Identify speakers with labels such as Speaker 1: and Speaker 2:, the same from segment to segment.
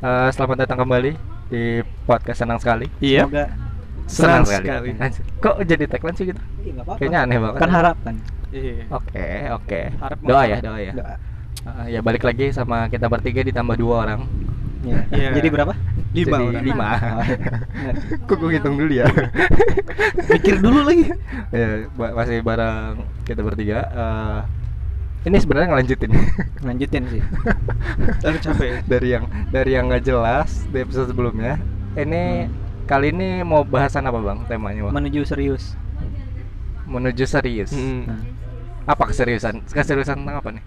Speaker 1: Eh, selamat datang kembali di podcast senang sekali.
Speaker 2: Iya.
Speaker 3: Semoga
Speaker 2: Senang sekali.
Speaker 1: Anjir, Kok jadi tagline sih gitu?
Speaker 3: Iya, nggak apa-apa.
Speaker 1: Kayaknya aneh banget.
Speaker 3: Kan harapan.
Speaker 2: Iya.
Speaker 1: Oke, oke.
Speaker 2: Harap
Speaker 1: Doa
Speaker 2: mengharap.
Speaker 1: ya, doa ya.
Speaker 3: Doa.
Speaker 1: Eh, ya balik lagi sama kita bertiga ditambah dua orang.
Speaker 3: Iya.
Speaker 2: Iya.
Speaker 3: Jadi berapa?
Speaker 2: Lima
Speaker 1: Jadi
Speaker 2: orang.
Speaker 1: Lima. iya.
Speaker 3: Oh, bener.
Speaker 1: Kok gue hitung dulu ya?
Speaker 3: Mikir dulu lagi.
Speaker 1: ya, ba- masih bareng kita bertiga. Eh, ini sebenarnya ngelanjutin
Speaker 3: Lanjutin sih.
Speaker 2: Aduh capek.
Speaker 1: dari yang dari yang nggak jelas di episode sebelumnya. Ini kali ini mau bahasan apa bang temanya bang?
Speaker 3: Menuju serius.
Speaker 1: Menuju serius.
Speaker 2: Hmm.
Speaker 3: Nah,
Speaker 1: Apa keseriusan? Keseriusan tentang apa nih?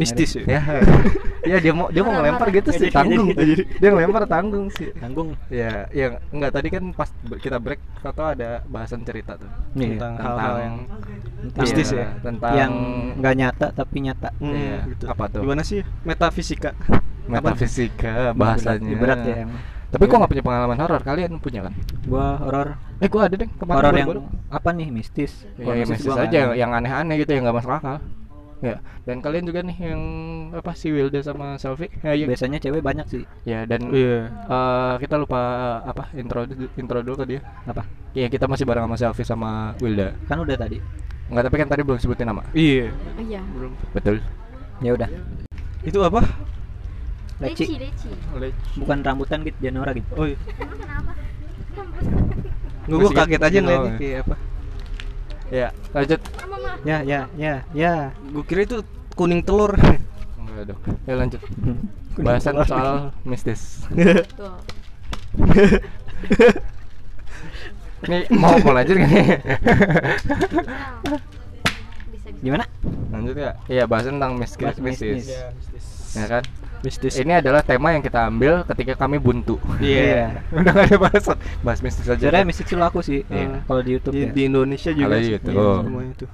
Speaker 2: Mistis ya.
Speaker 1: ya ya dia mau dia mau ngelempar gitu sih
Speaker 2: Nggak jadi,
Speaker 1: tanggung
Speaker 2: nggak jadi.
Speaker 1: dia ngelempar tanggung sih
Speaker 2: Tanggung
Speaker 1: ya ya nggak tadi kan pas b- kita break atau ada bahasan cerita tuh
Speaker 3: iya.
Speaker 2: tentang hal-hal yang
Speaker 1: bisnis
Speaker 2: Mistis
Speaker 1: ya
Speaker 2: ya?
Speaker 1: tentang
Speaker 3: yang nggak nyata tapi nyata.
Speaker 2: Hmm,
Speaker 1: Iya,
Speaker 2: gitu.
Speaker 1: apa tuh?
Speaker 2: Gimana sih? Metafisika.
Speaker 1: metafisika bahasanya
Speaker 3: Berat ya yang.
Speaker 1: tapi gua nggak punya pengalaman horor kalian punya kan
Speaker 3: Gua horor.
Speaker 1: eh gua ada deh kemarin
Speaker 3: Horor
Speaker 1: baru-
Speaker 3: yang
Speaker 1: baru.
Speaker 3: apa nih mistis?
Speaker 1: ya,
Speaker 3: Kalau
Speaker 1: ya
Speaker 3: mistis
Speaker 1: mistis aja
Speaker 3: gua
Speaker 1: yang,
Speaker 3: nggak ada.
Speaker 1: yang aneh-aneh gitu yang nggak masuk akal ya dan kalian juga nih yang apa si Wilda sama Selfie ya, ya.
Speaker 3: Biasanya cewek banyak sih.
Speaker 1: ya dan
Speaker 2: Iya.
Speaker 1: Eh, kita lupa apa intro intro dulu ke dia
Speaker 3: Apa?
Speaker 1: ya kita masih bareng sama Selfie sama Wilda
Speaker 3: Kan udah tadi.
Speaker 1: nggak tapi kan tadi belum sebutin nama
Speaker 2: Iya.
Speaker 4: Iya.
Speaker 2: Belum.
Speaker 1: betul
Speaker 3: Ya udah.
Speaker 2: Itu apa?
Speaker 4: Leci,
Speaker 3: Leci
Speaker 4: leci.
Speaker 1: Eh.
Speaker 3: bukan rambutan gitu Janora gitu.
Speaker 2: Oh iya.
Speaker 4: Emang kenapa?
Speaker 2: Nggak, gua
Speaker 1: Masih
Speaker 2: kaget
Speaker 1: kan?
Speaker 2: aja ngeliatnya
Speaker 1: Kenapa?
Speaker 2: kayak apa.
Speaker 1: ya lanjut
Speaker 4: Mama.
Speaker 3: Ya ya ya ya.
Speaker 2: Gua kira itu kuning telur. Iya.
Speaker 1: enggak dong ya lanjut
Speaker 3: Hmm.
Speaker 1: bahasan soal mistis
Speaker 4: Tuh.
Speaker 1: nih mau mau lanjut kan
Speaker 4: Bisa bisa.
Speaker 3: Gimana?
Speaker 1: lanjut ya iya bahasan tentang mistis
Speaker 3: Bahas
Speaker 1: mistis
Speaker 3: mistis.
Speaker 1: ya kan
Speaker 2: Iya. Mistis.
Speaker 1: ini adalah tema yang kita ambil ketika kami buntu
Speaker 2: Iya.
Speaker 1: udah gak ada bahasan bahas mistis aja
Speaker 3: Sebenarnya mistis dulu aku sih.
Speaker 1: Iya.
Speaker 3: eh, Kalau di YouTube
Speaker 2: Di,
Speaker 3: ya.
Speaker 2: di Indonesia juga
Speaker 1: Kalau
Speaker 2: sih.
Speaker 1: gitu.
Speaker 2: Iya, semuanya tuh.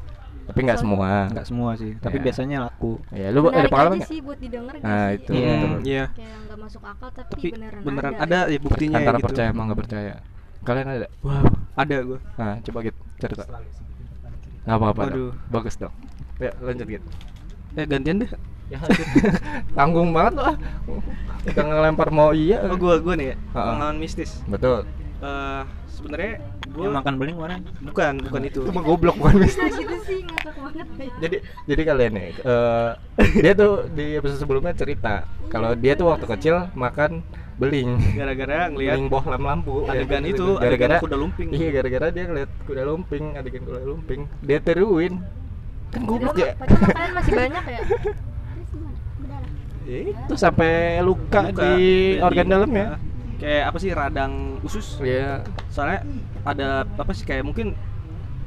Speaker 1: tapi nggak semua
Speaker 3: Enggak semua sih, tapi
Speaker 1: Iya.
Speaker 3: biasanya laku.
Speaker 1: ya lu ada
Speaker 4: Menarik
Speaker 1: pengalaman
Speaker 4: aja
Speaker 1: nggak?
Speaker 4: sih buat didengar nggak
Speaker 1: Nah,
Speaker 4: sih?
Speaker 1: itu.
Speaker 3: Iya.
Speaker 2: Hmm, Iya.
Speaker 4: Kayak nggak masuk akal tapi,
Speaker 2: Tapi
Speaker 4: beneran,
Speaker 2: beneran
Speaker 4: ada.
Speaker 2: ada ya buktinya
Speaker 1: antara
Speaker 2: ya gitu.
Speaker 1: percaya sama nggak percaya kalian ada
Speaker 2: Wow, ada gua.
Speaker 1: Nah, coba gitu cerita. Gak apa-apa.
Speaker 2: Waduh.
Speaker 1: dong. Bagus dong. Ya, lanjut gitu.
Speaker 2: Eh gantian deh.
Speaker 1: Ya, Tanggung banget lah. Udah ngelempar mau iya.
Speaker 2: Oh gua gua nih ya.
Speaker 1: Ah, ah.
Speaker 2: Pengalaman mistis.
Speaker 1: Betul.
Speaker 2: Eh sebenarnya
Speaker 3: Yang
Speaker 2: gua
Speaker 3: makan beling mana?
Speaker 2: bukan bukan itu.
Speaker 1: Itu mah goblok bukan
Speaker 4: Bisa
Speaker 1: mistis.
Speaker 4: gitu sih ngakak banget.
Speaker 1: jadi jadi kalian nih eh, dia tuh di episode sebelumnya cerita kalau dia tuh waktu kecil makan beling
Speaker 2: Gara-gara ngelihat
Speaker 1: beling bohlam lampu
Speaker 2: adegan
Speaker 1: Ya,
Speaker 2: itu,
Speaker 1: gitu. gara-gara
Speaker 2: adegan kuda lumping.
Speaker 1: iya gara-gara dia ngeliat kuda lumping adegan kuda lumping dia tiruin kan goblok ya
Speaker 2: Iya.
Speaker 4: Padahal makanan masih banyak ya.
Speaker 2: Eh,
Speaker 1: itu sampai luka,
Speaker 2: Luka.
Speaker 1: di
Speaker 2: Jadi,
Speaker 1: organ dalam ya
Speaker 2: ah, Kayak apa sih radang usus?
Speaker 1: Iya.
Speaker 2: Soalnya ada apa sih kayak mungkin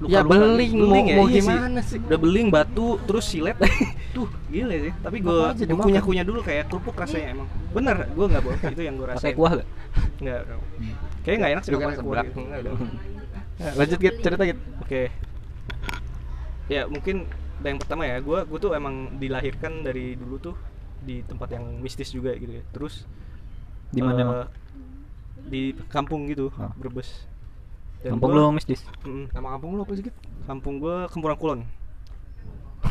Speaker 2: gitu.
Speaker 1: Ya, beling. Mau- mau
Speaker 2: iya
Speaker 1: gimana sih?
Speaker 2: Udah beling batu terus silet. Tuh, gila sih. Tapi
Speaker 1: Apa
Speaker 2: gua
Speaker 1: aja dimakan?
Speaker 2: kunyah-kunyah dulu kayak kerupuk rasanya emang. Bener, gua nggak bohong. Itu yang gua
Speaker 3: Pakai
Speaker 2: rasain.
Speaker 3: kuah gak?
Speaker 2: Enggak. Kayaknya nggak enak sih
Speaker 1: Lu kan
Speaker 2: pakai kuah
Speaker 1: seberak.
Speaker 2: gitu.
Speaker 1: Ya, Lanjut gitu cerita gitu.
Speaker 2: Oke. Ya, mungkin yang pertama ya, gua gua tuh emang dilahirkan dari dulu tuh di tempat yang mistis juga gitu ya. Terus
Speaker 3: Di mana
Speaker 2: eh,
Speaker 3: emang?
Speaker 2: Di kampung gitu,
Speaker 3: Oh.
Speaker 2: Brebes.
Speaker 3: Kampung
Speaker 2: gua-
Speaker 3: lu mistis.
Speaker 2: Mm-mm.
Speaker 1: Nama kampung Ah. lu apa sih gitu?
Speaker 2: kampung gua Kemurang Kulon.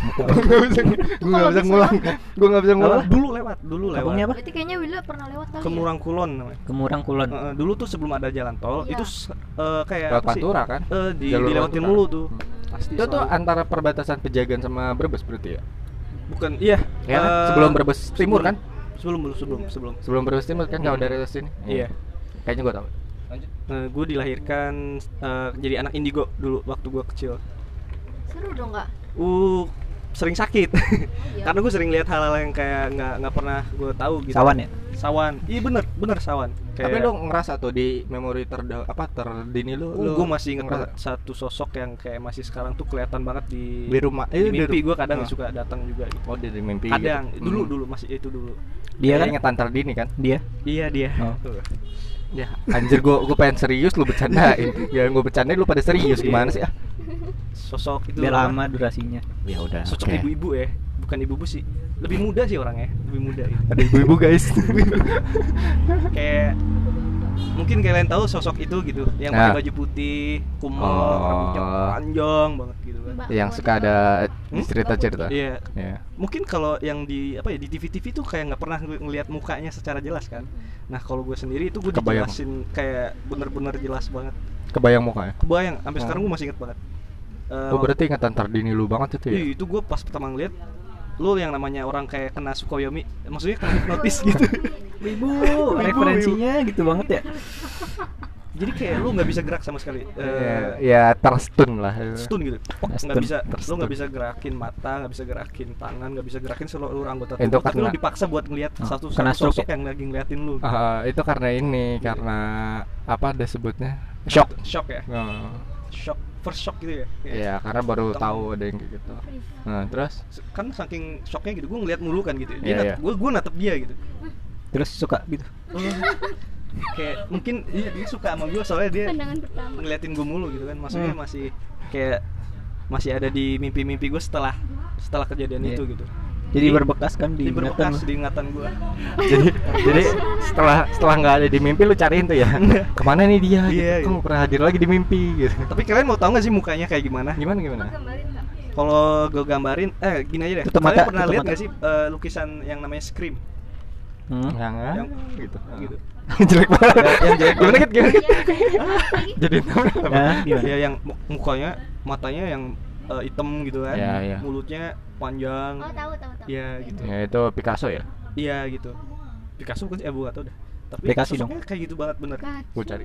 Speaker 1: Gue gak bisa ngulang. Gue gak bisa ngulang.
Speaker 2: Eh, Dulu lewat, dulu lewat.
Speaker 3: Kampungnya apa?
Speaker 4: Berarti kayaknya Willa pernah lewat kali. ya?
Speaker 2: Kemurang Kulon namanya.
Speaker 3: Kemurang Kulon.
Speaker 2: Eh, eh, dulu tuh sebelum ada jalan tol,
Speaker 4: Iya.
Speaker 2: itu s- eh, kayak
Speaker 1: Lewat
Speaker 2: apa sih?
Speaker 1: Pantura kan?
Speaker 2: Eh, di,
Speaker 1: Jalur
Speaker 2: dilewatin
Speaker 1: Pantura.
Speaker 2: mulu tuh.
Speaker 1: Hmm.
Speaker 2: Pasti
Speaker 1: Itu tuh
Speaker 2: selalu.
Speaker 1: antara perbatasan Pejagan sama Brebes berarti ya?
Speaker 2: bukan iya.
Speaker 1: Ya kan?
Speaker 2: eh,
Speaker 1: Sebelum Brebes Timur kan?
Speaker 2: Sebelum belum sebelum sebelum.
Speaker 1: Sebelum Brebes Timur kan kalau
Speaker 2: Hmm.
Speaker 1: dari sini.
Speaker 2: Iya.
Speaker 1: Kayaknya gue tahu.
Speaker 2: gue Eh, dilahirkan eh, jadi anak indigo dulu waktu gue kecil.
Speaker 4: Seru dong nggak?
Speaker 2: Uh sering sakit
Speaker 4: iya.
Speaker 2: karena gue sering lihat hal-hal yang kayak nggak nggak pernah gue tahu gitu.
Speaker 3: Sawan ya?
Speaker 2: Sawan. Iya bener bener sawan.
Speaker 1: Tapi lu ngerasa tuh di memori ter apa terdini lu lu
Speaker 2: gue uh, Oh, masih inget
Speaker 1: ngerasa
Speaker 2: banget satu sosok yang kayak masih sekarang tuh kelihatan banget di
Speaker 1: di rumah di
Speaker 2: di mimpi
Speaker 1: ru-
Speaker 2: gue kadang
Speaker 1: Ah.
Speaker 2: suka datang juga gitu.
Speaker 1: Oh, dari mimpi.
Speaker 2: kadang
Speaker 1: gitu.
Speaker 2: dulu
Speaker 1: Hmm.
Speaker 2: dulu masih itu dulu
Speaker 3: Dia kan?
Speaker 1: ingetan terdini kan?
Speaker 3: Dia?
Speaker 2: iya dia
Speaker 3: Oh.
Speaker 2: Iya.
Speaker 1: Ya, anjir gua gua pengen serius lu bercandain. ya gua bercandain lu pada serius gimana sih ah?
Speaker 2: sosok itu
Speaker 3: Biar
Speaker 2: apa?
Speaker 3: lama durasinya.
Speaker 1: Ya
Speaker 2: Iya.
Speaker 1: udah.
Speaker 2: sosok ibu-ibu ya bukan ibu-ibu sih lebih muda sih orangnya lebih muda gitu.
Speaker 1: Ada ibu-ibu guys.
Speaker 2: kayak mungkin kalian tahu sosok itu gitu yang pakai
Speaker 1: Nah.
Speaker 2: baju putih kumel
Speaker 1: Oh.
Speaker 2: rambutnya panjang banget gitu kan
Speaker 4: Mbak
Speaker 1: yang
Speaker 4: Puan
Speaker 1: suka ada
Speaker 2: Hmm?
Speaker 1: cerita-cerita.
Speaker 2: iya
Speaker 1: Iya.
Speaker 2: mungkin kalau yang di apa ya di TV TV tuh kayak nggak pernah ng- ngelihat mukanya secara jelas kan nah kalau gue sendiri itu gue
Speaker 1: Kebayang.
Speaker 2: dijelasin kayak bener-bener jelas banget
Speaker 1: Kebayang mukanya.
Speaker 2: kebayang sampai
Speaker 1: Oh.
Speaker 2: sekarang gue masih inget banget Eh, Iya,
Speaker 1: Oh, berarti ingatan tardini lu banget itu ya?
Speaker 2: Ih, itu gue pas pertama ngeliat lu yang namanya orang kayak kena Sukoyomi maksudnya kena hipnotis gitu
Speaker 3: Ibu, referensinya gitu banget ya.
Speaker 2: jadi kayak lu nggak bisa gerak sama sekali
Speaker 1: Iya,
Speaker 2: Eh,
Speaker 1: ya terstun lah.
Speaker 2: stun gitu Pok, nggak
Speaker 3: Stun,
Speaker 2: bisa lu
Speaker 1: Nah, terstun.
Speaker 2: nggak bisa gerakin mata nggak bisa gerakin tangan nggak bisa gerakin seluruh anggota
Speaker 1: Itu Ah,
Speaker 2: tubuh tapi lu
Speaker 1: karena-
Speaker 2: dipaksa buat ngeliat
Speaker 3: Oh,
Speaker 2: satu,
Speaker 3: kena
Speaker 2: satu
Speaker 3: stroke
Speaker 2: sosok yang lagi ngeliatin lu
Speaker 1: ya? Ah, itu karena ini, karena apa ada sebutnya?
Speaker 2: shock shock ya
Speaker 1: Oh,
Speaker 2: shock first shock gitu ya Kayak-
Speaker 1: Iya, karena baru
Speaker 2: Tong.
Speaker 1: tahu ada yang kayak gitu. Nah, terus
Speaker 2: kan saking shocknya gitu gue ngeliat mulu kan gitu
Speaker 1: Iya,
Speaker 2: dia
Speaker 1: iya.
Speaker 2: nat- gue gue natep dia gitu
Speaker 3: Terus suka gitu.
Speaker 2: kayak mungkin iya, dia suka sama gue soalnya dia
Speaker 4: pandangan pertama
Speaker 2: ngeliatin gue mulu gitu kan maksudnya
Speaker 3: Hmm.
Speaker 2: masih kayak masih ada di mimpi-mimpi gue setelah setelah kejadian
Speaker 3: Iya.
Speaker 2: itu gitu
Speaker 3: Jadi berbekas kan
Speaker 2: di
Speaker 3: di ingatan
Speaker 2: berbekas
Speaker 3: lu.
Speaker 2: di ingatan gue
Speaker 1: jadi jadi setelah setelah nggak ada di mimpi lu cariin tuh ya. Kemana nih dia? gitu.
Speaker 2: Iya,
Speaker 1: Kok
Speaker 2: iya.
Speaker 1: nggak pernah hadir lagi di mimpi gitu.
Speaker 2: tapi kalian mau tahu nggak sih mukanya kayak gimana
Speaker 1: Gimana gimana?
Speaker 4: gambarin nggak
Speaker 2: kalau gue gambarin eh gini aja deh
Speaker 3: Tutup
Speaker 2: kalian
Speaker 3: mata,
Speaker 2: pernah
Speaker 3: tutup
Speaker 2: lihat
Speaker 3: mata.
Speaker 2: nggak sih eh, lukisan yang namanya scream
Speaker 3: Hmm.
Speaker 1: Nggak nggak
Speaker 2: Yang-
Speaker 1: gitu.
Speaker 2: gitu
Speaker 1: jelek banget.
Speaker 2: yang jelek
Speaker 1: gimana
Speaker 2: banget.
Speaker 1: Kit? gimana?
Speaker 4: Iya,
Speaker 1: Kit? jadi
Speaker 3: Nah, gimana?
Speaker 2: ya yang mu- mukanya matanya yang eh, hitam gitu kan
Speaker 1: Iya, iya.
Speaker 2: mulutnya panjang
Speaker 4: oh tahu tahu tahu
Speaker 2: Iya gitu
Speaker 1: Ya itu Picasso ya.
Speaker 2: iya gitu Picasso bukan sih eh bukan tau dah tapi
Speaker 3: Picasso dong.
Speaker 2: sosoknya kayak gitu banget bener
Speaker 4: Kacau.
Speaker 1: Gue cari.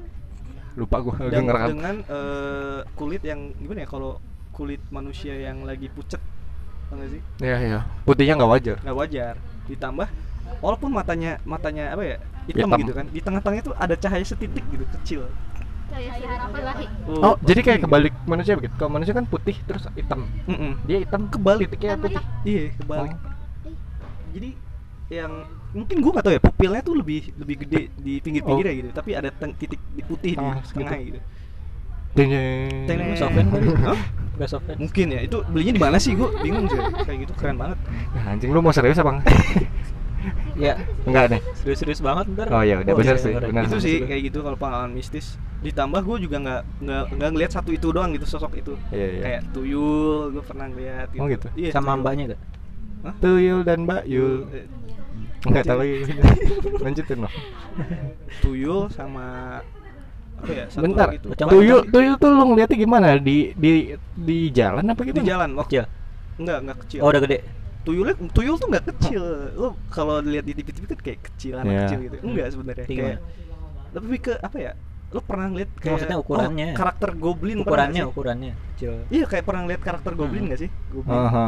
Speaker 1: Lupa gue lagi
Speaker 2: dan
Speaker 1: ngerekam.
Speaker 2: dengan eh, kulit yang gimana ya kalau kulit manusia yang lagi pucet tau nggak sih
Speaker 1: Iya iya. Putihnya nggak wajar.
Speaker 2: nggak wajar ditambah walaupun matanya matanya apa ya hitam,
Speaker 1: Hitam.
Speaker 2: gitu kan di tengah-tengah itu ada cahaya setitik gitu kecil
Speaker 4: kayak si harapan lahi
Speaker 1: Oh, jadi kayak kebalik manusia begitu. Kalau manusia kan putih terus hitam.
Speaker 2: Mm-mm.
Speaker 1: Dia hitam kebalik titiknya
Speaker 4: Sama
Speaker 1: putih. Oh.
Speaker 2: iya kebalik jadi yang mungkin gua nggak tahu ya pupilnya tuh lebih lebih gede di pinggir-pinggirnya gitu tapi ada teng- titik di putih
Speaker 1: Oh. Tengah Hmm.
Speaker 2: di tengah gitu
Speaker 1: Teng-teng.
Speaker 2: Teng-teng.
Speaker 3: Sofian kali.
Speaker 2: Hah?
Speaker 3: Best of it.
Speaker 2: mungkin ya itu belinya di mana sih gua bingung sih kayak gitu keren banget
Speaker 1: Nah, anjing lu mau serius apa enggak?
Speaker 3: Ya,
Speaker 1: enggak nih.
Speaker 3: serius-serius banget ntar.
Speaker 1: Oh, ya udah, bener
Speaker 3: iya,
Speaker 1: sih, bener.
Speaker 2: itu
Speaker 1: Nah,
Speaker 2: sih kayak gitu kalau pengalaman mistis ditambah gue juga nggak nggak nggak ngelihat satu itu doang gitu sosok itu
Speaker 1: Iya, iya.
Speaker 2: kayak tuyul gue pernah ngeliat
Speaker 1: Oh, gitu?
Speaker 2: Iya,
Speaker 3: Sama
Speaker 2: tuyul.
Speaker 3: mbaknya gak?
Speaker 1: Tuyul dan Mbak Yul.
Speaker 2: Eh,
Speaker 1: Enggak tahu lagi. Lanjutin loh.
Speaker 2: tuyul sama apa ya satu
Speaker 1: Bentar.
Speaker 2: lagi tuh.
Speaker 1: Tuyul tuyul tuh lu ngeliatnya gimana? Di di di jalan apa
Speaker 2: di
Speaker 1: gitu?
Speaker 2: jalan waktu
Speaker 3: Kecil.
Speaker 2: nggak nggak kecil
Speaker 3: Oh, udah gede.
Speaker 2: tuyulnya tuyul tuh nggak kecil lo kalau lihat di tv tv kan kayak kecil anak
Speaker 1: Iya.
Speaker 2: kecil gitu enggak sebenarnya
Speaker 3: Tinggi.
Speaker 2: kayak lebih ke apa ya lo pernah ngeliat kayak
Speaker 3: Maksudnya ukurannya.
Speaker 2: oh, karakter goblin pernah nggak
Speaker 3: Ukurannya, Hmm.
Speaker 2: sih?
Speaker 3: ukurannya kecil.
Speaker 2: Iya kayak pernah ngeliat karakter goblin nggak sih? Goblin.
Speaker 1: Aha.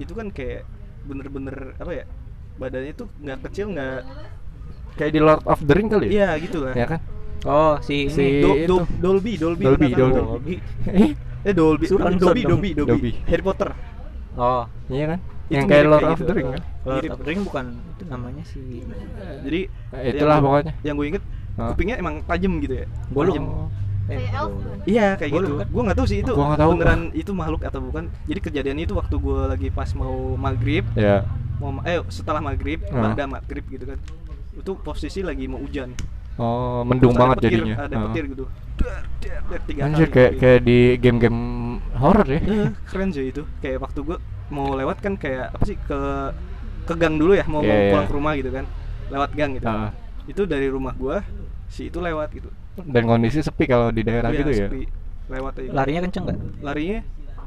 Speaker 2: Itu kan kayak bener-bener apa ya? Badannya tuh nggak kecil nggak.
Speaker 1: Kayak di Lord of the Ring kali ya?
Speaker 2: Iya gitu lah.
Speaker 1: Ya kan?
Speaker 3: Oh, si,
Speaker 1: Si-
Speaker 3: ini.
Speaker 2: Do,
Speaker 1: Itu.
Speaker 2: do, Dolby, Dolby,
Speaker 1: Dolby,
Speaker 2: pernah tahu?
Speaker 1: Dolby.
Speaker 2: Eh Dolby,
Speaker 3: Suran,
Speaker 2: Dolby,
Speaker 3: suran
Speaker 2: Dolby,
Speaker 3: dong.
Speaker 2: Dolby, Dolby.
Speaker 1: Dolby.
Speaker 2: Harry Potter.
Speaker 3: Oh,
Speaker 1: Iya kan?
Speaker 2: Itu
Speaker 1: Yang kayak
Speaker 2: mirip
Speaker 1: Lord
Speaker 2: kayak
Speaker 1: of
Speaker 2: gitu.
Speaker 1: the Ring kan?
Speaker 3: Lord
Speaker 2: Mirip.
Speaker 3: of the Ring bukan itu namanya si
Speaker 2: Jadi
Speaker 1: Nah, itulah
Speaker 2: yang-
Speaker 1: pokoknya. Ah.
Speaker 2: Yang gue inget
Speaker 1: Hah?
Speaker 2: kupingnya emang tajam gitu ya.
Speaker 3: Bolong.
Speaker 2: Tajam.
Speaker 1: Oh.
Speaker 3: Eh,
Speaker 4: kayak elf
Speaker 3: bolong.
Speaker 4: kan?
Speaker 2: Iya kayak
Speaker 3: Bolong
Speaker 2: gitu.
Speaker 3: kan?
Speaker 2: Gue nggak tahu sih itu
Speaker 1: Gua nggak tahu.
Speaker 2: beneran itu makhluk atau bukan. Jadi kejadian itu waktu gue lagi pas mau maghrib,
Speaker 1: Ya.
Speaker 2: mau ma- eh setelah maghrib,
Speaker 1: Hah.
Speaker 2: ada maghrib gitu kan. Itu posisi lagi mau hujan.
Speaker 1: Oh, mendung
Speaker 2: Terus ada
Speaker 1: banget
Speaker 2: petir,
Speaker 1: jadinya.
Speaker 2: Ada
Speaker 1: Ah.
Speaker 2: petir gitu. Dar, dar, dar, tiga
Speaker 1: Anjir
Speaker 2: kali.
Speaker 1: kayak kayak di game-game horror ya.
Speaker 2: Eh, keren sih itu. Kayak waktu gua mau lewat kan kayak apa sih ke ke gang dulu ya mau
Speaker 1: Iya,
Speaker 2: mau
Speaker 1: iya.
Speaker 2: pulang ke rumah gitu kan. Lewat gang gitu.
Speaker 1: Ah.
Speaker 2: Itu dari rumah gua si itu lewat gitu.
Speaker 1: Dan kondisi sepi kalau di daerah
Speaker 2: Iya,
Speaker 1: gitu ya.
Speaker 2: sepi. Lewat aja.
Speaker 3: Larinya kenceng gak?
Speaker 2: Larinya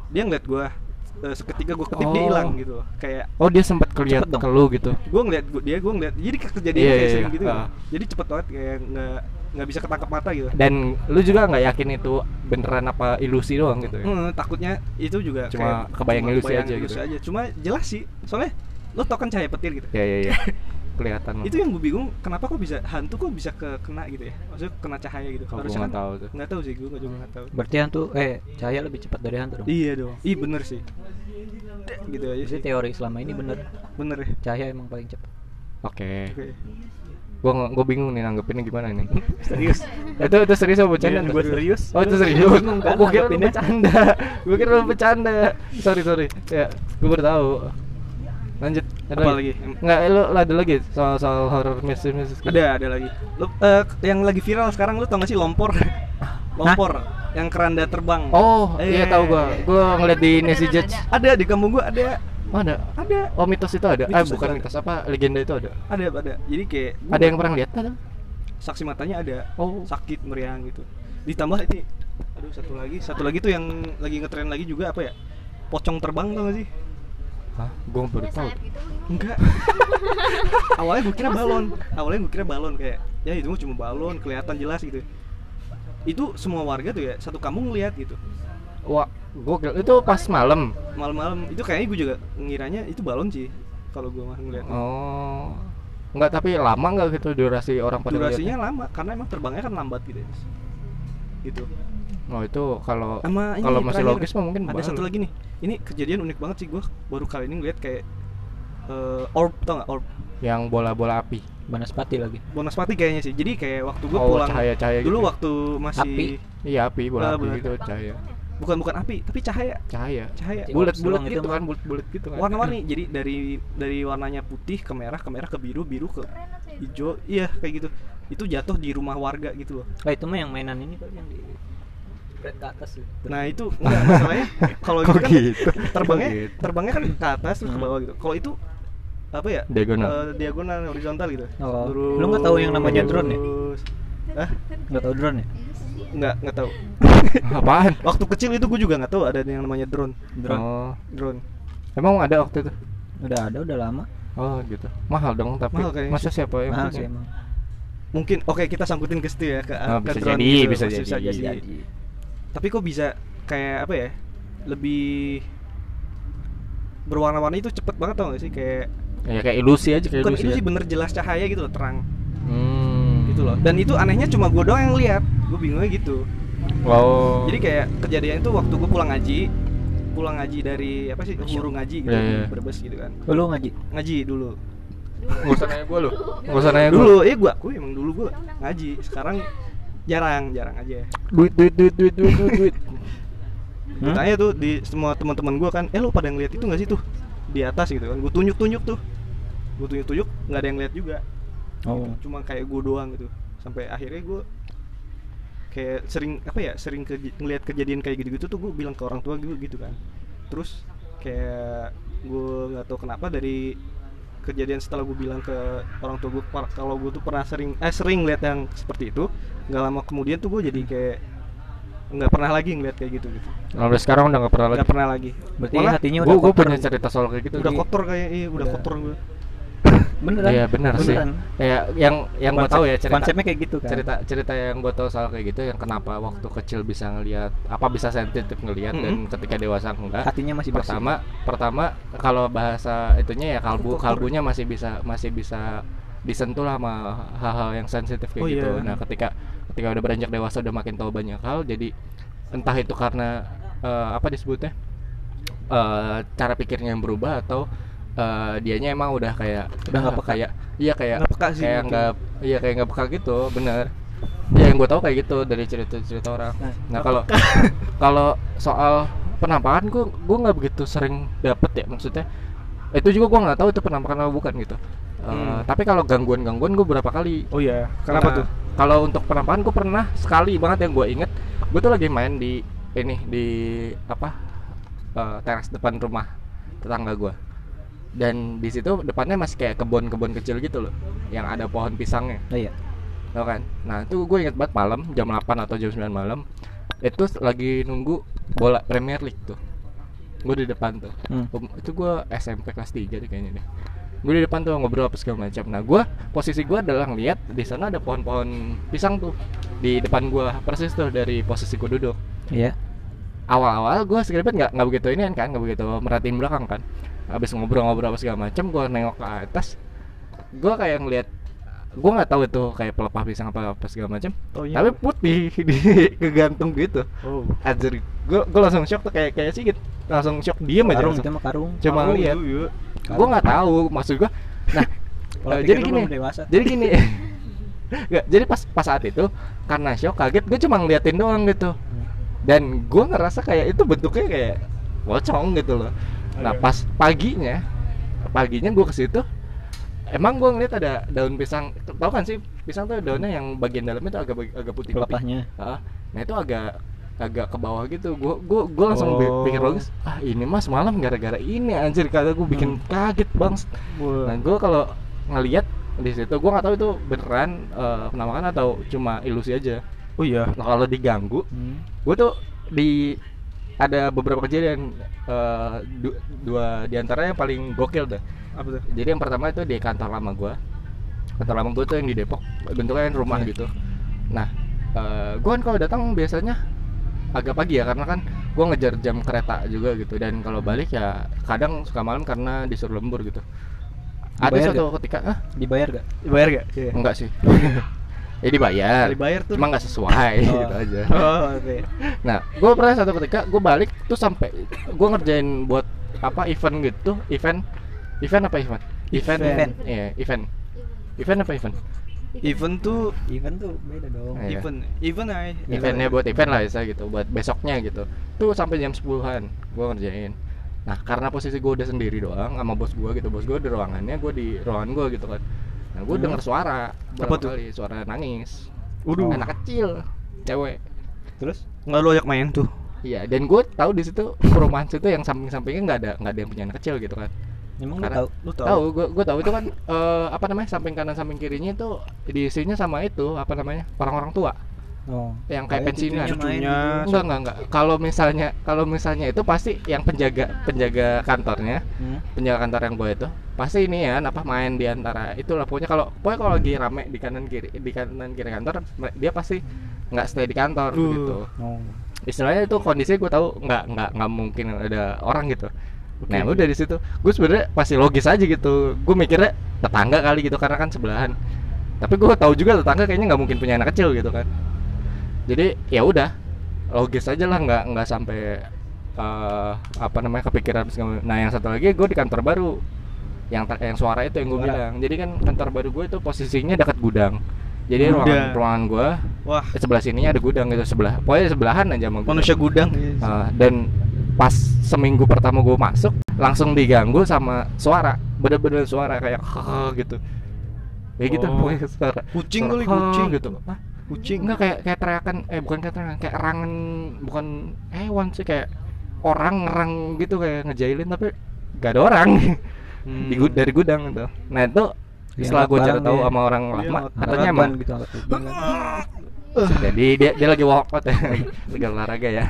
Speaker 2: dia ngeliat gua Eh, seketika gua ketip dia
Speaker 1: Oh.
Speaker 2: hilang gitu. Kayak
Speaker 1: Oh, dia sempat keliat
Speaker 3: Cepet dong.
Speaker 1: ke lu gitu.
Speaker 2: gua ngeliat gua, dia gua ngeliat jadi kejadian
Speaker 1: Iya,
Speaker 2: kayak
Speaker 1: iya,
Speaker 2: sering
Speaker 1: iya.
Speaker 2: gitu.
Speaker 1: Ah.
Speaker 2: Jadi cepet banget kayak nggak nggak bisa ketangkap mata gitu.
Speaker 1: Dan lu juga nggak yakin itu beneran apa ilusi doang gitu ya.
Speaker 2: Eh, takutnya itu juga
Speaker 1: Cuma
Speaker 2: kayak-
Speaker 1: kebayang
Speaker 2: cuma
Speaker 1: ilusi
Speaker 2: kebayang
Speaker 1: aja
Speaker 2: ilusi
Speaker 1: gitu.
Speaker 2: aja. Cuma jelas sih, soalnya lo tau kan cahaya petir gitu.
Speaker 1: Ya ya ya. Kelihatan.
Speaker 2: Itu yang gue bingung, kenapa kok bisa hantu kok bisa ke kena gitu ya? Maksudnya kena cahaya gitu.
Speaker 1: Kalau gua nggak tahu tuh. Iya
Speaker 2: Nggak tahu sih, gue juga nggak tahu.
Speaker 3: Berarti hantu eh cahaya lebih cepat dari hantu dong.
Speaker 2: Iya dong. Ih bener sih. Gitu aja
Speaker 3: Jadi
Speaker 2: sih.
Speaker 3: teori selama ini bener
Speaker 2: Bener ya.
Speaker 3: cahaya emang paling cepat.
Speaker 1: Oke.
Speaker 2: Oke.
Speaker 1: Gua nggak- gua bingung nih nanggepinnya gimana nih.
Speaker 3: Serius?
Speaker 1: itu itu serius apa bercanda?
Speaker 3: Iya,
Speaker 1: tuh?
Speaker 3: gua serius.
Speaker 1: Oh, itu serius.
Speaker 3: Gua bingung kan
Speaker 1: Oh, gua kira lu
Speaker 3: nanggepinnya.
Speaker 1: bercanda. Gua kira lu bercanda. Sorry, sorry. Ya, gua baru tahu. lanjut ada
Speaker 2: Apa
Speaker 1: lagi
Speaker 2: lagi? Em-
Speaker 1: nggak eh, lu ada lagi soal soal horror mistis mistis gitu?
Speaker 2: Ada, ada lagi. Lu eh, yang lagi viral sekarang lu tau gak sih lompor? lompor yang keranda terbang. Eh,
Speaker 1: oh iya tahu gua gua ngeliat di
Speaker 4: Beneran
Speaker 1: Nancy Judge
Speaker 4: ada.
Speaker 2: Ada di kampung gua ada.
Speaker 1: oh, ada
Speaker 2: Ada.
Speaker 1: oh mitos itu ada eh
Speaker 2: Mitos
Speaker 1: bukan
Speaker 2: ada.
Speaker 1: mitos apa legenda itu ada
Speaker 2: Ada, ada. Jadi kayak gua
Speaker 1: ada yang pernah lihat ada
Speaker 2: saksi matanya ada.
Speaker 1: oh
Speaker 2: Sakit meriang gitu. Ditambah ini aduh satu lagi, satu lagi tuh yang lagi ngetren lagi juga apa ya? Pocong terbang tau gak sih?
Speaker 1: Hah, gua baru
Speaker 4: Punya
Speaker 1: tahu
Speaker 4: sayap gitu gimana?
Speaker 2: Enggak. Awalnya gue kira balon. Awalnya gue kira balon kayak ya itu mah cuma balon kelihatan jelas gitu. Itu semua warga tuh ya satu kampung ngeliat gitu.
Speaker 1: wah gokil itu pas malam
Speaker 2: Malam-malam itu kayaknya gue juga ngiranya itu balon sih kalau gue mah ngeliat.
Speaker 1: oh nggak tapi lama nggak gitu durasi orang pada
Speaker 2: Durasinya lama karena emang terbangnya kan lambat gitu. ya. Gitu.
Speaker 1: lihatnya? oh itu kalau
Speaker 2: Sama ini
Speaker 1: kalau masih
Speaker 2: terakhir,
Speaker 1: logis mah mungkin
Speaker 2: ada satu lagi nih. Ini kejadian unik banget sih gue baru kali ini ngeliat kayak eh, orb tau gak orb
Speaker 1: yang bola-bola api
Speaker 3: Banaspati lagi.
Speaker 2: bonus pati kayaknya sih jadi kayak waktu gue
Speaker 1: oh
Speaker 2: pulang
Speaker 1: cahaya-cahaya
Speaker 2: dulu
Speaker 1: gitu.
Speaker 2: waktu masih
Speaker 3: Api.
Speaker 1: iya api
Speaker 2: Ah,
Speaker 1: bola api
Speaker 2: bola
Speaker 1: gitu
Speaker 4: Bang,
Speaker 1: cahaya
Speaker 4: gimana ya?
Speaker 2: bukan bukan api tapi cahaya
Speaker 1: cahaya
Speaker 2: cahaya
Speaker 3: Cing-
Speaker 1: bulat-bulat
Speaker 3: Silang itu
Speaker 1: gitu
Speaker 3: mah.
Speaker 1: kan bulat-bulat gitu kan
Speaker 2: warna-warni jadi dari dari warnanya putih ke merah ke merah ke biru biru ke
Speaker 4: Keren atau ya?
Speaker 2: hijau iya kayak gitu itu jatuh di rumah warga gitu loh
Speaker 3: Oh, itu mah yang mainan ini kali yang di spread ke atas gitu.
Speaker 2: nah itu enggak masalahnya kalau itu
Speaker 1: Kok
Speaker 2: kan
Speaker 1: gitu
Speaker 2: terbangnya
Speaker 1: Kok gitu?
Speaker 2: terbangnya kan ke atas terus ke
Speaker 3: Hmm.
Speaker 2: bawah gitu kalau itu apa ya
Speaker 1: diagonal
Speaker 2: Eh, diagonal horizontal gitu
Speaker 3: Oh. Lu nggak tahu yang namanya drone ya?
Speaker 2: Lurus. Hah?
Speaker 3: Enggak tahu drone ya?
Speaker 4: Ini sih.
Speaker 2: nggak nggak tahu Eh,
Speaker 1: apaan
Speaker 2: waktu kecil itu gue juga nggak tahu ada yang namanya drone
Speaker 3: Drone.
Speaker 1: oh
Speaker 2: drone
Speaker 1: emang ada waktu itu
Speaker 3: Udah ada, udah lama.
Speaker 1: oh gitu mahal dong tapi
Speaker 2: Mahal kayaknya.
Speaker 1: masa siapa ya? yang
Speaker 3: Mahal
Speaker 1: punya?
Speaker 3: sih emang.
Speaker 2: mungkin oke kita sangkutin ke situ ya ke,
Speaker 1: Oh,
Speaker 2: ke
Speaker 1: bisa
Speaker 2: drone
Speaker 1: jadi,
Speaker 2: gitu,
Speaker 1: bisa
Speaker 2: masih
Speaker 3: Iya,
Speaker 1: jadi.
Speaker 2: tapi kok bisa kayak apa ya lebih berwarna-warni itu cepet banget tau gak sih kayak
Speaker 1: ya kayak ilusi aja kayak
Speaker 2: bukan
Speaker 1: ilusi,
Speaker 2: itu sih
Speaker 1: aja.
Speaker 2: bener jelas cahaya gitu loh terang
Speaker 1: hmm.
Speaker 2: gitu loh dan itu anehnya cuma gue doang yang lihat gue bingungnya gitu
Speaker 1: wow
Speaker 2: jadi kayak kejadian itu waktu gue pulang ngaji pulang ngaji dari apa sih guru ngaji gitu
Speaker 1: Iya, iya.
Speaker 2: di Brebes gitu kan
Speaker 3: Oh, lu ngaji?
Speaker 2: ngaji dulu
Speaker 1: nggak usah nanya gue lu nggak usah nanya gue
Speaker 2: dulu ya gue aku emang dulu gue ngaji sekarang jarang jarang aja
Speaker 1: duit duit duit duit duit duit duit
Speaker 2: Gua tanya tuh di semua teman-teman gua kan eh lu pada ngeliat itu nggak sih tuh di atas gitu kan gue tunjuk tunjuk tuh gue tunjuk tunjuk nggak ada yang lihat juga
Speaker 3: Oh.
Speaker 2: cuma kayak gue doang gitu sampai akhirnya gue kayak sering apa ya sering ke, ngelihat kejadian kayak gitu gitu tuh gue bilang ke orang tua gue gitu kan terus kayak gue nggak tahu kenapa dari kejadian setelah gue bilang ke orang tua gue kalau gue tuh pernah sering eh sering ngeliat yang seperti itu nggak lama kemudian tuh gue jadi kayak nggak pernah lagi ngeliat kayak gitu gitu
Speaker 1: sampai sekarang udah nggak pernah lagi
Speaker 2: nggak pernah lagi
Speaker 3: Berarti
Speaker 2: Malah
Speaker 3: hatinya
Speaker 1: gue
Speaker 3: udah
Speaker 1: gue
Speaker 3: kotor.
Speaker 1: punya cerita soal kayak gitu
Speaker 2: udah
Speaker 1: Ji.
Speaker 2: kotor kayak iya udah
Speaker 3: Udah.
Speaker 2: kotor gue
Speaker 3: Beneran?
Speaker 1: Iya, benar sih.
Speaker 3: Beneran.
Speaker 1: kayak yang yang gue
Speaker 3: Konsep-
Speaker 1: tahu ya cerita
Speaker 3: Konsepnya kayak gitu kan.
Speaker 1: cerita cerita yang gue tahu soal kayak gitu yang kenapa waktu kecil bisa ngelihat apa bisa sensitif ngelihat dan ketika dewasa enggak
Speaker 3: Hatinya masih bersih.
Speaker 1: pertama pertama kalau bahasa itunya ya kalbu
Speaker 2: Kotor.
Speaker 1: kalbunya masih bisa masih bisa disentuh lah sama hal-hal yang sensitif kayak
Speaker 2: Oh,
Speaker 1: gitu
Speaker 2: iya.
Speaker 1: nah ketika ketika udah beranjak dewasa udah makin tahu banyak hal jadi entah itu karena eh, apa disebutnya eh, cara pikirnya yang berubah atau eh, dianya emang udah kayak
Speaker 3: Udah nggak
Speaker 1: "Ah,
Speaker 3: peka."
Speaker 1: kayak iya kayak
Speaker 2: Nggak peka sih gitu. Iya.
Speaker 1: kayak
Speaker 2: mungkin.
Speaker 1: nggak iya kayak nggak peka gitu bener ya yang gue tahu kayak gitu dari cerita cerita orang
Speaker 3: Nah,
Speaker 1: nah kalau kalau soal penampakan gue gue nggak begitu sering dapet ya maksudnya itu juga gue nggak tahu itu penampakan atau bukan gitu Eh,
Speaker 2: Hmm.
Speaker 1: tapi kalau gangguan gangguan gue berapa kali
Speaker 2: oh iya kenapa
Speaker 1: Nah,
Speaker 2: tuh
Speaker 1: Kalau untuk penampakan gue pernah sekali banget yang gue inget, gue tuh lagi main di ini di apa eh, teras depan rumah tetangga gue. Dan di situ depannya masih kayak kebun-kebun kecil gitu loh, yang ada pohon pisangnya,
Speaker 3: Oh, iya.
Speaker 1: tau kan? Nah itu gue inget banget malam jam 8 atau jam 9 malam itu lagi nunggu bola Premier League tuh. Gue di depan tuh.
Speaker 3: Hmm.
Speaker 1: Um, itu gua SMP kelas 3 deh kayaknya deh gue di depan tuh ngobrol apa segala macam nah gua posisi gua adalah ngeliat di sana ada pohon-pohon pisang tuh di depan gua persis tuh dari posisi gua duduk
Speaker 3: Iya.
Speaker 1: awal-awal gua sekripit nggak nggak begitu ini kan nggak begitu merhatiin belakang kan habis ngobrol-ngobrol apa segala macam gua nengok ke atas gua kayak ngeliat gua nggak tahu itu kayak pelepah pisang apa apa segala macam
Speaker 2: Taunya
Speaker 1: tapi
Speaker 2: apa?
Speaker 1: putih di kegantung gitu
Speaker 2: oh
Speaker 1: anjir gua gua langsung shock tuh kayak kayak sih gitu. langsung shock diem aja
Speaker 3: Karung
Speaker 1: langsung.
Speaker 3: itu mah karung.
Speaker 1: cuma
Speaker 2: Tahu,
Speaker 1: ngeliat
Speaker 2: iya, iya.
Speaker 1: gue nggak tahu maksud gue nah
Speaker 3: Pola
Speaker 1: eh,
Speaker 3: pikir
Speaker 1: jadi
Speaker 3: lu
Speaker 1: gini
Speaker 3: belum dewasa.
Speaker 1: jadi gini Nggak, jadi pas pas saat itu karena shock kaget gue cuma ngeliatin doang gitu dan gue ngerasa kayak itu bentuknya kayak pocong gitu loh nah pas paginya paginya gue ke situ emang gue ngeliat ada daun pisang tau kan sih pisang tuh daunnya yang bagian dalamnya tuh agak agak putih putih
Speaker 3: kelapahnya
Speaker 1: nah itu agak agak ke bawah gitu gue gue gue langsung bi-
Speaker 2: Oh.
Speaker 1: pikir logis ah ini mas malam gara-gara ini anjir kagak gue bikin kaget bang nah gue kalau ngeliat di situ gue nggak tahu itu beneran eh, penampakan atau cuma ilusi aja
Speaker 2: oh iya
Speaker 1: nah, kalau diganggu
Speaker 3: Hmm.
Speaker 1: gue tuh di ada beberapa kejadian eh, du- dua diantaranya yang paling gokil dah
Speaker 2: apa tuh
Speaker 1: jadi yang pertama itu di kantor lama gua kantor lama gua tuh yang di Depok bentuknya yang rumah gitu nah eh, gua kan kalau datang biasanya agak pagi ya karena kan gua ngejar jam kereta juga gitu dan kalau balik ya kadang suka malam karena disuruh lembur gitu ada
Speaker 3: Dibayar
Speaker 1: suatu ketika ah
Speaker 3: dibayar gak?
Speaker 2: dibayar gak iya
Speaker 1: enggak sih ya dibayar
Speaker 2: dibayar tuh
Speaker 1: cuma nggak sesuai
Speaker 3: Oh.
Speaker 1: gitu aja
Speaker 2: oh oke
Speaker 1: Nah, gue pernah satu ketika gue balik tuh sampai gue ngerjain buat apa event gitu, event, event apa event? Event,
Speaker 3: Event.
Speaker 1: Iya, event, event apa event?
Speaker 2: event tuh
Speaker 3: Event tuh beda dong.
Speaker 1: Iya.
Speaker 2: Oh, event event ay
Speaker 1: Eventnya buat event lah ya gitu, buat besoknya gitu. Tuh sampai jam 10-an gue ngerjain. Nah, karena posisi gue udah sendiri doang sama bos gue gitu, bos gue di ruangannya, gue di ruangan gue gitu kan. Nah, gue
Speaker 2: Hmm.
Speaker 1: denger suara,
Speaker 2: Apa
Speaker 1: berapa
Speaker 2: tuh?
Speaker 1: kali suara nangis.
Speaker 2: Waduh.
Speaker 1: Anak kecil, cewek.
Speaker 3: Terus?
Speaker 2: nggak lu ajak main tuh
Speaker 1: Iya, dan gue tahu di situ perumahan situ yang samping-sampingnya nggak ada nggak ada yang punya anak kecil gitu kan.
Speaker 3: Emang
Speaker 1: Karena-
Speaker 2: lu
Speaker 3: lu tahu?
Speaker 1: tahu gue gue tahu itu kan eh, apa namanya samping kanan samping kirinya itu diisinya sama itu apa namanya orang-orang tua
Speaker 3: Oh.
Speaker 1: yang kayak pensiunan
Speaker 3: cucunya main
Speaker 2: Cucunya.
Speaker 3: gitu.
Speaker 1: enggak enggak enggak kalau misalnya kalau misalnya itu pasti yang penjaga penjaga kantornya
Speaker 3: Hmm.
Speaker 1: penjaga kantor yang gue itu pasti ini ya apa main di antara itulah pokoknya kalau pokoknya kalau lagi rame di kanan kiri di kanan kiri kantor me- dia pasti nggak stay di kantor
Speaker 2: Duh.
Speaker 1: gitu
Speaker 3: Oh.
Speaker 1: istilahnya itu kondisi gue tahu nggak nggak nggak mungkin ada orang gitu
Speaker 2: Oke.
Speaker 1: nah udah di situ gue sebenarnya pasti logis aja gitu gue mikirnya tetangga kali gitu karena kan sebelahan tapi gue tahu juga tetangga kayaknya nggak mungkin punya anak kecil gitu kan jadi ya udah logis aja lah nggak nggak sampai eh, apa namanya kepikiran segala- nah yang satu lagi gue di kantor baru yang ter- yang suara itu yang gue
Speaker 3: Suara.
Speaker 1: bilang jadi kan kantor baru gue itu posisinya dekat gudang jadi ruangan
Speaker 2: Gudang.
Speaker 1: ruangan gue
Speaker 2: wah
Speaker 1: eh, sebelah sininya ada gudang gitu sebelah pokoknya sebelahan aja sama gudang.
Speaker 2: manusia gudang
Speaker 1: Uh, dan pas seminggu pertama gue masuk langsung diganggu sama suara bener-bener suara kayak gitu kayak gitu
Speaker 2: Oh.
Speaker 1: pokoknya suara
Speaker 2: kucing
Speaker 1: Suara,
Speaker 2: kali kucing
Speaker 1: gitu Hah?
Speaker 2: kucing
Speaker 1: enggak kayak kayak teriakan eh bukan kayak teriakan kayak erangan bukan hewan sih kayak orang ngerang gitu kayak ngejailin tapi gak ada orang
Speaker 2: Hmm.
Speaker 1: di gud- dari gudang itu nah itu
Speaker 3: Iya,
Speaker 1: setelah gue cari
Speaker 3: barang
Speaker 1: tahu
Speaker 3: dia.
Speaker 1: sama orang
Speaker 2: Iya,
Speaker 1: lama
Speaker 2: angkat
Speaker 1: katanya
Speaker 3: Angkat
Speaker 1: emang
Speaker 3: ban gitu
Speaker 2: Ah.
Speaker 3: angkat ban.
Speaker 1: jadi dia dia lagi workout ya lagi olahraga ya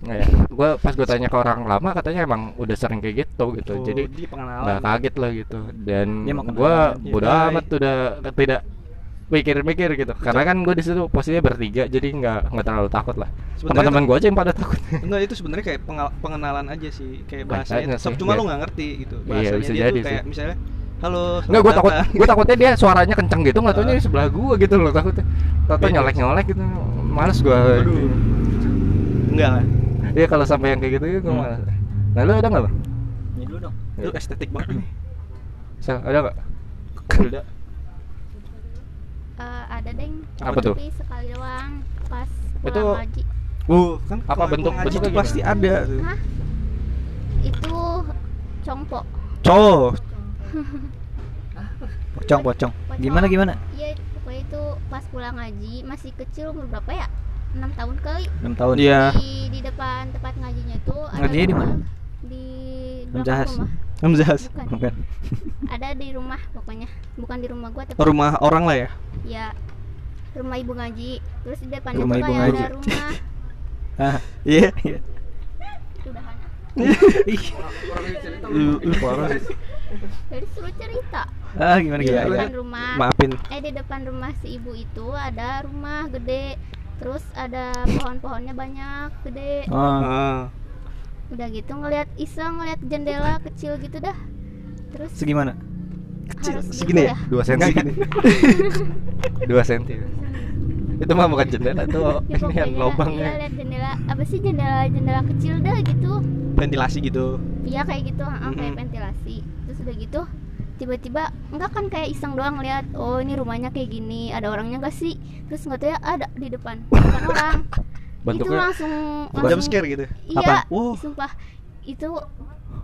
Speaker 1: nah, ya. gue pas gue tanya ke orang lama katanya emang udah sering kayak gitu gitu
Speaker 2: Oh,
Speaker 1: jadi
Speaker 2: dia pengenalan
Speaker 1: nggak kaget lah gitu dan
Speaker 3: Dia mau
Speaker 1: gue
Speaker 2: kenalan.
Speaker 1: bodo
Speaker 2: Ya, bye.
Speaker 1: amat udah tidak mikir-mikir gitu karena kan gue di situ posisinya bertiga jadi nggak nggak terlalu takut lah
Speaker 2: Sebenarnya
Speaker 1: teman-teman gue aja yang pada takut
Speaker 2: Enggak itu sebenarnya kayak pengal- pengenalan aja sih kayak
Speaker 1: Bahasanya
Speaker 2: bahasanya.
Speaker 1: sih,
Speaker 2: Cuma
Speaker 1: iya.
Speaker 2: lu nggak ngerti gitu
Speaker 1: Iya,
Speaker 2: bahasanya
Speaker 1: bisa
Speaker 2: dia
Speaker 1: jadi
Speaker 2: tuh kayak
Speaker 1: sih.
Speaker 2: misalnya halo.
Speaker 1: nggak gue
Speaker 2: selamat
Speaker 1: takut
Speaker 2: datang."
Speaker 1: gue takutnya dia suaranya kenceng gitu nggak taunya
Speaker 2: Ah.
Speaker 1: di sebelah gue gitu loh takutnya tau
Speaker 2: Beda.
Speaker 1: nyolek-nyolek gitu males gue
Speaker 2: Iya. Aduh. Enggak lah.
Speaker 1: Iya kalau sampai yang kayak gitu gue
Speaker 3: Hmm.
Speaker 1: males nah lu ada nggak bang
Speaker 3: Ini dulu dong.
Speaker 1: Iya.
Speaker 2: Lu estetik banget nih.
Speaker 1: Sel, ada nggak
Speaker 2: Udah.
Speaker 4: Eh, ada deng
Speaker 1: Apa tuh?
Speaker 4: tapi sekali doang pas pulang
Speaker 1: Itu-
Speaker 4: haji
Speaker 2: Uh, kan
Speaker 1: Apa
Speaker 2: kalau
Speaker 1: bentuk-
Speaker 2: ngaji
Speaker 1: bentuknya
Speaker 2: tuh pasti ada
Speaker 3: gitu.
Speaker 2: tuh.
Speaker 4: Hah? itu congpo
Speaker 2: Cow.
Speaker 3: Pocong pocong.
Speaker 4: Pocong.
Speaker 3: Gimana gimana?
Speaker 4: iya pokoknya itu pas pulang haji masih kecil umur berapa ya enam tahun kali
Speaker 3: 6 tahun.
Speaker 2: Iya.
Speaker 4: di di depan tempat ngajinya tuh ada
Speaker 3: Ya. Ngajinya di mana?
Speaker 4: di
Speaker 3: Lem
Speaker 4: belakang
Speaker 3: Jahas.
Speaker 4: rumah
Speaker 2: Hamzahas.
Speaker 4: bukan
Speaker 3: Bukan.
Speaker 4: ada di rumah pokoknya bukan di rumah
Speaker 3: Oh.
Speaker 4: gua tapi
Speaker 2: Rumah orang lah ya.
Speaker 4: ya rumah ibu ngaji terus di depannya
Speaker 3: Rumah
Speaker 4: tuh
Speaker 3: ibu
Speaker 4: kayak ada
Speaker 3: ngaji.
Speaker 4: rumah
Speaker 3: Ah,
Speaker 2: Iya.
Speaker 4: sudahan
Speaker 2: Lu lu parah. sih.
Speaker 4: jadi suruh cerita
Speaker 3: ah gimana
Speaker 2: Iya,
Speaker 4: di
Speaker 3: gimana?
Speaker 2: iya.
Speaker 4: depan rumah
Speaker 2: Maafin.
Speaker 4: eh di depan rumah si ibu itu ada rumah gede terus ada pohon-pohonnya banyak gede
Speaker 3: Oh,
Speaker 2: Ah.
Speaker 4: udah gitu ngelihat iseng ngelihat jendela kecil gitu dah terus
Speaker 3: segimana?
Speaker 4: harus
Speaker 2: segini
Speaker 4: gitu
Speaker 2: ya?
Speaker 1: dua senti dua senti itu mah bukan jendela tuh
Speaker 4: Ya,
Speaker 1: ini yang
Speaker 4: pokoknya, iya,
Speaker 1: lubangnya
Speaker 4: lihat jendela apa sih jendela jendela kecil dah gitu
Speaker 2: Ventilasi gitu.
Speaker 4: Iya kayak gitu, ah, ah, kayak
Speaker 2: Mm-mm.
Speaker 4: ventilasi. Terus udah gitu, tiba-tiba enggak kan kayak iseng doang lihat, oh ini rumahnya kayak gini, ada orangnya enggak sih? Terus nggak tahu ya ada di depan, bukan orang. itu
Speaker 1: bentuknya
Speaker 4: langsung
Speaker 1: Bukan.
Speaker 2: Jump
Speaker 4: langsung
Speaker 2: scare gitu.
Speaker 4: Iya,
Speaker 3: Apa?
Speaker 2: Wow.
Speaker 4: sumpah. Itu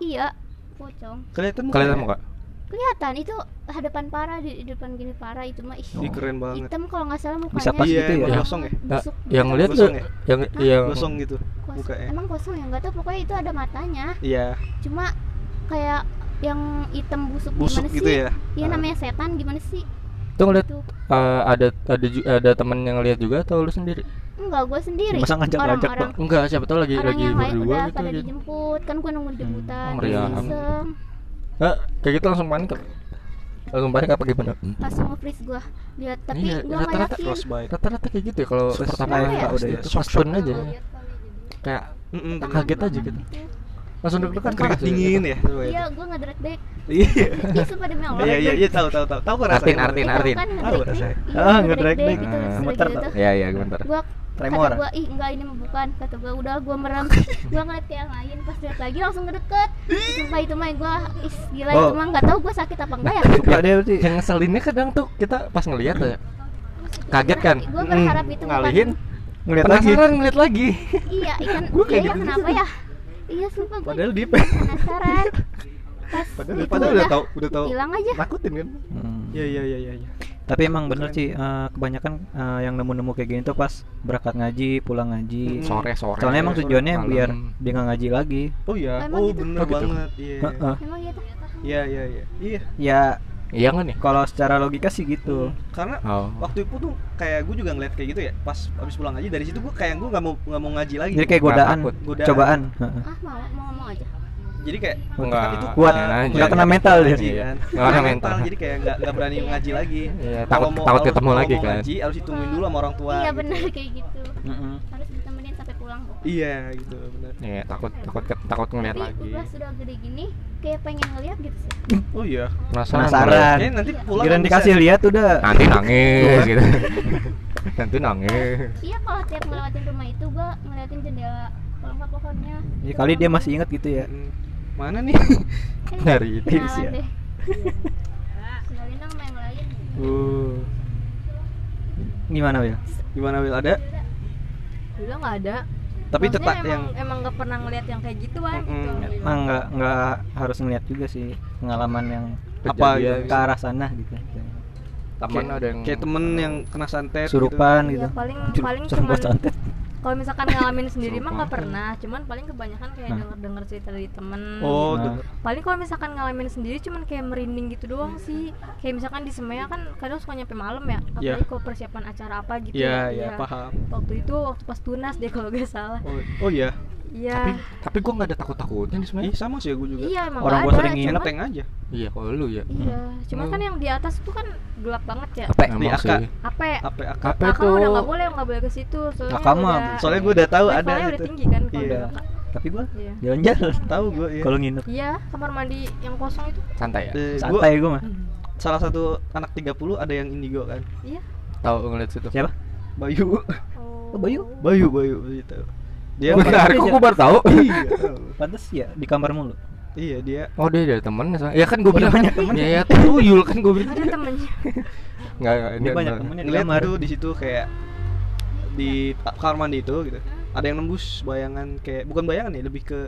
Speaker 4: iya pocong
Speaker 2: Kelihatan ya? mukanya.
Speaker 1: Kalian mau gak?
Speaker 4: kelihatan itu hadapan parah di, di depan gini parah itu mah ih
Speaker 2: Ih, keren Iya banget.
Speaker 4: hitam kalau nggak salah mukanya
Speaker 3: Bisa pas
Speaker 2: Iya,
Speaker 3: gitu ya.
Speaker 2: emang kosong ya?
Speaker 1: Nah,
Speaker 4: busuk
Speaker 1: yang lihat
Speaker 2: Gosong
Speaker 1: tuh
Speaker 2: ya?
Speaker 1: yang yang
Speaker 2: Gosong gitu.
Speaker 4: Kosong.
Speaker 2: mukanya.
Speaker 4: emang kosong ya nggak tahu pokoknya itu ada matanya
Speaker 2: Iya,
Speaker 4: cuma kayak yang hitam busuk,
Speaker 2: busuk
Speaker 4: gimana
Speaker 2: gitu
Speaker 4: sih
Speaker 2: ya.
Speaker 4: Iya, namanya setan gimana sih
Speaker 1: tuh ngeliat
Speaker 4: itu
Speaker 1: eh, ada ada ju- ada teman yang lihat juga atau lu sendiri?
Speaker 4: enggak gue sendiri
Speaker 3: Masa ngajak-ngajak,
Speaker 4: orang-orang
Speaker 1: Enggak, siapa tahu lagi Iya,
Speaker 4: orang
Speaker 1: lagi
Speaker 4: yang lain
Speaker 1: berdua
Speaker 4: udah
Speaker 1: gitu.
Speaker 4: pada
Speaker 1: gitu.
Speaker 4: dijemput kan gue nunggu di jemputan
Speaker 1: Oh,
Speaker 4: terus
Speaker 1: meriam.
Speaker 4: iseng
Speaker 1: Eh, kayak gitu langsung panik. Langsung panik apa gimana?
Speaker 4: langsung nge-freeze gue lihat tapi
Speaker 1: Iya,
Speaker 4: gue nggak
Speaker 1: rata-rata
Speaker 4: yakin
Speaker 2: Frostbite.
Speaker 1: Rata-rata kayak gitu ya kalau
Speaker 2: Terus-
Speaker 1: pertama
Speaker 4: Kenapa
Speaker 1: kali
Speaker 4: ya?
Speaker 1: udah
Speaker 2: Iya,
Speaker 1: itu
Speaker 2: shock,
Speaker 1: pas pun aja ya.
Speaker 4: Nggak lihat kali, jadi
Speaker 1: Kayak
Speaker 2: Mm-mm,
Speaker 4: tangan
Speaker 1: kaget aja
Speaker 4: doang
Speaker 1: gitu.
Speaker 4: gitu.
Speaker 1: langsung deg-degan
Speaker 2: keringat
Speaker 1: sih,
Speaker 2: dingin
Speaker 1: gitu.
Speaker 2: ya.
Speaker 4: iya gue nggak dread back
Speaker 2: Iya.
Speaker 4: ih sumpah demi allah
Speaker 2: Iya iya iya tahu tahu tahu. Tahu kok
Speaker 1: Artin,
Speaker 2: rasanya.
Speaker 1: Artin,
Speaker 4: Itu
Speaker 1: Artin.
Speaker 4: kan
Speaker 2: Tahu
Speaker 4: ngedrag
Speaker 2: rasanya.
Speaker 4: back. Iya,
Speaker 3: Ah,
Speaker 4: ngedrag
Speaker 3: ngedrag
Speaker 4: back
Speaker 3: back.
Speaker 4: gitu,
Speaker 1: Ah,
Speaker 4: sudah
Speaker 3: gemeter
Speaker 4: gitu.
Speaker 3: tuh.
Speaker 1: Iya, iya, bentar.
Speaker 4: Gua
Speaker 3: Tremor.
Speaker 4: kata gua ih enggak ini mah bukan kata gua udah gua merem gua ngeliat yang lain pas lihat lagi langsung ngedeket sumpah itu mah gua is gila
Speaker 3: Oh.
Speaker 4: itu mah nggak tahu gua sakit apa enggak ya
Speaker 2: Nah,
Speaker 1: Iya.
Speaker 3: Suka dia berarti.
Speaker 1: Yang ngeselinnya kadang tuh kita pas ngelihat ya. Kaget kan?
Speaker 4: gua berharap
Speaker 2: Hmm.
Speaker 4: itu bukan-
Speaker 1: Ngalihin,
Speaker 3: Ngeliat lagi.
Speaker 1: penasaran ngeliat lagi.
Speaker 4: iya ikan
Speaker 2: Gua
Speaker 4: iya
Speaker 2: kayak
Speaker 4: ya
Speaker 2: gitu
Speaker 4: kenapa ya iya sumpah gua
Speaker 2: Padahal deep.
Speaker 4: penasaran pas
Speaker 2: Padahal
Speaker 4: itu
Speaker 2: padahal udah tahu udah tahu.
Speaker 4: hilang aja
Speaker 2: Nakutin kan.
Speaker 3: Hmm.
Speaker 2: Iya iya iya iya. iya.
Speaker 3: Tapi emang bener sih eh, kebanyakan eh, yang nemu-nemu kayak gini tuh pas berangkat ngaji, pulang ngaji.
Speaker 2: Mm.
Speaker 1: Sore, Hmm. sore.
Speaker 3: Soalnya emang tujuannya
Speaker 1: Malam.
Speaker 3: biar dia nggak ngaji lagi.
Speaker 2: Oh iya.
Speaker 4: Emang
Speaker 2: Oh
Speaker 4: gitu?
Speaker 2: bener
Speaker 1: Oh, gitu.
Speaker 2: banget. Iya.
Speaker 3: Heeh.
Speaker 4: emang gitu
Speaker 2: Iya iya iya. Iya.
Speaker 3: Ya
Speaker 1: Iya kan nih?
Speaker 3: kalau secara logika sih gitu.
Speaker 2: Karena
Speaker 1: Oh.
Speaker 2: waktu itu tuh kayak gue juga ngeliat kayak gitu ya pas habis pulang ngaji dari situ gue kayak gue nggak mau nggak mau ngaji lagi
Speaker 3: Jadi kayak
Speaker 1: Nggak
Speaker 3: godaan,
Speaker 1: takut.
Speaker 2: Godaan.
Speaker 3: cobaan. Heeh.
Speaker 4: ah mau mau ngomong aja
Speaker 2: jadi kayak
Speaker 1: Enggak,
Speaker 2: kan itu
Speaker 1: kuat. ya,
Speaker 2: eh,
Speaker 1: Nggak
Speaker 2: ngeliat
Speaker 1: kena
Speaker 3: mental dia.
Speaker 2: ngaji kan.
Speaker 1: Nggak kena
Speaker 2: Nggak
Speaker 1: mental.
Speaker 2: jadi kayak nggak nggak berani ngaji lagi
Speaker 1: Iya,
Speaker 2: Kalau
Speaker 1: takut takut
Speaker 2: kalau-
Speaker 1: ketemu
Speaker 2: kalau
Speaker 1: lagi
Speaker 2: mau
Speaker 1: kan.
Speaker 2: ngaji harus ditungguin dulu sama orang tua
Speaker 4: iya
Speaker 2: gitu.
Speaker 4: benar kayak gitu
Speaker 3: Heeh.
Speaker 4: harus ditemenin sampai pulang
Speaker 2: iya gitu bener
Speaker 1: Iya, takut takut takut ngeliat
Speaker 4: tapi
Speaker 1: lagi.
Speaker 4: udah sudah gede gini kayak pengen ngeliat gitu sih
Speaker 2: oh iya
Speaker 1: Penasaran.
Speaker 3: Penasaran. Iya.
Speaker 2: kayaknya nanti pulang
Speaker 3: Giliran
Speaker 2: bisa-
Speaker 3: dikasih lihat udah.
Speaker 1: Nanti nangis gitu. Nanti nangis.
Speaker 4: Iya kalau tiap ngelewatin rumah itu gua ngeliatin jendela kalau nggak pohonnya.
Speaker 3: Ya
Speaker 4: Itu
Speaker 3: kali dia
Speaker 4: rumah-
Speaker 3: masih ingat gitu ya.
Speaker 2: Hmm, mana nih
Speaker 4: Eh,
Speaker 1: Nyari itu.
Speaker 4: kenalan
Speaker 3: Iya.
Speaker 4: deh. Kenalin dong sama yang lain.
Speaker 2: uh,
Speaker 3: Gimana ya?
Speaker 2: gimana Wil ada
Speaker 5: Dulu nggak ada.
Speaker 2: tapi
Speaker 5: Maksudnya
Speaker 2: cetak
Speaker 4: ya.
Speaker 5: emang,
Speaker 2: yang
Speaker 5: emang nggak pernah ngeliat yang kayak gituan
Speaker 2: Mm-mm.
Speaker 5: gitu.
Speaker 3: Emang Ah, nggak nggak harus ngeliat juga sih pengalaman yang
Speaker 2: apa
Speaker 1: Kejadian.
Speaker 2: gitu
Speaker 3: ke arah sana gitu.
Speaker 1: Temen ada yang
Speaker 2: kayak temen yang kena santet
Speaker 3: Surupan
Speaker 5: Iya,
Speaker 3: gitu.
Speaker 5: paling
Speaker 3: Jur-
Speaker 5: paling
Speaker 3: serupa
Speaker 5: cuman
Speaker 3: santet.
Speaker 5: kalau misalkan ngalamin sendiri mah nggak
Speaker 1: Serupa.
Speaker 5: pernah. Cuman paling kebanyakan kayak
Speaker 3: Nah.
Speaker 5: denger-denger cerita dari temen.
Speaker 2: gitu. oh
Speaker 3: Nah.
Speaker 2: tuh.
Speaker 5: Paling kalau misalkan ngalamin sendiri cuman kayak merinding gitu doang sih. Kayak misalkan di semea kan kadang suka nyampe malam ya.
Speaker 2: Iya.
Speaker 5: Apalagi kalau persiapan acara apa gitu.
Speaker 2: Iya, iya,
Speaker 5: Iya.
Speaker 2: paham.
Speaker 5: Waktu itu waktu pas tunas deh kalau gak salah.
Speaker 2: Oh, oh iya.
Speaker 4: Ya.
Speaker 1: tapi
Speaker 5: Iya.
Speaker 1: tapi gua nggak ada takut takutnya nih sebenarnya
Speaker 2: Ih, sama sih ya gue juga.
Speaker 5: Iya
Speaker 3: Nah.
Speaker 5: emang
Speaker 3: Orang gua
Speaker 5: nggak ada,
Speaker 3: sering
Speaker 5: cuman-
Speaker 3: nginep
Speaker 2: Ngeteng aja.
Speaker 1: iya kalau lu ya
Speaker 5: Iya, cuman
Speaker 2: Hmm.
Speaker 5: kan
Speaker 1: Oh.
Speaker 5: yang di atas itu kan gelap banget
Speaker 4: Iya.
Speaker 5: ya.
Speaker 1: apa
Speaker 2: Di
Speaker 1: emang
Speaker 2: AK.
Speaker 1: sih
Speaker 5: Ape
Speaker 2: Apa AK?
Speaker 1: apa
Speaker 5: Nah,
Speaker 1: itu
Speaker 5: kalau udah nggak boleh nggak boleh ke situ soalnya
Speaker 3: Nakama.
Speaker 5: udah-
Speaker 2: Soalnya gue udah tahu ada
Speaker 5: levelnya udah
Speaker 2: gitu.
Speaker 5: tinggi kan kalau
Speaker 2: Iya.
Speaker 5: udah kakak.
Speaker 3: Tapi gua
Speaker 5: iya
Speaker 3: jalan-jalan.
Speaker 2: Tahu gue ya.
Speaker 3: Kalau nginep
Speaker 5: iya kamar mandi yang kosong itu
Speaker 1: santai ya
Speaker 2: gue
Speaker 3: santai gua mah.
Speaker 2: Eh, Hmm. salah satu anak 30 ada yang indigo kan.
Speaker 5: iya
Speaker 1: tahu ngeliat situ
Speaker 3: Siapa?
Speaker 2: Bayu.
Speaker 5: oh,
Speaker 3: Bayu?
Speaker 2: Bayu, Bayu, Bayu tahu. Dia
Speaker 1: Bentar,
Speaker 3: Bukan.
Speaker 1: kok gua baru tahu
Speaker 2: iya, tahu.
Speaker 3: Pantes ya di kamar mulu.
Speaker 2: iya dia.
Speaker 1: oh dia ada temen misalnya. ya kan gua bilang
Speaker 3: banyak Oh, temen.
Speaker 1: ya ya tuyul kan gua bilang
Speaker 5: ada temennya
Speaker 1: nggak nggak ini
Speaker 3: Dia banyak
Speaker 1: beneran.
Speaker 3: temennya di
Speaker 2: Ngeliat
Speaker 3: kamar.
Speaker 2: tuh di situ kayak di kamar mandi itu gitu. Ada yang nembus bayangan kayak bukan bayangan ya, lebih ke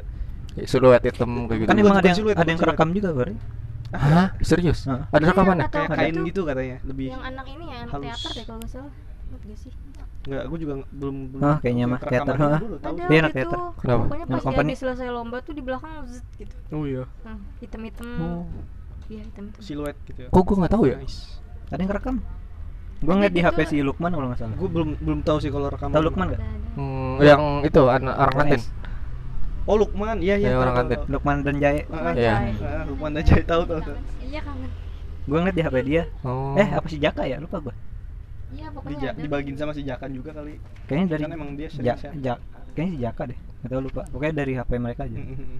Speaker 1: Ya, siluet hitam kayak gitu
Speaker 3: Kan emang ada yang
Speaker 2: siluet,
Speaker 3: ada yang
Speaker 2: bukan
Speaker 3: kerekam juga baru.
Speaker 1: hah serius
Speaker 3: Hah.
Speaker 1: ada ya?
Speaker 5: Iya,
Speaker 1: rekamannya
Speaker 5: kata-
Speaker 2: kayak
Speaker 5: Ada.
Speaker 2: kain gitu katanya. Lebih
Speaker 5: yang anak ini ya anak
Speaker 2: Halus.
Speaker 5: teater deh kalau nggak salah Ingat nggak sih
Speaker 2: enggak gue juga nggak- belum belum.
Speaker 3: Ah, kayaknya mah,
Speaker 2: kerekaman
Speaker 3: teater, ah.
Speaker 2: dulu, tahu.
Speaker 5: ada
Speaker 3: Dia anak
Speaker 5: gitu
Speaker 3: teater.
Speaker 1: Iya, Kenapa?
Speaker 5: pokoknya
Speaker 3: Anak
Speaker 5: pas
Speaker 3: company.
Speaker 5: lagi selesai lomba tuh di belakang zzz, gitu
Speaker 2: Oh iya.
Speaker 5: hmm, hitam hitam
Speaker 2: Oh.
Speaker 5: iya hitam hitam
Speaker 2: Siluet gitu ya.
Speaker 1: Oh, kok gua
Speaker 3: Oh
Speaker 1: nggak tahu ya
Speaker 3: iya?
Speaker 2: Nice.
Speaker 3: Ada yang kerekam. Gua ngeliat di
Speaker 5: Tapi
Speaker 3: HP
Speaker 5: itu-
Speaker 3: si Lukman kalau nggak salah.
Speaker 2: Gue belum belum tahu sih kalau rekaman.
Speaker 3: Tahu Lukman
Speaker 5: ada
Speaker 3: nggak?
Speaker 5: ada
Speaker 1: Hmm, yang itu anak orang kantin
Speaker 2: Oh Lukman, iya iya.
Speaker 1: Ya,
Speaker 2: tahu,
Speaker 1: orang
Speaker 2: tahu,
Speaker 1: kantin.
Speaker 2: tahu.
Speaker 3: Lukman dan Jaya.
Speaker 1: Iya.
Speaker 2: Ah,
Speaker 5: Jai.
Speaker 2: ah, Lukman aja tahu tahu tahu.
Speaker 5: iya kangen
Speaker 3: Gua ngeliat di HP dia.
Speaker 1: oh
Speaker 3: Eh apa si Jaka ya? Lupa gua.
Speaker 5: iya pokoknya
Speaker 2: Dija-
Speaker 5: ada
Speaker 2: dibagiin sama si Jaka juga kali.
Speaker 3: Kayaknya dari
Speaker 2: kan emang dia
Speaker 3: Ja,
Speaker 2: sering share.
Speaker 3: ja, kayaknya si Jaka deh. Gak tau lupa. Pokoknya dari HP mereka aja.
Speaker 2: Mm-mm.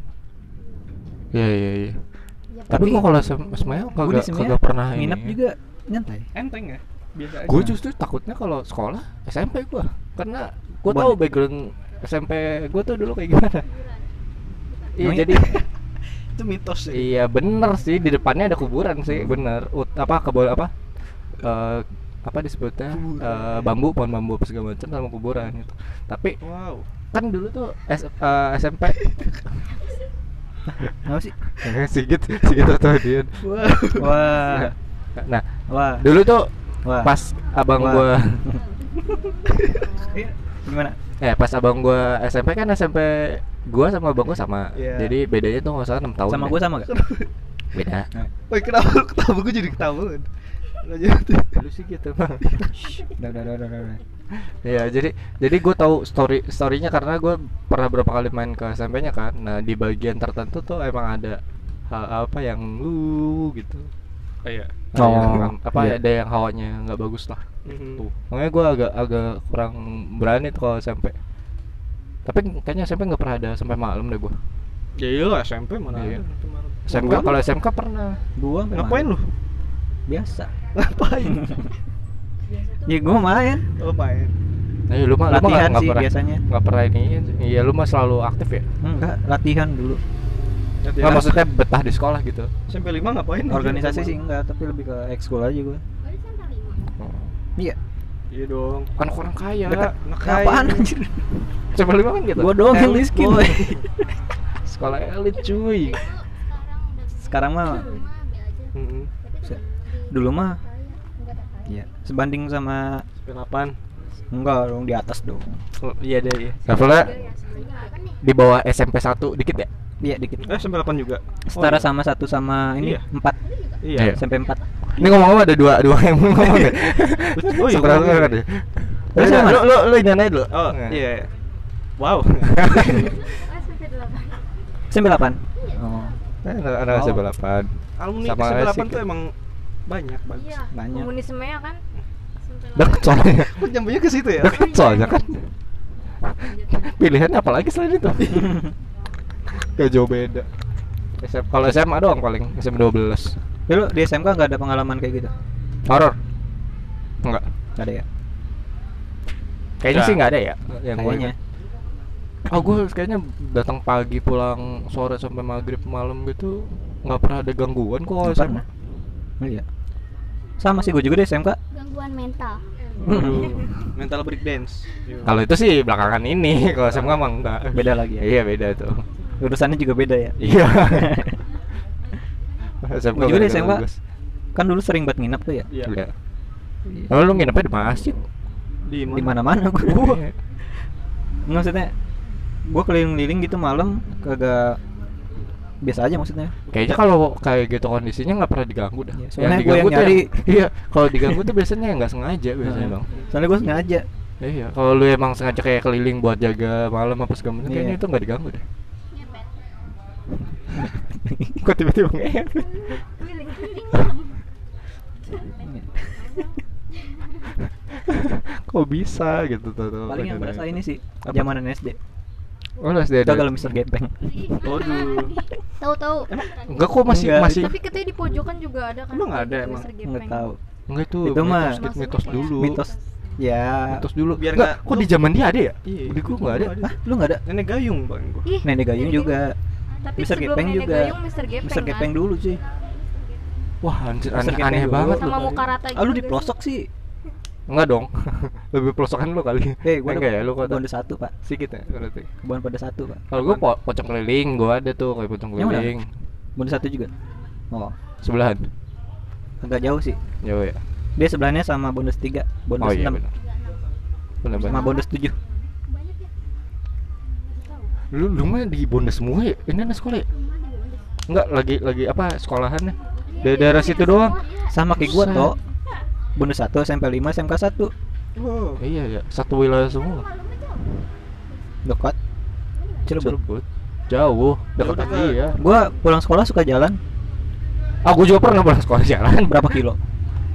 Speaker 1: iya iya iya
Speaker 5: Iya,
Speaker 1: tapi
Speaker 3: Ya, Tapi-
Speaker 1: gua kalau sem- semaya
Speaker 3: Gua di
Speaker 1: kagak
Speaker 3: Semea
Speaker 1: kagak pernah ini
Speaker 3: Nginep
Speaker 1: ya.
Speaker 3: juga nyantai.
Speaker 2: Enteng ya? Biasa aja.
Speaker 1: Gue justru takutnya kalau sekolah SMP gue karena gue
Speaker 3: Bon-
Speaker 1: tahu background SMP gue tuh dulu kayak gimana. Iya
Speaker 3: Emang
Speaker 1: jadi
Speaker 2: itu mitos ya. sih.
Speaker 1: iya bener sih di depannya ada kuburan sih bener Ut, apa kebol apa eh, apa disebutnya
Speaker 2: Kuburan.
Speaker 1: Eh, bambu pohon bambu apa segala macam sama kuburan gitu tapi
Speaker 2: Wow.
Speaker 1: kan dulu tuh S- eh, SMP
Speaker 3: Apa sih?
Speaker 1: Sigit Sigit atau Dian
Speaker 3: Wah,
Speaker 1: nah
Speaker 3: wah,
Speaker 1: dulu tuh
Speaker 3: wah.
Speaker 1: pas abang gua
Speaker 3: Wah. Iya, Gimana?
Speaker 1: eh pas abang gua SMP kan SMP gua sama abang gua sama
Speaker 2: Iya.
Speaker 1: jadi bedanya tuh nggak salah enam tahun
Speaker 3: Sama
Speaker 1: ya.
Speaker 3: gue sama gak?
Speaker 1: beda
Speaker 2: Woi kenapa lu ketawa gue jadi ketawa kan? Lanjut.
Speaker 1: dulu sih gitu
Speaker 3: Udah, udah, udah, udah, udah.
Speaker 1: Iya, jadi jadi gue tahu story storynya karena gue pernah berapa kali main ke SMP-nya kan. Nah, di bagian tertentu tuh emang ada hal apa yang lu gitu.
Speaker 2: Oh iya.
Speaker 1: Ada yang-
Speaker 3: Oh,
Speaker 1: apa
Speaker 3: iya.
Speaker 1: ada yang hawanya nggak bagus lah.
Speaker 2: Mhm.
Speaker 1: Tuh. Makanya gue agak agak kurang berani tuh kalau SMP. Tapi kayaknya SMP nggak pernah ada sampai malam deh gue.
Speaker 2: Ya iya lah, SMP mana
Speaker 1: Iya.
Speaker 2: ada nanti malam.
Speaker 1: SMK
Speaker 3: gua-
Speaker 1: kalau SMK pernah.
Speaker 3: Gua sampai
Speaker 2: Ngapain
Speaker 3: main.
Speaker 2: lu?
Speaker 3: Biasa.
Speaker 2: Ngapain?
Speaker 3: Ya gua main.
Speaker 2: Oh main.
Speaker 1: Nah, lu mah lu mah nggak-
Speaker 3: Latihan
Speaker 1: nggak
Speaker 3: sih
Speaker 1: pernah.
Speaker 3: biasanya.
Speaker 1: Nggak pernah ini. Iya, lu mah selalu aktif ya.
Speaker 3: Enggak, latihan dulu. Iya.
Speaker 2: Nanti
Speaker 1: Nggak,
Speaker 2: ya.
Speaker 1: maksudnya betah di sekolah gitu.
Speaker 2: SMP 5 ngapain?
Speaker 3: Organisasi sih enggak, tapi lebih ke ekskul aja gua. Iya.
Speaker 2: Iya dong.
Speaker 1: Kan orang
Speaker 2: Iya.
Speaker 1: kaya.
Speaker 3: Dekat.
Speaker 2: Anak kaya.
Speaker 3: Apaan anjir?
Speaker 1: SMP lima kan gitu.
Speaker 3: Gua doang yang miskin.
Speaker 1: Boy. Sekolah ya. elit cuy.
Speaker 3: Sekarang mah
Speaker 2: Mhm.
Speaker 3: dulu mah Iya, sebanding sama
Speaker 2: SMP 8.
Speaker 3: enggak dong di atas dong.
Speaker 2: Oh, iya deh iya.
Speaker 1: Levelnya di bawah SMP 1 dikit ya?
Speaker 3: Iya dikit.
Speaker 2: Eh SMP 8 juga.
Speaker 3: Setara
Speaker 2: iya.
Speaker 3: sama satu sama ini
Speaker 2: Iya.
Speaker 3: empat
Speaker 1: Iya.
Speaker 2: Iya.
Speaker 3: sampai empat.
Speaker 1: Ini ngomong-ngomong ada dua dua yang mau ngomong ya.
Speaker 2: Oh iya.
Speaker 1: Sebenarnya
Speaker 2: bener.
Speaker 1: kan ya. Terus
Speaker 3: Mas?
Speaker 1: lu lu lu ini aja dulu.
Speaker 2: Oh
Speaker 1: Nah.
Speaker 2: iya. iya. Wow.
Speaker 3: Sampai delapan. Oh,
Speaker 1: Eh, Ada ada
Speaker 3: Oh.
Speaker 1: SMP 8.
Speaker 2: Alumni
Speaker 1: Sama
Speaker 2: SMP 8
Speaker 1: sih.
Speaker 2: tuh emang banyak bagus.
Speaker 5: Iya,
Speaker 3: Banyak.
Speaker 5: komunisme ya kan?
Speaker 1: Deket soalnya.
Speaker 2: Kok nyambungnya ke situ ya?
Speaker 1: Deket soalnya kan. Pilihannya apa lagi selain itu? Gak jauh beda. SM kalau SMA doang paling SMP 12.
Speaker 3: Dulu Ya di SMK nggak ada pengalaman kayak gitu.
Speaker 1: Horor. Enggak.
Speaker 3: Nggak ada ya?
Speaker 1: Kayaknya
Speaker 2: Ya.
Speaker 1: sih nggak ada ya yang gua
Speaker 3: Kayaknya.
Speaker 1: Oh gue kayaknya datang pagi pulang sore sampai maghrib malam gitu nggak pernah ada gangguan kok
Speaker 3: Nggak
Speaker 1: sama
Speaker 3: pernah. Iya. Sama sih gue juga di SMK.
Speaker 4: gangguan mental
Speaker 2: Aduh, mental break dance. Iya.
Speaker 1: Kalau itu sih belakangan ini kalau SMA mah enggak.
Speaker 3: Beda lagi ya.
Speaker 1: Iya beda tuh.
Speaker 3: Urusannya juga beda ya.
Speaker 1: Iya. SMA
Speaker 3: Gua juga di
Speaker 1: beda
Speaker 3: SMA.
Speaker 1: bagus.
Speaker 3: Kan dulu sering banget nginep tuh ya.
Speaker 2: Iya.
Speaker 1: Iya. Lalu lu nginepnya di masjid.
Speaker 2: Di
Speaker 3: Di mana-mana gue. Nggak, maksudnya gue keliling-liling gitu malam kagak biasa aja maksudnya.
Speaker 1: Kayaknya kalau kayak gitu kondisinya nggak pernah diganggu dah.
Speaker 3: Iya, soalnya gua yang
Speaker 1: tuh
Speaker 3: nyari.
Speaker 1: iya, kalau diganggu tuh biasanya yang nggak sengaja biasanya
Speaker 3: Heeh.
Speaker 1: bang.
Speaker 3: Soalnya gue sengaja.
Speaker 1: Iya, kalau lu emang sengaja kayak keliling buat jaga malam apa segala macam,
Speaker 3: Iya.
Speaker 1: kayaknya itu nggak diganggu deh. Kok tiba-tiba ngeyel? Kok bisa gitu tuh? tuh
Speaker 3: Paling yang
Speaker 1: gitu.
Speaker 3: berasa ini sih
Speaker 1: Apa?
Speaker 3: zamanan SD.
Speaker 1: Oh, lu SD
Speaker 3: Itu
Speaker 1: ada.
Speaker 3: kalau Mister Gepeng.
Speaker 2: Waduh.
Speaker 4: tahu-tahu
Speaker 1: Enggak kok masih
Speaker 3: Enggak,
Speaker 1: masih
Speaker 5: Tapi katanya di pojokan juga ada kan?
Speaker 2: Emang ada, emang?
Speaker 3: Nggak tahu.
Speaker 1: enggak itu.
Speaker 3: Itu mah
Speaker 1: mitos, dikit, mitos dulu.
Speaker 3: Mitos. Ya.
Speaker 1: Mitos dulu.
Speaker 2: Biar
Speaker 1: Nggak,
Speaker 2: nggak-
Speaker 1: kok di zaman dia ada ya?
Speaker 2: Iya.
Speaker 1: Di gua enggak ada.
Speaker 3: Hah, lu nggak ada?
Speaker 2: Nenek gayung bang gua.
Speaker 5: Ih,
Speaker 3: Nenek Gayung juga.
Speaker 5: Tapi
Speaker 3: Mister
Speaker 5: sebelum
Speaker 3: Gepeng
Speaker 5: Nenek
Speaker 3: juga.
Speaker 5: Gayung Mister Gepeng.
Speaker 3: Mister
Speaker 5: kan?
Speaker 3: Gepeng dulu cuy.
Speaker 1: Wah, anjir
Speaker 3: Mister
Speaker 1: aneh,
Speaker 3: Gepeng
Speaker 1: aneh
Speaker 3: dulu.
Speaker 1: banget.
Speaker 5: Sama
Speaker 1: lu.
Speaker 5: muka rata
Speaker 3: Ah lu
Speaker 5: juga
Speaker 3: diplosok sih.
Speaker 1: Enggak dong. Lebih pelosokan lu kali.
Speaker 3: Eh, gua
Speaker 1: enggak ya, lu kok
Speaker 3: gua ada satu, Pak.
Speaker 1: sedikit ya berarti.
Speaker 3: Bukan pada satu, Pak.
Speaker 1: Kalau gua po pocong keliling, gua ada tuh kayak pocong
Speaker 3: Yang mana?
Speaker 1: keliling
Speaker 3: Bukan satu juga. Oh,
Speaker 1: sebelahan.
Speaker 3: agak jauh sih.
Speaker 1: Jauh ya.
Speaker 3: Dia sebelahnya sama bonus 3, bonus
Speaker 1: oh iya
Speaker 3: 6,
Speaker 1: benar. Benar
Speaker 3: sama
Speaker 1: benar.
Speaker 3: bonus 7.
Speaker 1: Lu lu mah di Bonda semua ya? Ini anak sekolah ya? Enggak, lagi lagi apa sekolahan ya? Dari daerah situ doang.
Speaker 3: Sama kayak gua
Speaker 1: Buset.
Speaker 3: toh. Bonus 1 SMP 5 SMK 1.
Speaker 2: Wow.
Speaker 1: Iya ya, satu wilayah semua.
Speaker 3: Dekat. Cirebon.
Speaker 1: Cirebon. Jauh, dekat
Speaker 2: Jauh
Speaker 1: lagi ya.
Speaker 3: Gua pulang sekolah suka jalan
Speaker 1: Ah, gua juga pernah pulang sekolah jalan
Speaker 3: berapa kilo?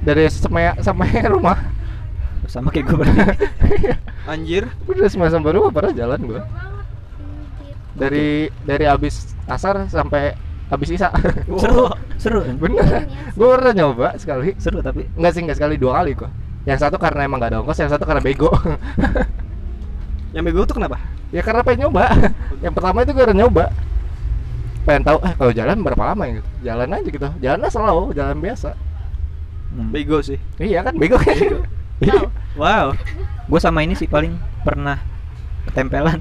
Speaker 1: dari semaya sampai ya rumah.
Speaker 3: Sama kayak gua berarti.
Speaker 2: Anjir.
Speaker 1: Gua dari semaya sampai rumah pernah jalan gua. Dari dari abis asar sampai abis isa.
Speaker 3: Seru, seru.
Speaker 1: Bener. Gua pernah nyoba sekali.
Speaker 3: Seru tapi
Speaker 1: Enggak sih, enggak sekali dua kali gua. Yang satu karena emang gak ada ongkos, yang satu karena bego.
Speaker 2: Yang bego tuh kenapa?
Speaker 1: ya karena pengen nyoba. yang pertama itu karena nyoba. Pengen tahu eh kalau jalan berapa lama ya gitu. Jalan aja gitu. Jalannya slow, jalan biasa.
Speaker 3: Hmm.
Speaker 2: Bego sih.
Speaker 1: Iya kan bego kan. Iya.
Speaker 2: Wow.
Speaker 3: Gua sama ini sih paling pernah ketempelan.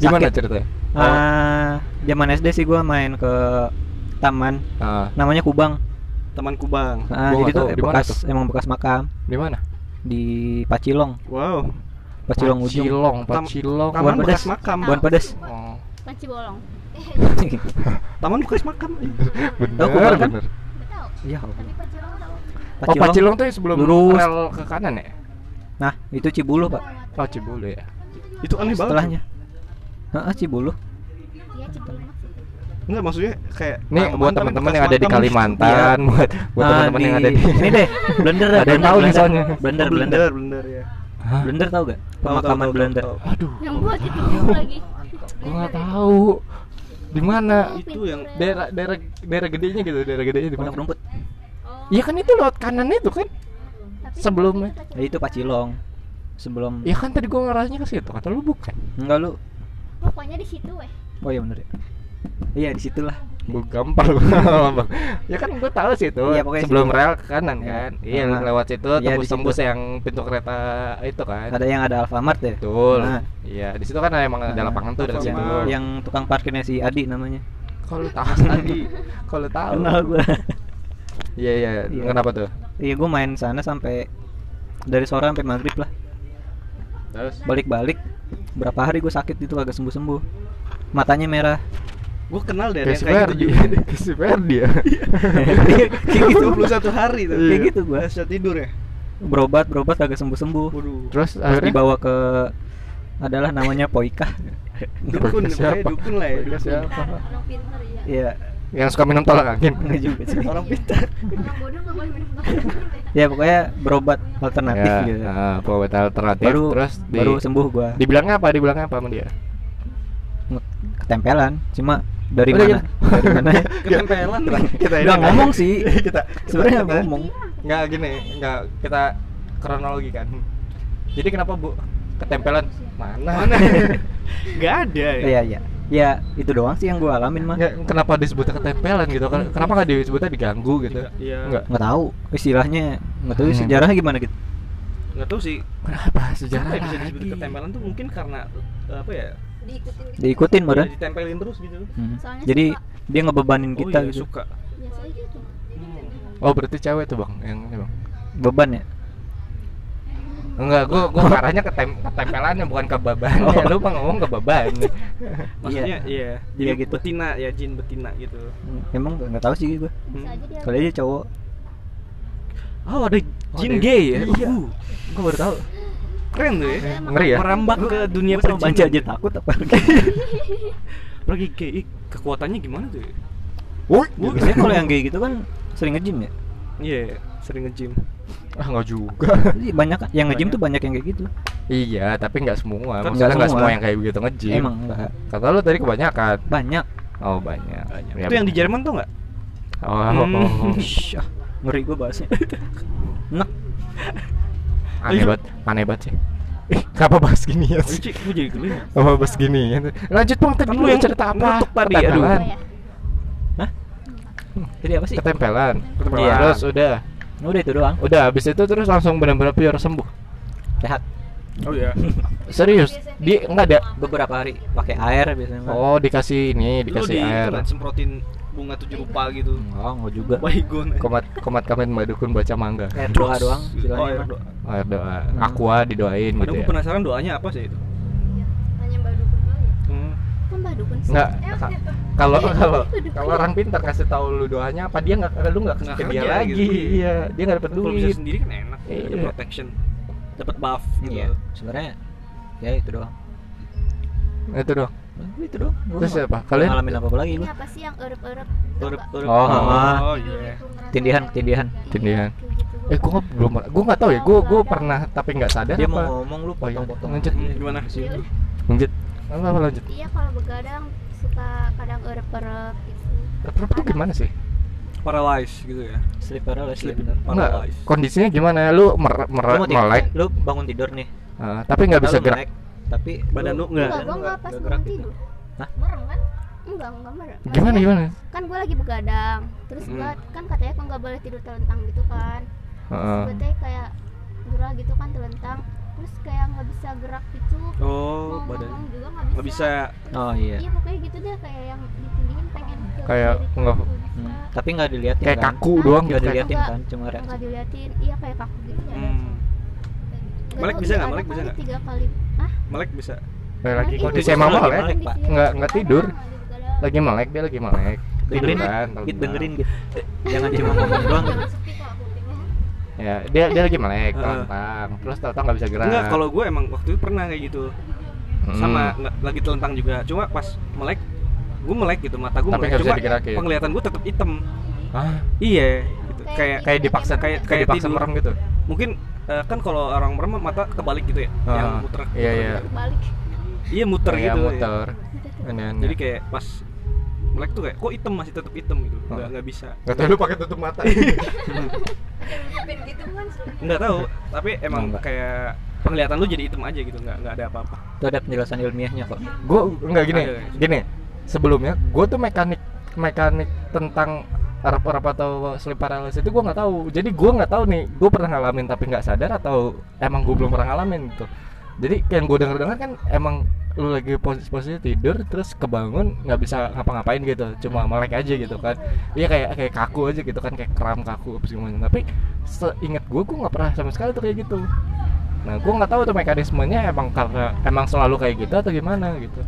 Speaker 1: Gimana
Speaker 3: Sakit.
Speaker 1: ceritanya? Oh,
Speaker 3: Ah, zaman SD sih gua main ke taman
Speaker 1: Ah,
Speaker 3: namanya Kubang.
Speaker 2: Teman Kubang.
Speaker 3: Ah,
Speaker 1: Gua
Speaker 3: jadi
Speaker 1: nggak
Speaker 3: tuh
Speaker 1: tahu, di mana
Speaker 3: bekas emang bekas makam
Speaker 1: di mana?
Speaker 3: di Pacilong,
Speaker 2: Wow.
Speaker 3: Pacilong ujung.
Speaker 1: Pacilong,
Speaker 2: Tam-
Speaker 1: Pacilong.
Speaker 2: Taman
Speaker 3: Buan
Speaker 2: bekas
Speaker 3: pedas.
Speaker 2: makam.
Speaker 3: Buan pedes.
Speaker 1: Oh.
Speaker 4: panci bolong
Speaker 2: Taman bekas makam.
Speaker 1: Bener,
Speaker 3: Tahu Kubang kan?
Speaker 1: bener.
Speaker 4: nggak tahu
Speaker 3: Ya.
Speaker 4: tapi panci bolong tahu
Speaker 1: Oh, Pacilong tuh yang sebelum
Speaker 3: Lurus.
Speaker 1: rel ke kanan ya?
Speaker 3: Nah, itu Cibulu, Pak.
Speaker 1: Oh, Cibulu ya.
Speaker 2: Itu aneh banget.
Speaker 3: Setelahnya. Heeh, Cibulu.
Speaker 4: iya cibulu maksudnya
Speaker 2: Enggak maksudnya kayak
Speaker 1: Nih
Speaker 2: taman
Speaker 1: buat
Speaker 2: tapi
Speaker 1: Nah, teman-teman
Speaker 2: bekas
Speaker 1: yang ada di
Speaker 2: makam. Oh,
Speaker 1: Kalimantan, buat buat
Speaker 3: Ah,
Speaker 1: teman-teman yang ada di
Speaker 3: ini deh, blender
Speaker 1: Ada yang tahu nih soalnya.
Speaker 3: Blender,
Speaker 2: Oh,
Speaker 3: blender.
Speaker 2: blender, blender ya.
Speaker 1: Hah?
Speaker 3: Blender tahu gak?
Speaker 2: Tahu, tahu,
Speaker 3: Pemakaman
Speaker 2: tahu,
Speaker 3: blender.
Speaker 2: tahu, tahu.
Speaker 1: Aduh,
Speaker 4: yang buat itu dulu lagi
Speaker 1: gua nggak tahu di mana
Speaker 2: Ah, Itu yang
Speaker 1: daerah daerah daerah gedenya gitu, daerah gedenya di mana?
Speaker 3: Pondok rumput.
Speaker 4: Oh,
Speaker 1: Iya kan itu lewat kanan itu kan? Sebelumnya.
Speaker 3: Ya, itu Pacilong. Sebelum
Speaker 1: Ya kan tadi gua ngarahnya ke situ, kata lu bukan.
Speaker 3: enggak lu.
Speaker 4: pokoknya di situ weh
Speaker 3: Oh iya bener ya. Iya, disitulah.
Speaker 1: Gua gampar gua. ya kan gua tahu sih itu.
Speaker 3: Iya, pokoknya
Speaker 1: sebelum
Speaker 3: situ.
Speaker 1: rel ke kanan
Speaker 3: Iya.
Speaker 1: kan. Iya,
Speaker 3: Ah.
Speaker 1: lewat situ
Speaker 3: Iya, di
Speaker 1: tembus-tembus
Speaker 3: situ.
Speaker 1: yang pintu kereta itu kan.
Speaker 3: Ada yang ada Alfamart ya.
Speaker 1: Betul.
Speaker 3: Nah.
Speaker 1: Iya, di situ kan emang ada
Speaker 3: Nah.
Speaker 1: lapangan tuh dari situ.
Speaker 2: Alfamart.
Speaker 3: Yang tukang parkirnya si Adi namanya.
Speaker 1: Kalau tahu tadi, kalau tahu.
Speaker 3: Kenal gua.
Speaker 1: Iya iya,
Speaker 3: Iya.
Speaker 1: kenapa tuh?
Speaker 3: Iya, gua main sana sampai dari sore sampai maghrib lah.
Speaker 1: Terus
Speaker 3: Balik-balik berapa hari gue sakit itu kagak sembuh-sembuh. Matanya merah.
Speaker 2: Gue kenal
Speaker 1: kayak
Speaker 2: dari yang
Speaker 1: si
Speaker 2: kayak
Speaker 1: Ferdi,
Speaker 2: gitu juga.
Speaker 1: kayak si Ferdi ya.
Speaker 3: Kayak gitu.
Speaker 2: 21 hari tuh.
Speaker 3: Kayak gitu gua.
Speaker 2: Bisa tidur ya.
Speaker 3: Berobat, berobat kagak sembuh-sembuh.
Speaker 2: Waduh.
Speaker 1: Terus
Speaker 3: Terus
Speaker 1: akhirnya
Speaker 3: dibawa ke adalah namanya Poika.
Speaker 2: Dukun,
Speaker 1: Mereka
Speaker 2: siapa?
Speaker 1: siapa?
Speaker 2: dukun lah ya.
Speaker 1: Mereka
Speaker 2: dukun.
Speaker 1: siapa?
Speaker 5: orang pinter ya
Speaker 3: Iya,
Speaker 1: Yang suka minum tolak angin.
Speaker 3: enggak juga sih.
Speaker 2: Orang pintar.
Speaker 5: orang bodoh nggak boleh minum tolak angin ya
Speaker 3: Ya pokoknya berobat alternatif
Speaker 1: Ya,
Speaker 3: gitu.
Speaker 1: ah, pengobatan alternatif.
Speaker 3: baru
Speaker 1: Terus di,
Speaker 3: baru sembuh gua.
Speaker 1: dibilangnya apa? Dibilangnya apa sama dia?
Speaker 3: Ketempelan, cuma dari
Speaker 1: Udah,
Speaker 3: mana? Dari mana?
Speaker 2: Ketempelan lah.
Speaker 1: Kita
Speaker 3: Udah ngomong sih.
Speaker 1: kita
Speaker 3: Sebenarnya nggak ngomong.
Speaker 1: Enggak gini, enggak kita kronologi kan. Jadi kenapa Bu ketempelan? Mana?
Speaker 2: Enggak ada ya.
Speaker 3: Iya, iya. Ya, itu doang sih yang gua alamin mah.
Speaker 1: Nggak, kenapa disebutnya ketempelan gitu? Ken- Kenapa nggak disebutnya diganggu gitu?
Speaker 2: Iya, iya.
Speaker 1: Enggak.
Speaker 3: Nggak tahu istilahnya, nggak tahu
Speaker 1: Hmm.
Speaker 3: sejarahnya gimana gitu.
Speaker 2: Enggak tahu sih.
Speaker 1: Kenapa sejarah
Speaker 2: Kenapa ya bisa
Speaker 1: lagi?
Speaker 2: disebut ketempelan tuh mungkin karena eh, apa ya?
Speaker 5: diikutin gitu
Speaker 3: Diikutin
Speaker 2: ya,
Speaker 3: badan.
Speaker 2: ditempelin terus gitu.
Speaker 3: Hmm.
Speaker 4: Soalnya
Speaker 3: Jadi dia ngebebanin
Speaker 2: Oh
Speaker 3: kita
Speaker 2: iya,
Speaker 3: gitu.
Speaker 2: suka.
Speaker 4: biasanya gitu
Speaker 1: Oh berarti cewek tuh bang yang ini bang?
Speaker 3: Beban ya.
Speaker 1: Enggak, gua gua marahnya ketem ketempelannya bukan kebaban.
Speaker 3: Oh.
Speaker 1: Lu mah ngomong kebaban.
Speaker 2: Maksudnya iya,
Speaker 3: Iya
Speaker 2: jadi
Speaker 3: gitu.
Speaker 2: betina ya jin betina gitu.
Speaker 3: Hmm, Emang nggak nggak tahu sih gua.
Speaker 4: bisa aja dia
Speaker 3: Kali aja cowok.
Speaker 2: Oh, ada
Speaker 1: jin
Speaker 2: jin
Speaker 1: gay
Speaker 2: gay
Speaker 1: ya?
Speaker 2: ya.
Speaker 1: Gua baru tahu.
Speaker 2: Keren tuh ya.
Speaker 1: Ngeri ya?
Speaker 2: Merambah ke dunia gitu.
Speaker 3: Gua sama banci aja
Speaker 2: perjinan.
Speaker 3: takut apa lagi.
Speaker 2: Lagi gay, ih, kekuatannya gimana tuh ya?
Speaker 1: Woi,
Speaker 3: Gua biasanya kalau yang kayak gitu kan sering nge-gym ya.
Speaker 2: Iya, sering nge-gym.
Speaker 1: ah enggak juga.
Speaker 3: Jadi Iya, banyak yang nge-gym tuh banyak yang kayak gitu.
Speaker 1: Iya, tapi enggak semua.
Speaker 3: Kan
Speaker 1: Maksudnya
Speaker 3: nggak
Speaker 1: enggak semua
Speaker 3: semua.
Speaker 1: yang kayak begitu nge-gym.
Speaker 3: Emang enggak
Speaker 1: Kata lu tadi kebanyakan.
Speaker 3: banyak.
Speaker 1: Oh, banyak. Ya,
Speaker 2: Itu yang di
Speaker 1: bener.
Speaker 2: Jerman Hmm. tuh enggak?
Speaker 1: Oh, oh, oh, oh.
Speaker 3: Shh, ah, ngeri gue bahasnya. Enak.
Speaker 1: aneh banget, aneh banget sih. Ih, kenapa bahas gini ya? sih?
Speaker 2: Cik, gue jadi geli.
Speaker 1: Kenapa bahas gini ya? Lanjut bang, tadi
Speaker 2: Kan
Speaker 1: lu
Speaker 2: lu
Speaker 1: yang
Speaker 2: yang
Speaker 1: cerita apa?
Speaker 2: nutup tadi, aduh.
Speaker 1: ketempelan,
Speaker 4: Oh, ya.
Speaker 3: Jadi apa sih? Ya
Speaker 1: ketempelan. Iya.
Speaker 2: Ketempelan.
Speaker 1: Terus udah,
Speaker 3: Udah itu doang.
Speaker 1: udah habis itu terus langsung benar-benar pure sembuh.
Speaker 3: Sehat.
Speaker 2: Oh iya.
Speaker 1: Serius, dia nggak ada.
Speaker 3: Beberapa hari pakai air biasanya. Pak.
Speaker 1: Oh, dikasih ini,
Speaker 2: Lu
Speaker 1: dikasih
Speaker 2: di
Speaker 1: air.
Speaker 2: itu kan semprotin bunga tujuh rupa gitu.
Speaker 3: enggak, enggak juga.
Speaker 2: Baygon.
Speaker 1: Komat komat kamen madukun baca mangga.
Speaker 3: Air doa doang
Speaker 2: Oh,
Speaker 3: istilahnya.
Speaker 2: iya,
Speaker 3: mah.
Speaker 2: doa.
Speaker 1: Air doa,
Speaker 3: Hmm.
Speaker 1: aqua didoain
Speaker 2: Padahal
Speaker 1: gitu
Speaker 2: gue
Speaker 1: ya.
Speaker 2: penasaran doanya apa sih itu?
Speaker 5: hanya mbak dukun kali ya
Speaker 2: Hmm.
Speaker 4: kan mbak dukun sih
Speaker 1: Nggak, ka- kalau
Speaker 3: Iya.
Speaker 1: kalau kalau orang pintar kasih tahu lu doanya apa dia nggak lu nggak kasih
Speaker 2: Nggak
Speaker 1: ke dia
Speaker 2: kerja
Speaker 1: lagi
Speaker 2: gitu.
Speaker 1: iya dia nggak dapat
Speaker 2: Kalau bisa
Speaker 1: duit
Speaker 2: sendiri kan enak, ada
Speaker 1: Iya.
Speaker 2: protection, dapat buff gitu.
Speaker 3: Iya. Sebenarnya ya itu doang.
Speaker 1: itu dong
Speaker 3: Nah, itu doang. Gua
Speaker 1: terus
Speaker 3: nggak-
Speaker 1: apa
Speaker 3: nggak
Speaker 1: kalian
Speaker 3: ngalamin apa-apa lagi
Speaker 4: ini
Speaker 3: gua.
Speaker 4: apa sih yang erup-erup
Speaker 2: Urup, urup.
Speaker 1: Oh,
Speaker 3: ah.
Speaker 2: oh iya.
Speaker 3: Tindihan, tindihan.
Speaker 1: tindihan
Speaker 4: Iya, kayak gitu
Speaker 1: eh gua belum gua nggak tahu ya gua gua pernah tapi nggak sadar
Speaker 3: Dia
Speaker 1: apa
Speaker 3: mau ngomong lu
Speaker 1: Oh, iya.
Speaker 3: potong-potong.
Speaker 1: Lanjut.
Speaker 2: Hmm, Gimana sih?
Speaker 4: Iya, udah.
Speaker 1: lanjut apa apa lanjut
Speaker 4: iya kalau begadang suka kadang erup-erup gitu
Speaker 1: Terus tuh gimana sih?
Speaker 2: Paralyzed gitu ya.
Speaker 3: Sleep paralysis.
Speaker 2: Sleep
Speaker 3: Sleep bener.
Speaker 1: Enggak,
Speaker 2: paralyzed.
Speaker 1: kondisinya gimana? Lu mer
Speaker 3: Lu
Speaker 1: mer
Speaker 3: mau tidur,
Speaker 1: melek,
Speaker 3: lu bangun tidur nih.
Speaker 1: eh, tapi nggak bisa
Speaker 3: Lu
Speaker 1: gerak.
Speaker 3: melek, Tapi
Speaker 2: Badan lu nggak?
Speaker 4: enggak gua enggak pas
Speaker 3: Nggak
Speaker 4: bangun
Speaker 3: gerak gitu.
Speaker 4: tidur
Speaker 3: Hah?
Speaker 4: merem kan enggak enggak merem
Speaker 1: Gimana
Speaker 4: Maksudnya,
Speaker 1: gimana?
Speaker 4: kan gua lagi begadang terus gua kan katanya gua nggak boleh tidur telentang gitu kan
Speaker 1: Heeh.
Speaker 4: gue teh kayak gerah gitu kan telentang terus kayak nggak bisa gerak gitu
Speaker 2: oh
Speaker 4: mau
Speaker 2: badan
Speaker 4: ngomong juga
Speaker 2: nggak bisa
Speaker 3: oh iya
Speaker 4: iya pokoknya gitu deh kayak yang ditindihin pengen ke
Speaker 1: Kayak
Speaker 4: kiri,
Speaker 1: nggak-
Speaker 4: gitu. nggak bisa.
Speaker 3: Hmm, tapi nggak dilihatin
Speaker 1: kayak
Speaker 3: kan
Speaker 1: kaku doang
Speaker 3: nggak
Speaker 1: gitu kayak
Speaker 3: dilihatin
Speaker 4: Nggak.
Speaker 3: kan cuma reaksi
Speaker 4: nggak diliatin iya kayak kaku gitu nggak ada.
Speaker 2: hmm.
Speaker 4: Nggak
Speaker 2: Melek
Speaker 4: tahu,
Speaker 2: bisa
Speaker 4: iya,
Speaker 2: nggak?
Speaker 4: ada
Speaker 2: Melek bisa
Speaker 4: kali
Speaker 2: nggak?
Speaker 4: tiga kali ah
Speaker 2: melek bisa
Speaker 1: Kayak lagi
Speaker 4: Melek
Speaker 1: kondisi
Speaker 4: itu
Speaker 1: emang
Speaker 3: justru
Speaker 1: melek
Speaker 3: lagi Pak.
Speaker 1: Nggak- nggak tidur. lagi melek dia lagi melek
Speaker 3: dengerin
Speaker 1: Tiduran, kalau
Speaker 3: git
Speaker 1: bilang.
Speaker 3: dengerin git jangan cuma ngomong doang gitu.
Speaker 1: ya dia dia lagi melek
Speaker 2: Heeh.
Speaker 1: telentang terus telentang nggak bisa gerak
Speaker 2: enggak kalau gue emang waktu itu pernah kayak gitu
Speaker 1: Hmm.
Speaker 2: sama nggak- lagi telentang juga cuma pas melek gue melek gitu mata gue
Speaker 1: Tapi
Speaker 2: melek
Speaker 1: nggak bisa
Speaker 2: cuma
Speaker 1: digerakin.
Speaker 2: penglihatan gue tetap hitam
Speaker 1: Hah?
Speaker 2: iya gitu. kayak
Speaker 4: kan.
Speaker 1: kayak dipaksa
Speaker 2: kayak-
Speaker 1: kayak
Speaker 2: kayak
Speaker 1: dipaksa
Speaker 2: tidur.
Speaker 1: merem gitu
Speaker 2: mungkin eh, kan kalau orang merem mata kebalik gitu ya
Speaker 1: Ah,
Speaker 2: yang muter
Speaker 1: iya,
Speaker 2: muter
Speaker 1: iya.
Speaker 2: gitu.
Speaker 4: balik
Speaker 2: iya muter
Speaker 1: Iya,
Speaker 2: gitu ya.
Speaker 1: muter aneh-aneh
Speaker 2: jadi kayak pas melek tuh kayak kok hitam masih tetap hitam gitu nggak
Speaker 1: Ah.
Speaker 2: nggak bisa
Speaker 1: nggak tahu lu pakai tutup mata
Speaker 2: Iya.
Speaker 5: Tutupin gitu kan
Speaker 2: Nah, nggak tahu tapi emang
Speaker 1: Nggak.
Speaker 2: kayak penglihatan lu jadi hitam aja gitu nggak nggak ada apa-apa
Speaker 3: itu ada penjelasan ilmiahnya kok
Speaker 1: gue nggak gini
Speaker 2: Ada, guys.
Speaker 1: gini sebelumnya gue tuh mekanik mekanik tentang Arab-Arab atau sleep paralysis itu gue nggak tahu jadi gue nggak tahu nih gue pernah ngalamin tapi nggak sadar atau emang gue belum pernah ngalamin gitu jadi kayak yang gue denger dengar kan emang lu lagi posisi posisi tidur terus kebangun nggak bisa ngapa-ngapain gitu cuma melek aja gitu kan iya kayak kayak kaku aja gitu kan kayak kram kaku apa segala macam. tapi seingat gue gue nggak pernah sama sekali tuh kayak gitu nah gue nggak tahu tuh mekanismenya emang karena emang selalu kayak gitu atau gimana gitu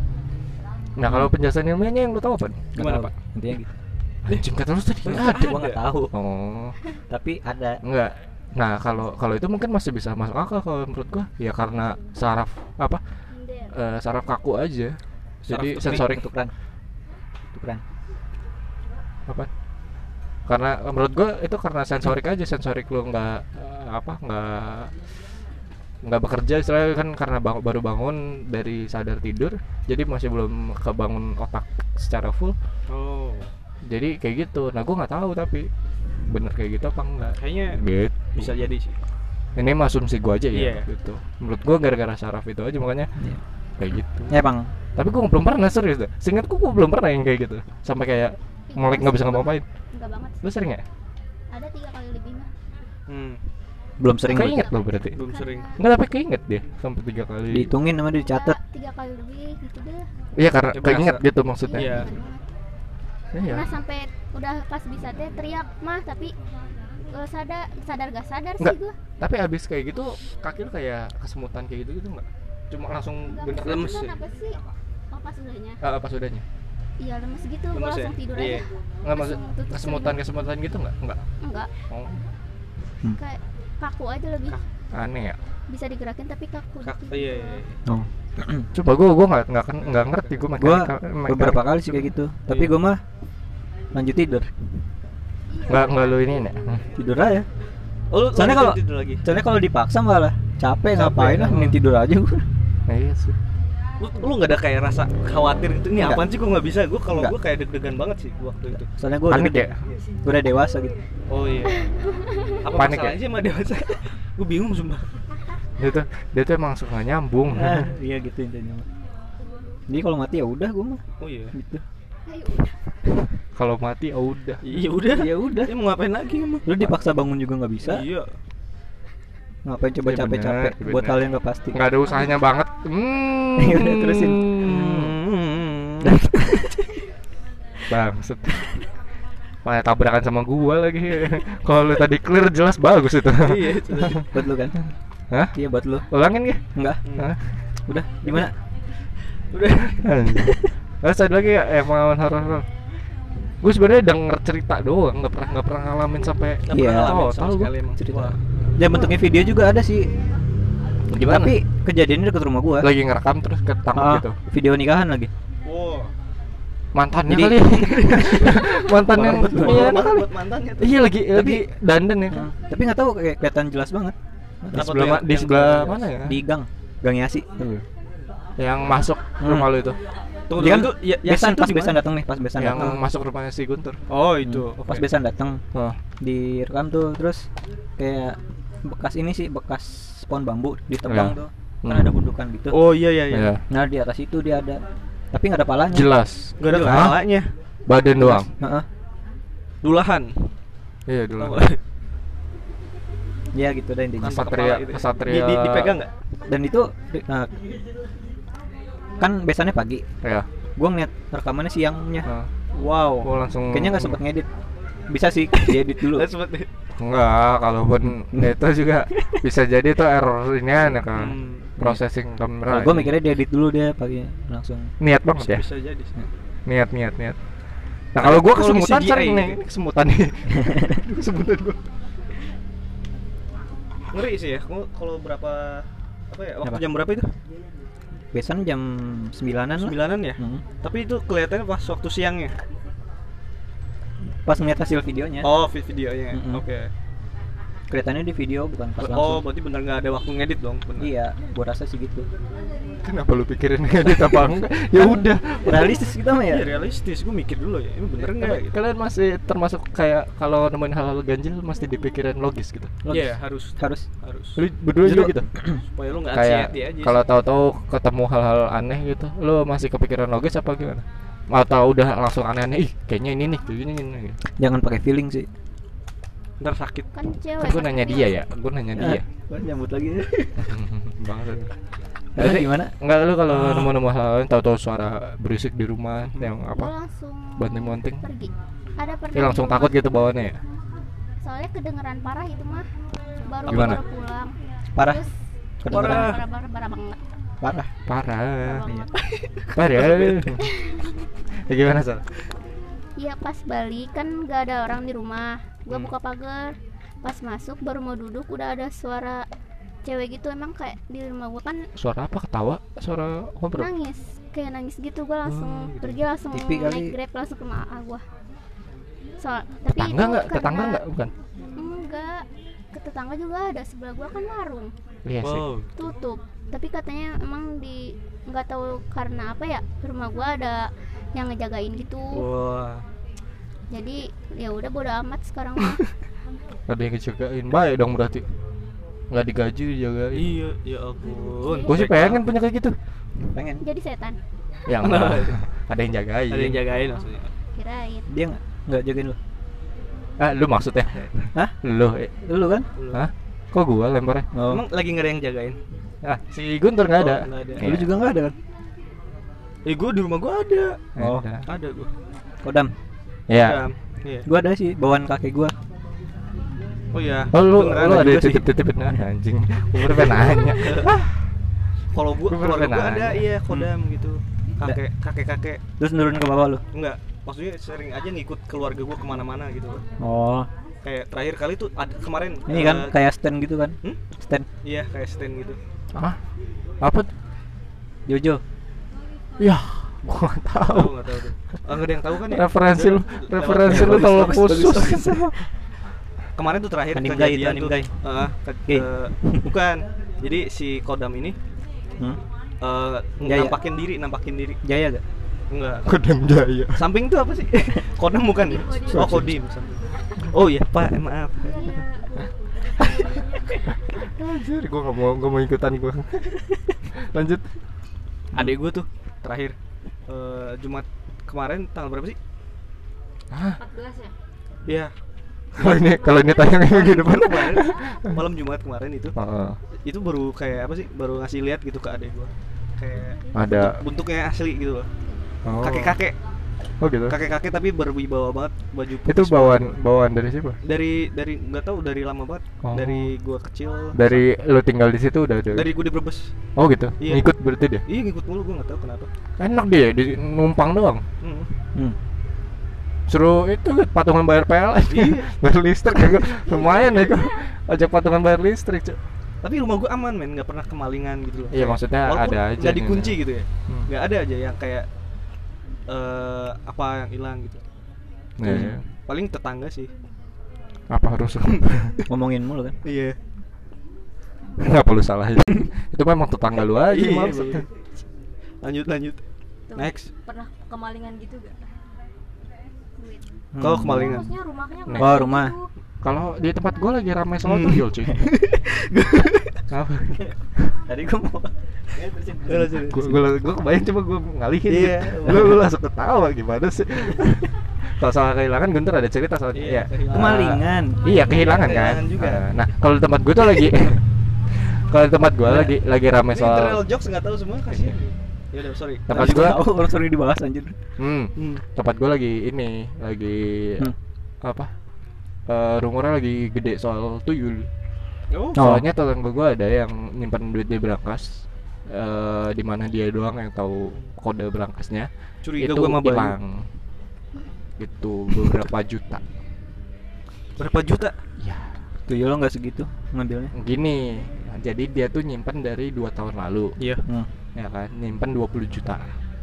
Speaker 1: nah kalau penjelasan ilmiahnya yang lu tahu apa
Speaker 3: Nggak
Speaker 2: Gimana,
Speaker 3: tahu.
Speaker 2: Pak?
Speaker 3: intinya gitu
Speaker 1: anjing kata lu tadi
Speaker 3: gua nggak tahu
Speaker 1: oh
Speaker 3: tapi ada
Speaker 1: enggak nah kalau kalau itu mungkin masih bisa masuk akal kalau menurut gua ya karena saraf apa eh, saraf kaku aja
Speaker 2: Saraf
Speaker 1: jadi
Speaker 2: tuh
Speaker 1: sensorik
Speaker 3: tukeran tukeran
Speaker 1: apa karena menurut gue itu karena sensorik aja sensorik lu nggak eh, apa nggak nggak bekerja istilahnya kan karena bang- baru bangun dari sadar tidur jadi masih belum kebangun otak secara full
Speaker 2: oh
Speaker 1: jadi kayak gitu nah gue nggak tahu tapi bener kayak gitu apa enggak
Speaker 2: kayaknya
Speaker 1: gitu
Speaker 2: bisa jadi sih
Speaker 1: ini mah asumsi gue aja ya
Speaker 2: Iya.
Speaker 1: gitu menurut gue gara-gara saraf itu aja makanya kayak gitu
Speaker 3: ya bang
Speaker 1: tapi gue belum pernah serius deh seingat gue belum pernah yang kayak gitu sampai kayak melek nggak bisa ngapa-ngapain
Speaker 4: enggak banget
Speaker 1: lu sering ya
Speaker 4: ada tiga kali lebih mah
Speaker 2: hmm,
Speaker 3: belum sering
Speaker 1: keinget lo berarti
Speaker 2: belum sering
Speaker 1: Enggak tapi keinget dia sampai tiga kali.
Speaker 3: dihitungin sama dicatat
Speaker 4: Tiga- tiga kali lebih gitu deh
Speaker 1: Iya karena
Speaker 2: Ya, berasa.
Speaker 1: keinget gitu maksudnya.
Speaker 2: Iya.
Speaker 1: Iya.
Speaker 4: Nah sampai udah pas bisa teh teriak mah tapi eh, sadar sadar gak sadar
Speaker 1: Nggak.
Speaker 4: sih gue
Speaker 1: Tapi abis kayak gitu kaki lu kayak kesemutan kayak gitu gitu enggak? Cuma langsung bentar
Speaker 2: Lemes
Speaker 4: lemes
Speaker 2: ya?
Speaker 4: apa sih oh pas udahnya
Speaker 1: Eh, pas udahnya.
Speaker 4: iya lemes gitu gue
Speaker 2: Lemes ya?
Speaker 4: langsung tidur
Speaker 2: Iya.
Speaker 4: aja
Speaker 1: Enggak maksud
Speaker 4: Langsung tutup
Speaker 1: kesemutan kesemutan gitu enggak? Enggak.
Speaker 4: enggak
Speaker 1: Oh,
Speaker 4: kayak kaku aja lebih
Speaker 1: aneh ya.
Speaker 4: bisa digerakin tapi kaku
Speaker 2: Kak,
Speaker 4: gitu.
Speaker 2: iya, iya.
Speaker 3: oh
Speaker 1: Coba gua gua enggak enggak enggak ngerti gua
Speaker 3: gue beberapa kali sih kayak gitu tapi gue mah lanjut tidur
Speaker 1: enggak enggak lu ini ya.
Speaker 3: tidur aja
Speaker 2: Oh, lu
Speaker 3: Soalnya
Speaker 2: lanjut
Speaker 3: kalau-
Speaker 2: tidur lagi.
Speaker 3: soalnya kalau dipaksa malah capek, ngapain lah mending tidur aja gue
Speaker 1: Nah, iya sih.
Speaker 2: Lu, lu gak ada kayak rasa khawatir gitu. Ini
Speaker 3: Nggak.
Speaker 2: apaan sih gua nggak bisa? Gua kalau
Speaker 3: Nggak.
Speaker 2: gua kayak deg-degan banget sih waktu itu.
Speaker 3: soalnya gue
Speaker 1: Panik ya.
Speaker 3: gue udah dewasa gitu
Speaker 2: Oh iya. Apa
Speaker 1: Panik ya?
Speaker 2: masalahnya sih sama dewasa? gua bingung sumpah.
Speaker 1: Dia tuh dia tuh emang suka nyambung.
Speaker 3: ah, iya gitu intinya mah. jadi kalau mati ya udah gue mah
Speaker 2: Oh iya.
Speaker 3: gitu
Speaker 4: Ayo, udah.
Speaker 1: Kalau mati ya udah.
Speaker 2: Iya udah.
Speaker 3: ya udah
Speaker 2: Ya mau ngapain lagi emang?
Speaker 3: lu dipaksa bangun juga nggak bisa
Speaker 2: Iya.
Speaker 3: ngapain coba
Speaker 1: Iya,
Speaker 3: capek-capek
Speaker 1: bener,
Speaker 3: buat
Speaker 1: bener.
Speaker 3: hal yang nggak pasti
Speaker 1: Enggak ada usahanya banget. Hmm.
Speaker 3: Udah, Iya, terusin.
Speaker 1: Bangset. Malah tabrakan sama gua lagi. Kalau lu tadi clear jelas bagus itu.
Speaker 2: Iya. itu.
Speaker 3: buat lu kan
Speaker 1: Hah?
Speaker 3: iya buat lu
Speaker 1: Ulangin gak?
Speaker 3: enggak
Speaker 1: Hah?
Speaker 3: udah gimana
Speaker 2: Udah.
Speaker 1: Terus ada lagi ya eh, pengalaman horor. Gue sebenarnya denger cerita doang, nggak pernah nggak pernah ngalamin sampai
Speaker 2: Nggak
Speaker 3: Iya.
Speaker 2: pernah ngalamin
Speaker 1: Oh,
Speaker 2: sama
Speaker 1: tahu gua.
Speaker 2: sekali emang.
Speaker 3: cerita
Speaker 2: Wah.
Speaker 3: ya bentuknya video juga ada sih
Speaker 1: Gimana?
Speaker 3: tapi kejadiannya deket rumah gua
Speaker 1: lagi ngerekam terus ketangkep
Speaker 3: Ah,
Speaker 1: gitu.
Speaker 3: video nikahan lagi
Speaker 2: Wow.
Speaker 1: Mantannya
Speaker 3: Jadi-
Speaker 1: kali. ya. Mantan yang
Speaker 3: Buat-
Speaker 1: iya
Speaker 2: Buat-
Speaker 1: kali.
Speaker 2: buat mantannya tuh.
Speaker 1: Iya lagi lagi dandan
Speaker 2: Iya
Speaker 1: ya.
Speaker 2: kan?
Speaker 3: Nah, tapi nggak tahu kayak kelihatan jelas banget
Speaker 1: Di
Speaker 2: Apa
Speaker 1: sebelah
Speaker 2: tuh
Speaker 1: ma-
Speaker 2: yang-
Speaker 1: di
Speaker 2: yang-
Speaker 1: sebelah mana
Speaker 2: Iya.
Speaker 1: ya? Iya.
Speaker 3: di gang gang Yasi
Speaker 1: Yang masuk rumah lu itu.
Speaker 2: Tunggu
Speaker 3: Dia kan
Speaker 2: dulu itu ya, ya
Speaker 3: besan
Speaker 2: itu
Speaker 3: pas
Speaker 2: di
Speaker 3: besan
Speaker 2: mana?
Speaker 3: datang nih pas besan
Speaker 1: Yang
Speaker 3: datang
Speaker 1: masuk rumahnya si Guntur.
Speaker 2: Oh, itu.
Speaker 3: Hmm,
Speaker 2: Oke.
Speaker 3: pas besan datang
Speaker 1: Oh.
Speaker 3: direkam tuh terus kayak bekas ini sih bekas pohon bambu ditebang
Speaker 1: Iya.
Speaker 3: tuh kan
Speaker 1: Hmm.
Speaker 3: ada gundukan gitu
Speaker 2: Oh iya iya iya.
Speaker 1: Iya.
Speaker 3: nah di atas itu dia ada tapi nggak ada palanya
Speaker 1: Jelas.
Speaker 2: Gak ada
Speaker 3: Iya.
Speaker 1: Jelas.
Speaker 2: kepalanya.
Speaker 1: Badan doang.
Speaker 3: Heeh.
Speaker 2: Dulahan.
Speaker 1: Iya dulu.
Speaker 2: Tahu.
Speaker 3: ya gitu deh intinya
Speaker 2: Tanpa
Speaker 1: Kesatria,
Speaker 2: kepala gitu ya.
Speaker 1: kesatria.
Speaker 2: Di- di- dipegang nggak?
Speaker 3: dan itu eh, kan biasanya pagi
Speaker 1: ya
Speaker 3: gua ngeliat rekamannya siangnya
Speaker 1: Nah,
Speaker 3: wow
Speaker 1: gua langsung
Speaker 3: kayaknya nggak sempat ngedit bisa sih diedit dulu
Speaker 2: Nah, sempet deh.
Speaker 1: enggak kalaupun itu juga bisa jadi itu error ini ya kan
Speaker 2: Hmm.
Speaker 1: processing kamera
Speaker 3: Kalau gua mikirnya diedit dulu deh pagi langsung
Speaker 1: niat banget ya
Speaker 2: Bisa jadi sih.
Speaker 1: niat niat niat nah kalau gua
Speaker 2: Kalau
Speaker 1: kesemutan
Speaker 2: CGI
Speaker 1: sering
Speaker 2: ini
Speaker 1: nih
Speaker 2: kesemutan nih. Aduh, kesemutan gua. Ngeri sih ya. gua Kalau berapa apa ya? Waktu
Speaker 3: Apa?
Speaker 2: jam berapa itu?
Speaker 3: biasanya jam sembilanan lah
Speaker 2: Sembilanan ya.
Speaker 3: Hmm.
Speaker 2: Tapi itu kelihatannya pas waktu siangnya.
Speaker 3: pas ngeliat hasil videonya
Speaker 2: Oh, vi- videonya.
Speaker 3: Mm-mm.
Speaker 2: Oke.
Speaker 3: kelihatannya di video bukan Hmm, pas
Speaker 2: Oh,
Speaker 3: langsung
Speaker 2: berarti benar nggak ada waktu ngedit dong. Benar.
Speaker 3: iya gua rasa sih gitu
Speaker 1: kenapa lu pikirin edit apa enggak ya udah
Speaker 3: realistis kita mah ya
Speaker 2: Iya, realistis. Gue mikir dulu ya. Ini bener nggak?
Speaker 1: Tapi
Speaker 2: Gitu.
Speaker 1: kalian masih termasuk kayak kalau nemuin hal-hal ganjil mesti dipikirin logis gitu
Speaker 3: Logis.
Speaker 2: Iya, harus
Speaker 3: harus
Speaker 2: harus
Speaker 1: lu berdua juga
Speaker 3: Jadi-
Speaker 1: gitu
Speaker 2: supaya lu nggak
Speaker 1: kayak
Speaker 2: anxiety aja.
Speaker 1: kalau tahu-tahu ketemu hal-hal aneh gitu lu masih kepikiran logis apa gimana atau udah langsung aneh-aneh ih kayaknya ini nih kayaknya ini nih
Speaker 3: jangan pakai feeling sih
Speaker 2: ntar sakit.
Speaker 4: kan cewek
Speaker 1: kan gue nanya dia ya gue nanya
Speaker 2: Iya.
Speaker 1: dia
Speaker 3: Ah, Gua nyambut lagi
Speaker 1: banget Ah.
Speaker 3: Jadi gimana
Speaker 1: enggak lu kalau nemu-nemu hal lain tahu-tahu suara berisik di rumah yang
Speaker 4: gue
Speaker 1: apa
Speaker 4: langsung
Speaker 1: banting monting
Speaker 4: pergi ada pernah
Speaker 1: ya langsung
Speaker 4: di rumah.
Speaker 1: takut gitu bawaannya ya
Speaker 4: soalnya kedengeran parah itu mah baru
Speaker 1: Gimana?
Speaker 4: baru pulang
Speaker 3: parah
Speaker 4: terus
Speaker 3: Kedengeran.
Speaker 4: parah parah parah, parah banget
Speaker 3: parah Iya.
Speaker 1: parah
Speaker 4: parah banget
Speaker 1: parah ya gimana sal
Speaker 4: Iya pas balik kan gak ada orang di rumah Gua
Speaker 1: Hmm.
Speaker 4: buka pagar Pas masuk baru mau duduk udah ada suara cewek gitu Emang kayak di rumah gua kan
Speaker 1: suara apa ketawa suara ngobrol
Speaker 4: nangis Kayak nangis gitu gua langsung
Speaker 1: Hmm, gitu.
Speaker 4: pergi langsung
Speaker 3: Tipi kali.
Speaker 4: naik grab langsung ke rumah AA gua Soal, Tapi
Speaker 1: tetangga
Speaker 4: itu
Speaker 1: nggak
Speaker 4: karena-
Speaker 1: tetangga nggak bukan
Speaker 4: Enggak Ke tetangga juga ada sebelah gua kan warung
Speaker 1: iya sih
Speaker 4: tutup Tapi katanya emang di nggak tahu karena apa ya Rumah gua ada yang ngejagain gitu
Speaker 1: Oh.
Speaker 2: Wah.
Speaker 4: Jadi ya udah bodo amat sekarang mah
Speaker 1: ada yang dijagain baik dong berarti nggak digaji dijagain
Speaker 2: Iya, ya ampun.
Speaker 1: gue sih pengen punya kayak gitu
Speaker 3: pengen
Speaker 4: jadi setan
Speaker 1: yang ada yang jagain
Speaker 2: Nah. Ada yang jagain maksudnya.
Speaker 4: kirain
Speaker 3: dia nggak nggak jagain lu
Speaker 1: ah lu maksudnya
Speaker 3: Hah?
Speaker 1: lu eh.
Speaker 3: lu kan
Speaker 1: hah kok gua lemparnya
Speaker 3: oh.
Speaker 2: Emang lagi nggak ada yang jagain?
Speaker 1: ah si Guntur nggak ada
Speaker 2: Oh, nggak ada.
Speaker 1: Iya.
Speaker 3: lu juga nggak ada kan
Speaker 2: Eh, gue di rumah gue ada.
Speaker 3: Oh.
Speaker 1: Ada.
Speaker 2: Ada gue.
Speaker 3: kodam
Speaker 1: ya
Speaker 2: Iya.
Speaker 3: gua ada sih bawaan kakek gua
Speaker 2: Oh iya.
Speaker 1: oh lu
Speaker 2: Beneran
Speaker 1: lu ada
Speaker 2: juga sih.
Speaker 1: titip titipin anjing gue baru pengen nanya
Speaker 2: Kalau
Speaker 1: Gua
Speaker 2: gua
Speaker 1: Hmm. baru
Speaker 2: keluarga gua
Speaker 1: pengen
Speaker 2: ada
Speaker 1: nanya.
Speaker 2: iya kodam gitu. Kakek kakek kakek
Speaker 3: terus nurun ke bawah lu
Speaker 2: enggak. Maksudnya sering aja ngikut keluarga gua kemana-mana gitu.
Speaker 3: oh
Speaker 2: Kayak terakhir kali tuh ada kemarin.
Speaker 3: ini
Speaker 2: eh,
Speaker 3: kan kayak stand gitu kan
Speaker 2: Hmm?
Speaker 3: stand
Speaker 2: Iya kayak stand gitu.
Speaker 1: ah apa tuh?
Speaker 3: Jojo
Speaker 1: ya gua nggak tahu
Speaker 2: Tahu nggak tahu tuh. Ah, nggak ada yang tahu kan ya.
Speaker 1: referensi lu
Speaker 2: Lewat-
Speaker 1: referensi lu
Speaker 2: lewat-
Speaker 1: terlalu
Speaker 2: lewat-
Speaker 1: khusus
Speaker 2: Kemarin tuh terakhir
Speaker 3: Anim guy itu,
Speaker 2: kejadian
Speaker 3: anim
Speaker 2: tuh.
Speaker 3: guy.
Speaker 2: Heeh, ke-
Speaker 3: Gay.
Speaker 2: eh, bukan. Jadi si kodam ini
Speaker 3: hmm?
Speaker 2: eh
Speaker 3: Jaya.
Speaker 2: nampakin diri, nampakin diri.
Speaker 3: Jaya gak
Speaker 2: Enggak.
Speaker 1: kodam jaya
Speaker 2: Samping tuh apa sih? Kodam bukan ya? Oh, Kodim. Oh iya, Pak, maaf.
Speaker 1: Anjir, gue gak mau, gak mau ikutan gue Lanjut
Speaker 2: Adik gue tuh terakhir eh, Jumat kemarin tanggal berapa sih?
Speaker 5: 14 ya
Speaker 2: Iya,
Speaker 1: Kalau ini, kalau ini tanya kayak gitu depan
Speaker 2: kemarin malam Jumat kemarin itu.
Speaker 1: Heeh.
Speaker 2: Itu baru kayak apa sih? Baru ngasih lihat gitu ke adik gue. Kayak
Speaker 1: Ada
Speaker 2: bentuknya asli gitu loh.
Speaker 1: oh.
Speaker 2: Kakek-kakek,
Speaker 1: Oh gitu
Speaker 2: kakek-kakek tapi berwibawa banget baju putih
Speaker 1: Itu
Speaker 2: semua.
Speaker 1: bawaan, bawaan dari siapa?
Speaker 2: dari dari nggak tahu dari lama banget
Speaker 1: Oh.
Speaker 2: dari gua kecil
Speaker 1: Dari lu tinggal di situ udah ada
Speaker 2: dari gua di Brebes
Speaker 1: Oh gitu,
Speaker 2: Iya.
Speaker 1: ngikut berarti dia
Speaker 2: iya ngikut mulu gua nggak tahu kenapa
Speaker 1: Enak dia, di, numpang doang
Speaker 2: Hmm.
Speaker 3: hmm.
Speaker 1: Suruh itu patungan bayar PLN
Speaker 2: Iya.
Speaker 1: Bayar listrik ya gua. Lumayan ya gua Ajak patungan bayar listrik cu.
Speaker 2: tapi rumah gua aman men nggak pernah kemalingan gitu loh
Speaker 1: Iya maksudnya
Speaker 2: Walaupun
Speaker 1: ada aja
Speaker 2: nggak
Speaker 1: nih,
Speaker 2: dikunci
Speaker 1: nah.
Speaker 2: gitu ya
Speaker 1: Hmm.
Speaker 2: nggak ada aja yang kayak eh apa yang hilang gitu
Speaker 1: Iya, iya.
Speaker 2: paling tetangga sih
Speaker 1: Apa harus
Speaker 3: ngomongin mulu kan
Speaker 2: iya
Speaker 1: Nggak perlu salahin Itu memang tetangga lu aja
Speaker 2: iya
Speaker 1: maksud.
Speaker 2: iya. lanjut lanjut
Speaker 5: Tuh,
Speaker 2: next
Speaker 5: pernah kemalingan gitu gak? Duit.
Speaker 2: kalau
Speaker 3: Hmm.
Speaker 5: Iya,
Speaker 2: kemalingan
Speaker 5: Maksudnya rumahnya
Speaker 1: Next.
Speaker 5: kemalingan
Speaker 3: Oh, rumah.
Speaker 5: gitu.
Speaker 1: Kalau di tempat gua lagi ramai soal tuyul cuy. Apa?
Speaker 3: tadi gua mau
Speaker 2: Eh, lanjut.
Speaker 1: Gua, gua, gua kebayang cuma gua ngalihin.
Speaker 2: Iya.
Speaker 1: Lu, lu langsung ketawa gimana sih? kalau soal kehilangan Guntur ada cerita soal
Speaker 2: Iya,
Speaker 1: iya.
Speaker 2: kehilangan.
Speaker 3: kemalingan
Speaker 1: Iya kehilangan kan.
Speaker 2: Kehilangan juga.
Speaker 1: Eh, Nah kalau di tempat gua tuh lagi kalau di tempat gua lagi lagi rame
Speaker 2: Ini internal
Speaker 1: soal Iya.
Speaker 2: jokes nggak tahu semua kasihan. Ya udah sorry.
Speaker 1: Tempat
Speaker 2: Lanjut.
Speaker 1: gua.
Speaker 3: tahu orang sering dibahas anjir.
Speaker 1: hmm,
Speaker 2: Hmm.
Speaker 1: tempat gua lagi ini lagi
Speaker 3: Hmm.
Speaker 1: apa eh rumornya lagi gede soal tuyul
Speaker 2: Oh,
Speaker 3: Oh.
Speaker 1: soalnya tetangga gua ada yang nyimpan duit di brankas eh di mana dia doang yang tahu kode berangkasnya
Speaker 2: curiga
Speaker 1: itu
Speaker 2: gua sama Bayu.
Speaker 1: hilang gitu beberapa juta
Speaker 2: Berapa juta?
Speaker 3: Tuyul lo nggak segitu ngambilnya.
Speaker 1: gini nah, jadi dia tuh nyimpen dari dua tahun lalu
Speaker 2: Iya.
Speaker 3: Hmm.
Speaker 1: ya kan nyimpen 20 juta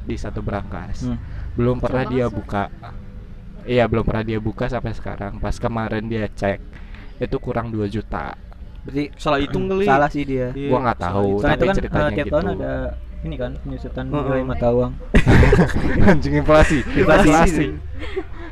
Speaker 1: di satu brankas
Speaker 3: Hmm.
Speaker 1: belum pernah
Speaker 5: Sama
Speaker 1: dia
Speaker 5: sih.
Speaker 1: buka iya belum pernah dia buka sampai sekarang pas kemarin dia cek itu kurang 2 juta
Speaker 3: Berarti
Speaker 2: Salah hitung kali.
Speaker 3: salah sih dia.
Speaker 2: Iya,
Speaker 1: gua nggak
Speaker 2: salah
Speaker 1: tahu
Speaker 2: hitung.
Speaker 3: Soalnya itu
Speaker 1: tapi
Speaker 3: kan
Speaker 1: ceritanya
Speaker 3: eh, tiap
Speaker 1: gitu
Speaker 3: tahun ada ini kan penyusutan
Speaker 2: Heeh.
Speaker 3: nilai mata uang.
Speaker 1: anjing inflasi
Speaker 2: Inflasi.
Speaker 1: inflasi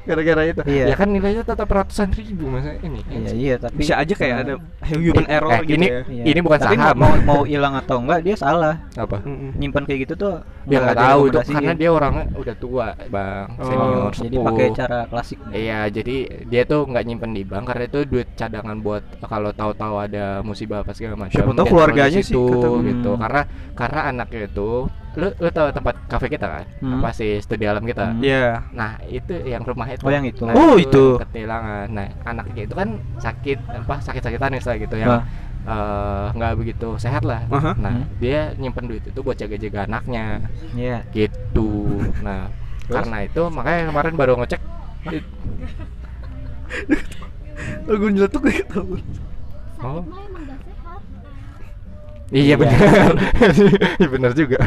Speaker 1: gara-gara itu
Speaker 3: Iya.
Speaker 1: ya kan nilainya tetap ratusan ribu maksudnya ini
Speaker 3: Iya iya tapi
Speaker 2: Bisa aja kayak
Speaker 3: Eh,
Speaker 2: ada human error
Speaker 1: eh,
Speaker 2: gitu
Speaker 1: ini
Speaker 2: ya.
Speaker 3: iya.
Speaker 1: ini bukan
Speaker 3: Tapi
Speaker 1: saham
Speaker 3: mau mau hilang atau enggak dia salah.
Speaker 1: apa
Speaker 2: Mm-mm.
Speaker 3: Nyimpan kayak gitu tuh
Speaker 1: dia Ya, nggak
Speaker 3: ada
Speaker 1: tahu itu
Speaker 3: rekomendasinya.
Speaker 1: karena dia orangnya udah tua bang
Speaker 2: Oh,
Speaker 1: senior
Speaker 3: jadi
Speaker 1: sepuh.
Speaker 3: pakai cara klasik.
Speaker 1: Iya, jadi dia tuh nggak nyimpen di bank karena itu duit cadangan buat kalau tahu-tahu ada musibah apa segala macam.
Speaker 2: Siapa
Speaker 1: dia
Speaker 2: tahu
Speaker 1: taruh di
Speaker 2: keluarganya sih,
Speaker 1: situ,
Speaker 2: kata
Speaker 3: gue.
Speaker 1: gitu.
Speaker 3: Hmm.
Speaker 1: Karena karena anaknya itu lu lu tahu tempat kafe kita kan?
Speaker 3: Hmm.
Speaker 1: Apa sih studi alam kita?
Speaker 3: Hmm.
Speaker 2: Iya.
Speaker 1: Nah, itu yang rumah itu.
Speaker 3: Oh, yang itu.
Speaker 1: Nah,
Speaker 2: Oh, itu.
Speaker 1: yang Ketilangan. Nah, anaknya itu kan sakit apa sakit-sakitan ya gitu yang
Speaker 3: Nah.
Speaker 1: eh, nggak begitu sehat lah.
Speaker 2: Aha.
Speaker 1: Nah,
Speaker 3: Hmm.
Speaker 1: dia nyimpen duit itu buat jaga-jaga anaknya
Speaker 3: Iya.
Speaker 1: gitu nah
Speaker 2: Terus?
Speaker 1: karena itu makanya kemarin baru ngecek di-
Speaker 2: Oh, gue nyeletuk gue tahu.
Speaker 1: Oh.
Speaker 4: sakit mah emang gak sehat
Speaker 1: iya benar Iya, benar juga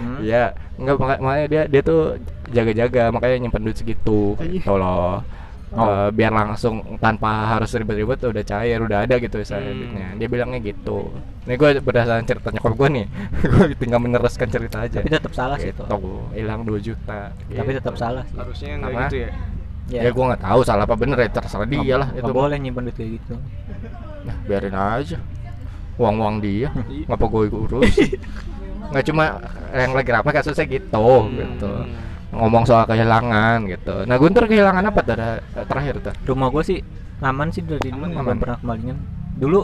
Speaker 3: Hmm.
Speaker 1: iya nggak maka- makanya dia dia tuh jaga-jaga makanya nyimpen duit segitu
Speaker 3: Iya.
Speaker 2: Anjing.
Speaker 1: gitu loh
Speaker 3: Oh.
Speaker 1: Eh, biar langsung tanpa harus ribet-ribet udah cair udah ada gitu saya
Speaker 2: Hmm.
Speaker 1: duitnya dia bilangnya gitu ini gue berdasarkan cerita nyokap gue nih gue tinggal meneruskan cerita aja
Speaker 3: Tapi tetap salah sih itu.
Speaker 1: Gitu, hilang 2 juta
Speaker 3: Tapi
Speaker 1: Gitu.
Speaker 3: tetap salah sih. Iya.
Speaker 2: Harusnya nggak
Speaker 1: Apa?
Speaker 2: gitu ya.
Speaker 1: ya gue nggak tahu salah apa bener ya terserah dia lah
Speaker 3: Nggak
Speaker 1: itu
Speaker 3: boleh nyimpan duit kayak gitu.
Speaker 1: Nah, biarin aja. Uang-uang dia,
Speaker 2: Iya.
Speaker 1: ngapa gue urus? Nggak cuma yang lagi rame kasusnya gitu,
Speaker 2: Hmm.
Speaker 1: gitu. Ngomong soal kehilangan gitu. Nah, Guntur kehilangan apa tada- terakhir tuh?
Speaker 3: Rumah gua sih aman sih dari dulu
Speaker 2: Aman,
Speaker 3: nggak
Speaker 1: aman.
Speaker 3: pernah kemalingan. Dulu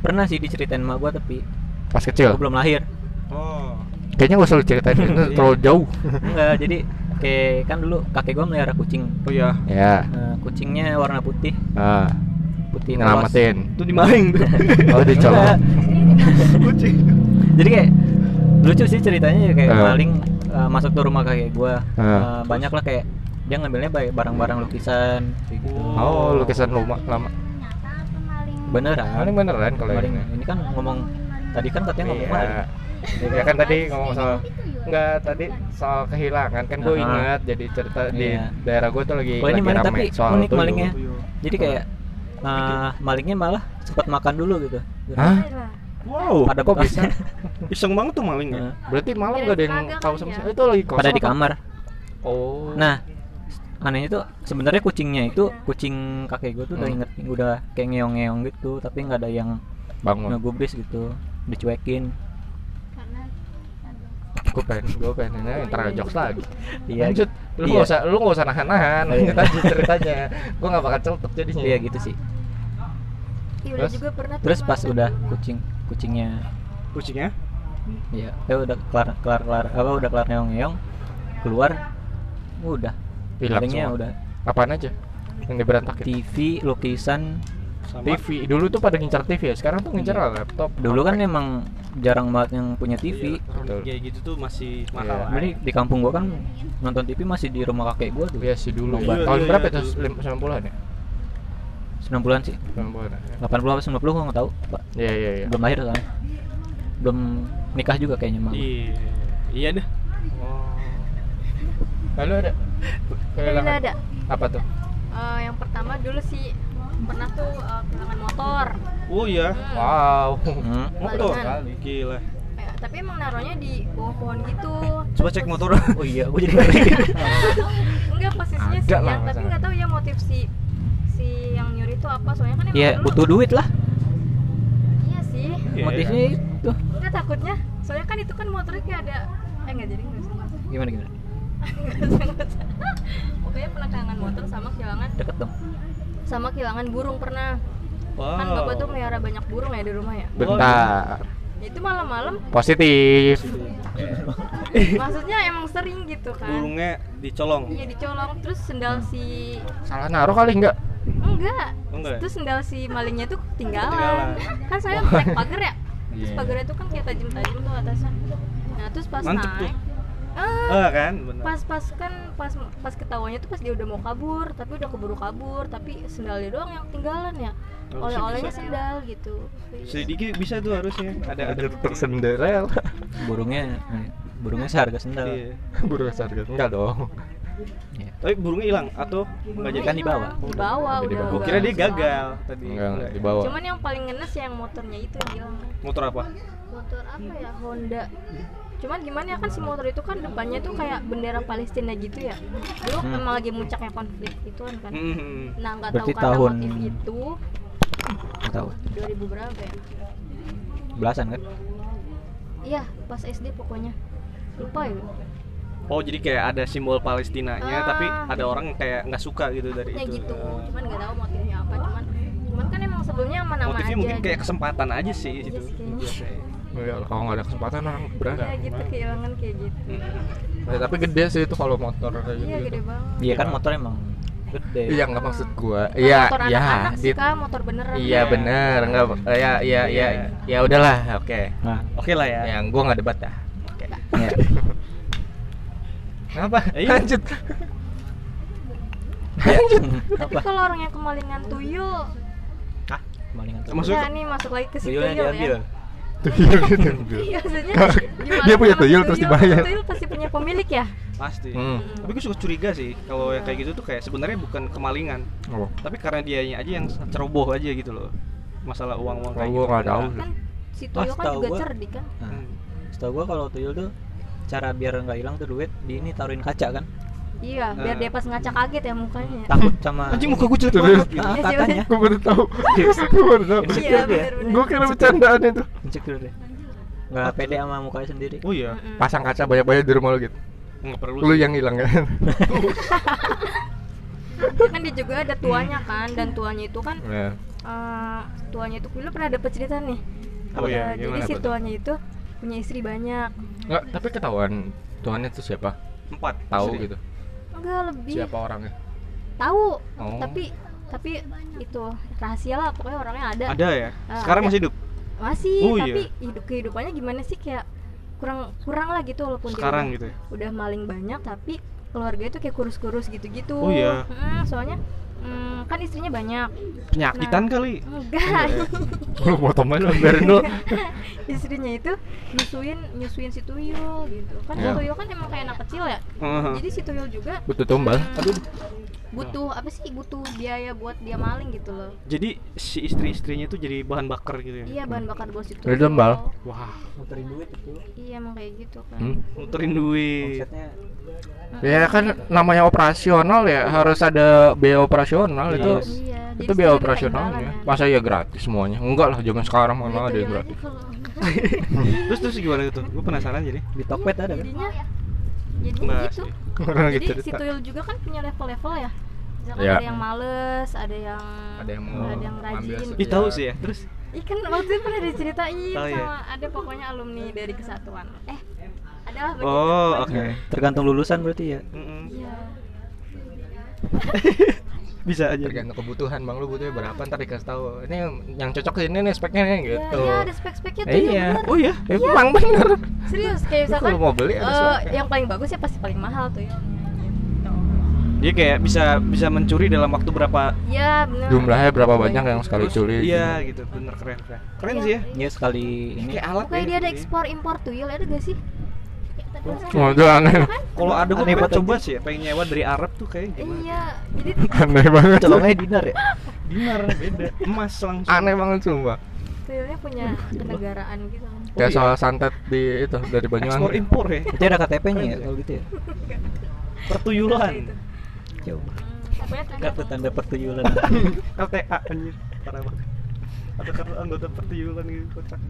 Speaker 3: pernah sih diceritain sama gua tapi
Speaker 1: Pas kecil.
Speaker 3: gua belum lahir.
Speaker 2: Oh.
Speaker 1: Kayaknya gue selalu ceritain itu terlalu jauh.
Speaker 3: Enggak, jadi kayak kan dulu kakek gua melihara kucing.
Speaker 2: Oh ya.
Speaker 1: Ya.
Speaker 3: Nah, kucingnya warna putih,
Speaker 1: Nah,
Speaker 3: putih polos.
Speaker 1: nyelamatin.
Speaker 2: Itu dimaling tuh.
Speaker 1: Oh,
Speaker 3: Enggak.
Speaker 1: dicolok.
Speaker 2: Kucing.
Speaker 3: Jadi kayak lucu sih ceritanya kayak
Speaker 1: Eh.
Speaker 3: maling eh, masuk ke rumah kakek gua.
Speaker 1: Eh.
Speaker 3: Eh, banyak lah kayak dia ngambilnya ba- barang-barang lukisan kayak gitu.
Speaker 1: Oh,
Speaker 2: iya.
Speaker 1: lukisan rumah lama.
Speaker 4: nyata apa maling
Speaker 1: Paling
Speaker 3: Beneran.
Speaker 1: beneran kalau
Speaker 3: Maling.
Speaker 1: ini.
Speaker 3: Ini kan ngomong tadi kan katanya ngomong maling.
Speaker 1: Iya. Ya kan tadi ngomong soal
Speaker 4: gitu,
Speaker 1: Enggak, tadi soal kehilangan kan gue
Speaker 3: Aha.
Speaker 1: ingat jadi cerita di
Speaker 3: Iya.
Speaker 1: daerah gue tuh lagi
Speaker 3: Oh, ini
Speaker 1: lagi
Speaker 3: maling,
Speaker 1: rame
Speaker 3: tapi
Speaker 1: soal
Speaker 3: unik
Speaker 1: tuyul.
Speaker 3: malingnya.
Speaker 2: Tuyul.
Speaker 3: Jadi kayak eh, malingnya malah sempat makan dulu gitu.
Speaker 4: Iya,
Speaker 1: Hah?
Speaker 2: Wow.
Speaker 3: Pada
Speaker 1: kok
Speaker 3: bekasnya.
Speaker 2: Iseng banget tuh maling ya.
Speaker 3: Nah,
Speaker 1: Berarti malam
Speaker 5: Dari
Speaker 1: gak ada yang
Speaker 5: seragam
Speaker 1: tahu
Speaker 5: aja.
Speaker 1: sama sekali. Itu lagi kosong.
Speaker 3: pada di
Speaker 1: apa?
Speaker 3: kamar.
Speaker 1: Oh.
Speaker 3: Nah, anehnya tuh sebenarnya kucingnya itu kucing kakek gue tuh udah
Speaker 1: Hmm.
Speaker 3: inget udah kayak ngeong-ngeong gitu, tapi nggak ada yang
Speaker 1: bangun.
Speaker 3: ngegubris gitu, dicuekin.
Speaker 4: karena
Speaker 1: Gue pengen, gue pengen nanya antara jokes lagi.
Speaker 3: Iya,
Speaker 1: Lanjut. Lu
Speaker 3: Iya.
Speaker 1: nggak usah, lu nggak usah nahan-nahan.
Speaker 3: Iya.
Speaker 1: Lanjut aja ceritanya. gue nggak bakal celtek jadinya.
Speaker 3: iya gitu sih.
Speaker 5: Iya
Speaker 1: Terus?
Speaker 5: juga pernah tuh
Speaker 3: Terus
Speaker 5: sama
Speaker 3: pas
Speaker 5: temen
Speaker 3: udah
Speaker 5: gua.
Speaker 3: kucing kucingnya
Speaker 2: Kucingnya?
Speaker 3: ya eh, udah kelar kelar kelar apa udah kelar ngeong-ngeong keluar udah
Speaker 1: Hilang
Speaker 3: malingnya
Speaker 1: semua.
Speaker 3: udah
Speaker 1: Apaan aja? Yang diberantakin.
Speaker 3: TV lukisan
Speaker 2: Sama.
Speaker 1: TV. Dulu tuh pada ngincar TV ya. Sekarang tuh ngincar laptop.
Speaker 3: Iya. dulu kan emang jarang banget yang punya TV
Speaker 2: Iya, elektronik
Speaker 1: Betul.
Speaker 2: kayak gitu tuh masih
Speaker 1: Iya.
Speaker 2: mahal. lah.
Speaker 3: Jadi di kampung gua kan nonton TV masih di rumah kakek gua tuh.
Speaker 1: Iya sih dulu.
Speaker 2: Iya,
Speaker 1: Tahun
Speaker 2: iya,
Speaker 1: berapa
Speaker 2: iya,
Speaker 1: itu?
Speaker 2: dulu.
Speaker 1: 90-an ya?
Speaker 3: 90-an sih.
Speaker 1: 90-an. ya?
Speaker 3: 80 apa 90 gua enggak tahu, Pak.
Speaker 1: Iya, iya, iya.
Speaker 3: Belum lahir soalnya. Belum nikah juga kayaknya, Mang.
Speaker 2: Iya. Iya deh.
Speaker 1: Oh. Lalu ada
Speaker 5: Tapi
Speaker 1: kehilangan
Speaker 5: ada
Speaker 1: apa tuh?
Speaker 5: Eh, yang pertama dulu sih pernah tuh eh, kehilangan motor
Speaker 2: Oh iya.
Speaker 5: Hmm.
Speaker 1: Wow.
Speaker 3: Hmm.
Speaker 2: Motor.
Speaker 5: Balingan.
Speaker 2: Gila.
Speaker 5: Eh, tapi emang naruhnya di bawah pohon gitu
Speaker 2: Coba cek motor.
Speaker 3: Oh iya, gua jadi ngerti.
Speaker 5: enggak posisinya
Speaker 1: Ada
Speaker 5: sih
Speaker 1: lah,
Speaker 5: ya, tapi
Speaker 1: masa
Speaker 5: nggak tahu ya motif si si yang nyuri itu apa soalnya kan emang
Speaker 3: Iya,
Speaker 5: dulu-
Speaker 3: butuh duit lah.
Speaker 5: iya sih
Speaker 2: Iya,
Speaker 3: Motifnya itu.
Speaker 5: enggak takutnya soalnya kan itu kan motornya kayak ada eh enggak jadi enggak usah enggak usah.
Speaker 3: Gimana gimana?
Speaker 5: Enggak usah, enggak usah. pokoknya pernah kehilangan motor sama kehilangan
Speaker 3: Deket dong.
Speaker 5: sama kehilangan burung pernah Kan bapak tuh melihara banyak burung ya di rumah ya.
Speaker 1: bentar
Speaker 5: Itu malam-malam
Speaker 1: positif
Speaker 5: maksudnya emang sering gitu kan.
Speaker 2: burungnya dicolong
Speaker 5: Iya dicolong terus sendal si
Speaker 1: salah naruh kali enggak
Speaker 5: enggak.
Speaker 2: Oh, enggak ya?
Speaker 5: Terus sendal si malingnya tuh
Speaker 2: Ketinggalan. Iya.
Speaker 5: ketinggalan. Kan saya naik pagar ya. Terus pagarnya tuh kan kayak tajam-tajam tuh atasnya. Nah, terus pas
Speaker 2: Mantep tuh.
Speaker 5: naik. Ah,
Speaker 2: ah kan benar
Speaker 5: pas pas kan pas pas ketawanya tuh pas dia udah mau kabur tapi udah keburu kabur tapi sendalnya doang yang ketinggalan ya
Speaker 2: Oh,
Speaker 5: oleh-olehnya
Speaker 2: bisa.
Speaker 5: sendal gitu
Speaker 2: sedikit bisa tuh harusnya ada ada
Speaker 1: tersenderel
Speaker 3: burungnya eh, burungnya seharga sendal Iya,
Speaker 2: Iya.
Speaker 1: burung sarga gitu. enggak dong
Speaker 2: tapi burungnya hilang atau nggak jadi
Speaker 3: Kan di bawah.
Speaker 5: di bawah
Speaker 1: Ada di
Speaker 5: udah
Speaker 1: bawah.
Speaker 2: Gua
Speaker 5: udah
Speaker 2: kira dia
Speaker 5: hilang.
Speaker 2: gagal tadi
Speaker 1: enggak enggak di
Speaker 2: Enggak.
Speaker 1: bawah
Speaker 5: cuman yang paling ngenes yang motornya itu yang hilang
Speaker 2: motor apa
Speaker 5: Kan. motor apa ya Honda cuman gimana ya kan si motor itu kan depannya tuh kayak bendera Palestina gitu ya dulu emang lagi muncaknya konflik itu kan
Speaker 2: Hmm.
Speaker 5: nah nggak tahu
Speaker 3: Berarti
Speaker 5: karena
Speaker 3: tahun-
Speaker 5: motif itu
Speaker 3: Nggak tahu
Speaker 5: 2000 berapa ya
Speaker 3: belasan kan
Speaker 5: iya pas SD pokoknya lupa ya
Speaker 2: oh jadi kayak ada simbol Palestinanya
Speaker 5: Ah.
Speaker 2: tapi ada orang kayak nggak suka gitu dari
Speaker 5: ya
Speaker 2: itu
Speaker 5: gitu cuman nggak tahu motifnya apa cuman cuman kan emang sebelumnya nama-nama aja
Speaker 2: motifnya mungkin kayak
Speaker 5: gitu.
Speaker 2: kesempatan aja sih gitu
Speaker 5: sih, kayaknya.
Speaker 2: Biasanya.
Speaker 1: Enggak lah, kalau nggak ada kesempatan orang berada
Speaker 5: ya gitu kehilangan kayak gitu
Speaker 2: Hmm.
Speaker 1: tapi gede sih itu kalau motor kayak
Speaker 5: iya
Speaker 1: gitu
Speaker 5: gede banget
Speaker 3: iya kan motor emang gede
Speaker 1: iya nggak maksud gua iya
Speaker 5: motor
Speaker 1: iya
Speaker 5: anak-anak sih
Speaker 1: Dit.
Speaker 5: kak motor beneran
Speaker 1: iya bener enggak ya ya
Speaker 2: Iya.
Speaker 1: ya ya udahlah oke
Speaker 3: nah
Speaker 2: oke lah ya
Speaker 1: yang gua nggak debat dah
Speaker 3: ya.
Speaker 1: Kenapa?
Speaker 2: Iya.
Speaker 1: Lanjut.
Speaker 5: tapi kalau orang yang kemalingan tuyul
Speaker 3: ah malingan tuh
Speaker 2: Maksud-
Speaker 5: ya nih masuk lagi ke si tuyul
Speaker 3: tuyulnya diambil
Speaker 5: ya
Speaker 1: tuyul
Speaker 2: gitu.
Speaker 1: diambil.
Speaker 5: Iya, maksudnya gimana
Speaker 1: Dia punya
Speaker 5: sama
Speaker 1: tuyul terus dibayar.
Speaker 5: Tuyul pasti punya pemilik ya?
Speaker 2: pasti
Speaker 1: Hmm.
Speaker 2: tapi gue suka curiga sih kalau yang kayak gitu tuh kayak sebenarnya bukan kemalingan
Speaker 1: Oh,
Speaker 2: tapi karena dianya aja yang ceroboh aja gitu loh masalah uang uang
Speaker 1: gua
Speaker 2: kayak gitu
Speaker 1: nggak tahu.
Speaker 5: Kan si tuyul kan
Speaker 3: setahu
Speaker 5: juga
Speaker 3: gua.
Speaker 5: cerdik kan?
Speaker 3: nah,
Speaker 2: Hmm.
Speaker 3: setahu gua kalau tuyul tuh cara biar nggak hilang tuh duit di ini taruhin kaca kan
Speaker 5: Iya, biar
Speaker 2: Eh.
Speaker 5: dia pas ngaca kaget ya mukanya.
Speaker 3: takut sama
Speaker 2: anjing muka gue jelek
Speaker 1: Terus.
Speaker 2: banget gitu.
Speaker 3: Ah,
Speaker 5: Iya sih,
Speaker 3: katanya
Speaker 1: Gue baru tahu. Gue baru tahu.
Speaker 5: Iya,
Speaker 3: Insecure dia.
Speaker 5: benar-benar.
Speaker 1: Gue kira bercandaan itu.
Speaker 3: insecure deh nggak pede sama mukanya sendiri
Speaker 2: oh iya
Speaker 5: Mm-mm.
Speaker 1: Pasang kaca banyak-banyak di rumah lu gitu.
Speaker 2: nggak perlu
Speaker 1: Lu
Speaker 2: sih.
Speaker 1: yang hilang kan?
Speaker 5: kan dia juga ada tuanya kan dan tuanya itu kan
Speaker 1: Nah,
Speaker 5: eh, tuanya itu dulu pernah dapet cerita nih.
Speaker 2: Oh
Speaker 5: Eh,
Speaker 2: iya,
Speaker 5: jadi
Speaker 2: gimana
Speaker 5: si
Speaker 2: tuh?
Speaker 5: tuanya itu punya istri banyak.
Speaker 1: Nggak, tapi ketahuan tuannya itu siapa?
Speaker 2: empat
Speaker 1: Tahu
Speaker 2: Serius.
Speaker 1: gitu.
Speaker 5: Enggak lebih.
Speaker 1: Siapa orangnya?
Speaker 5: Tahu,
Speaker 1: Oh.
Speaker 5: tapi tapi itu rahasia lah pokoknya orangnya ada.
Speaker 2: ada ya
Speaker 5: Ah,
Speaker 2: sekarang
Speaker 5: ada.
Speaker 2: masih hidup
Speaker 5: Masih,
Speaker 2: Oh,
Speaker 5: tapi
Speaker 2: iya.
Speaker 5: hidup kehidupannya gimana sih kayak kurang kurang lah gitu walaupun dia
Speaker 2: sekarang
Speaker 5: udah-
Speaker 2: gitu ya
Speaker 5: udah maling banyak tapi keluarga itu kayak kurus-kurus gitu-gitu.
Speaker 2: Oh, iya.
Speaker 5: Mm, soalnya mm, kan istrinya banyak.
Speaker 2: penyakitan
Speaker 5: Nah.
Speaker 2: kali
Speaker 5: Enggak.
Speaker 1: Lu mau temen lu biarin dulu.
Speaker 5: istrinya itu nyusuin nyusuin si tuyul gitu. Kan si
Speaker 1: Iya.
Speaker 5: tuyul kan emang kayak anak kecil ya.
Speaker 2: Heeh.
Speaker 5: Jadi si tuyul juga
Speaker 1: Butuh tumbal.
Speaker 5: Aduh. butuh apa sih butuh biaya buat dia maling gitu loh.
Speaker 2: jadi si istri-istrinya tuh jadi bahan bakar gitu ya
Speaker 5: Iya bahan bakar bos itu.
Speaker 1: Dari dembal.
Speaker 2: wah
Speaker 3: muterin duit itu
Speaker 5: Iya emang kayak gitu kan.
Speaker 1: Hmm.
Speaker 2: muterin duit
Speaker 3: omsetnya
Speaker 1: Ya kan namanya operasional ya harus ada biaya operasional itu.
Speaker 3: Iya.
Speaker 5: Iya. jadi
Speaker 1: Itu
Speaker 5: si
Speaker 1: biaya
Speaker 5: tuyul
Speaker 1: operasional
Speaker 5: ketinggalan
Speaker 1: ya.
Speaker 5: kan.
Speaker 1: Masa ya gratis semuanya? Enggak lah zaman sekarang
Speaker 5: Iya,
Speaker 1: mana ada yang
Speaker 5: tuyul aja
Speaker 1: gratis.
Speaker 5: kalau-
Speaker 2: terus terus gimana gitu gue penasaran jadi
Speaker 3: di Tokped ada kan
Speaker 5: Jadinya jadinya
Speaker 2: Enggak
Speaker 5: gitu.
Speaker 2: sih.
Speaker 1: Orang
Speaker 5: Jadi
Speaker 1: gitu
Speaker 5: si tuyul juga kan punya level-level ya. Misalkan
Speaker 1: Ya.
Speaker 5: ada yang males, ada yang
Speaker 1: Ada yang mau
Speaker 5: ada yang
Speaker 1: ambil
Speaker 5: rajin. gitu.
Speaker 1: sendiri.
Speaker 2: ih tahu sih ya terus
Speaker 5: Ih kan waktu itu pernah diceritain
Speaker 1: ya.
Speaker 2: Oh,
Speaker 5: sama
Speaker 2: iya.
Speaker 5: ada pokoknya alumni dari kesatuan. Eh, adalah begitu.
Speaker 2: oh oke
Speaker 3: tergantung lulusan berarti ya
Speaker 2: Mm-mm.
Speaker 5: Iya.
Speaker 2: bisa aja
Speaker 1: tergantung kebutuhan bang lu butuhnya berapa ntar dikasih tahu ini yang cocok sih, ini nih speknya nih
Speaker 2: Iya,
Speaker 5: Ya,
Speaker 1: gitu
Speaker 5: ya, ada spek-speknya tuh.
Speaker 1: iya
Speaker 5: ya, bener.
Speaker 2: oh iya
Speaker 1: emang bener
Speaker 5: Serius kayak
Speaker 1: Lu
Speaker 5: misalkan
Speaker 1: kalau mau beli ada
Speaker 5: eh,
Speaker 1: spek-nya.
Speaker 5: yang paling bagus ya pasti paling mahal tuh ya.
Speaker 2: dia kayak bisa bisa mencuri dalam waktu berapa
Speaker 5: Iya, benar.
Speaker 1: jumlahnya berapa banyak yang sekali
Speaker 2: Iya. terus-
Speaker 1: culi
Speaker 2: iya gitu bener keren keren keren sih ya
Speaker 3: ya sekali ini
Speaker 2: kayak alat ya.
Speaker 5: Kayak Iya. dia ada ekspor impor tuyul ada gak sih?
Speaker 1: oh, itu aneh
Speaker 2: kalau ada gue
Speaker 3: Aneh
Speaker 2: pengen
Speaker 3: banget
Speaker 2: coba sih ya, pengen nyewa dari Arab tuh kayak gimana
Speaker 5: Iya, jadi
Speaker 1: aneh banget
Speaker 3: colongnya dinar ya
Speaker 2: dinar beda emas langsung
Speaker 1: aneh banget sumpah
Speaker 5: tuyulnya punya kenegaraan gitu.
Speaker 1: kayak
Speaker 2: iya.
Speaker 1: soal santet di itu dari
Speaker 2: ekspor
Speaker 1: Banyuwangi
Speaker 2: impor ya
Speaker 3: berarti ada KTP-nya ya kalau gitu ya
Speaker 5: Iya,
Speaker 2: pertuyulan
Speaker 3: coba
Speaker 5: Nah, Hmm, Pokoknya tanda
Speaker 3: kartu tanda pertuyulan
Speaker 2: LTA anjir parah banget atau kartu anggota pertuyulan gitu kocak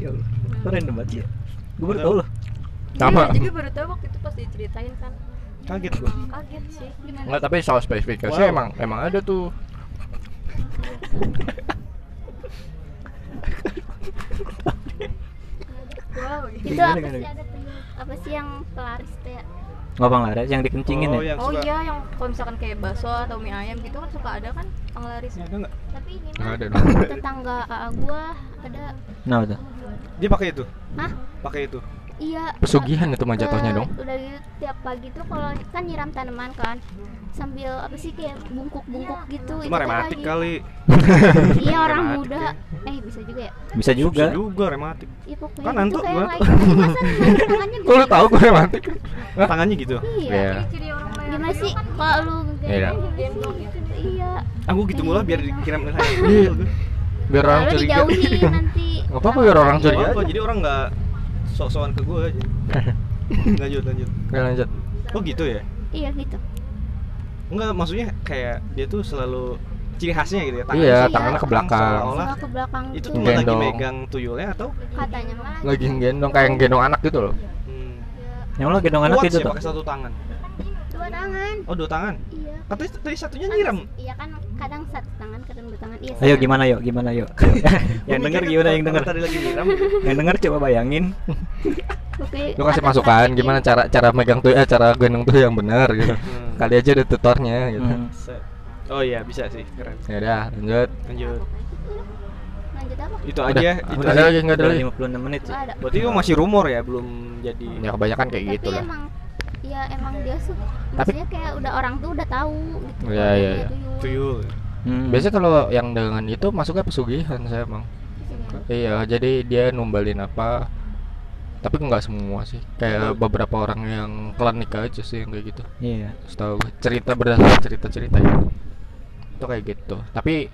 Speaker 3: ya Allah keren banget ya gue baru tau loh
Speaker 1: Apa?
Speaker 5: Iya, jadi baru tahu waktu itu pas diceritain kan.
Speaker 2: kaget gua
Speaker 5: Kaget sih.
Speaker 1: Enggak, tapi soal spesifikasi
Speaker 2: Wow.
Speaker 1: emang emang ada tuh
Speaker 5: wow gitu.
Speaker 4: itu
Speaker 3: Gimana,
Speaker 4: apa
Speaker 3: gimana?
Speaker 4: sih ada penyebab- apa sih yang pelaris ya? teh
Speaker 3: ngopang lares yang dikencingin
Speaker 2: oh,
Speaker 3: ya
Speaker 2: yang
Speaker 5: oh
Speaker 2: suka
Speaker 5: iya yang kalau misalkan kayak bakso atau mie ayam gitu kan suka ada kan penglaris
Speaker 2: Ada nggak?
Speaker 4: tapi ini
Speaker 1: Nggak
Speaker 4: mah
Speaker 1: ada dong.
Speaker 4: tetangga AA gua ada
Speaker 3: nah itu
Speaker 2: dia pakai itu
Speaker 4: Hah?
Speaker 2: pakai itu
Speaker 4: iya
Speaker 1: Pesugihan itu mah jatuhnya
Speaker 4: Eh,
Speaker 1: dong.
Speaker 4: udah gitu tiap pagi tuh kalau kan nyiram tanaman kan sambil apa sih kayak bungkuk-bungkuk gitu
Speaker 2: itu
Speaker 4: itu
Speaker 2: mah
Speaker 4: teh
Speaker 2: rematik
Speaker 4: lagi-
Speaker 2: kali
Speaker 4: iya orang
Speaker 1: Rematik
Speaker 4: muda eh bisa juga ya
Speaker 3: bisa
Speaker 2: juga
Speaker 3: juga
Speaker 2: juga rematik
Speaker 4: Iya pokoknya
Speaker 2: Kan
Speaker 4: itu
Speaker 2: ngantuk
Speaker 4: kayak
Speaker 2: gua. ah.
Speaker 4: lagi Masa tangannya
Speaker 1: Kok lu
Speaker 4: gede?
Speaker 1: tahu gue mati?
Speaker 2: tangannya gitu
Speaker 4: Iya.
Speaker 1: Iya.
Speaker 5: ciri orang Melayu
Speaker 4: Gimana sih kalau lu
Speaker 1: Iya.
Speaker 4: gimana sih? Iya.
Speaker 2: aku gitu mula biar dikira nilai
Speaker 1: Iya.
Speaker 2: Gitu.
Speaker 1: Biar orang
Speaker 4: Kalau
Speaker 1: curiga.
Speaker 4: dijauhi nanti.
Speaker 1: Nggak apa-apa biar orang
Speaker 2: jadi
Speaker 1: curiga.
Speaker 2: apa jadi orang nggak sok-sokan ke gue aja lanjut lanjut
Speaker 1: Oke, lanjut.
Speaker 2: oh gitu ya
Speaker 4: Iya gitu.
Speaker 2: Enggak, maksudnya kayak dia tuh selalu ciri khasnya gitu ya.
Speaker 1: Iya,
Speaker 4: tangannya
Speaker 1: ke belakang.
Speaker 2: Seolah
Speaker 4: Sebelah ke belakang
Speaker 2: itu
Speaker 4: itu
Speaker 2: tuh lagi
Speaker 1: Gendong.
Speaker 2: megang tuyulnya atau
Speaker 4: katanya mah
Speaker 1: Lagi gendong kayak gendong anak gitu loh.
Speaker 2: hmm,
Speaker 3: yang lo gendong anak
Speaker 2: kuat
Speaker 3: itu
Speaker 2: sih
Speaker 3: tuh
Speaker 2: pakai satu tangan.
Speaker 4: dua tangan.
Speaker 2: Oh, dua tangan.
Speaker 4: Iya.
Speaker 2: Katanya tadi satunya
Speaker 4: Kan-
Speaker 2: nyiram.
Speaker 4: Iya kan kadang satu tangan kadang dua tangan. Iya.
Speaker 3: ayo
Speaker 4: sama.
Speaker 3: gimana yuk gimana yuk yang
Speaker 2: Gua
Speaker 3: denger
Speaker 2: mikirnya
Speaker 3: gimana yang
Speaker 2: kalau
Speaker 3: denger
Speaker 2: Tadi lagi nyiram.
Speaker 3: yang denger coba bayangin
Speaker 4: Oke.
Speaker 1: Lu kasih
Speaker 4: kadang
Speaker 1: masukan
Speaker 4: praktekin.
Speaker 1: gimana cara cara megang tuh eh, cara gendong tuh yang benar gitu.
Speaker 2: Hmm,
Speaker 1: Kali aja ada tutornya gitu.
Speaker 3: Hmm.
Speaker 2: set. Oh iya, bisa sih. Keren.
Speaker 1: Ya udah, lanjut.
Speaker 2: Lanjut.
Speaker 4: Lanjut apa?
Speaker 2: Itu
Speaker 1: Udah,
Speaker 2: aja.
Speaker 1: udah
Speaker 2: Itu
Speaker 1: ada
Speaker 2: aja.
Speaker 1: lagi enggak ada
Speaker 3: udah
Speaker 1: lagi.
Speaker 3: 56 menit sih
Speaker 4: Gak ada.
Speaker 2: Berarti itu masih rumor ya, belum jadi.
Speaker 1: Ya kebanyakan kayak
Speaker 4: Tapi
Speaker 1: gitu lah.
Speaker 4: emang ya emang dia suka
Speaker 1: Tapi-
Speaker 4: maksudnya kayak udah orang tuh udah tahu gitu.
Speaker 1: Iya,
Speaker 4: kalau
Speaker 1: iya,
Speaker 4: dia
Speaker 1: iya.
Speaker 4: tuyul.
Speaker 2: Tuyul.
Speaker 3: Hmm.
Speaker 1: Biasanya kalau yang dengan itu masuknya pesugihan saya emang. Iya, jadi dia numbalin apa? Tapi nggak semua sih. Kayak beberapa orang yang klan nikah aja sih yang kayak gitu.
Speaker 3: iya
Speaker 1: Setahu gue cerita berdasarkan cerita-cerita ya. Itu kayak gitu. Tapi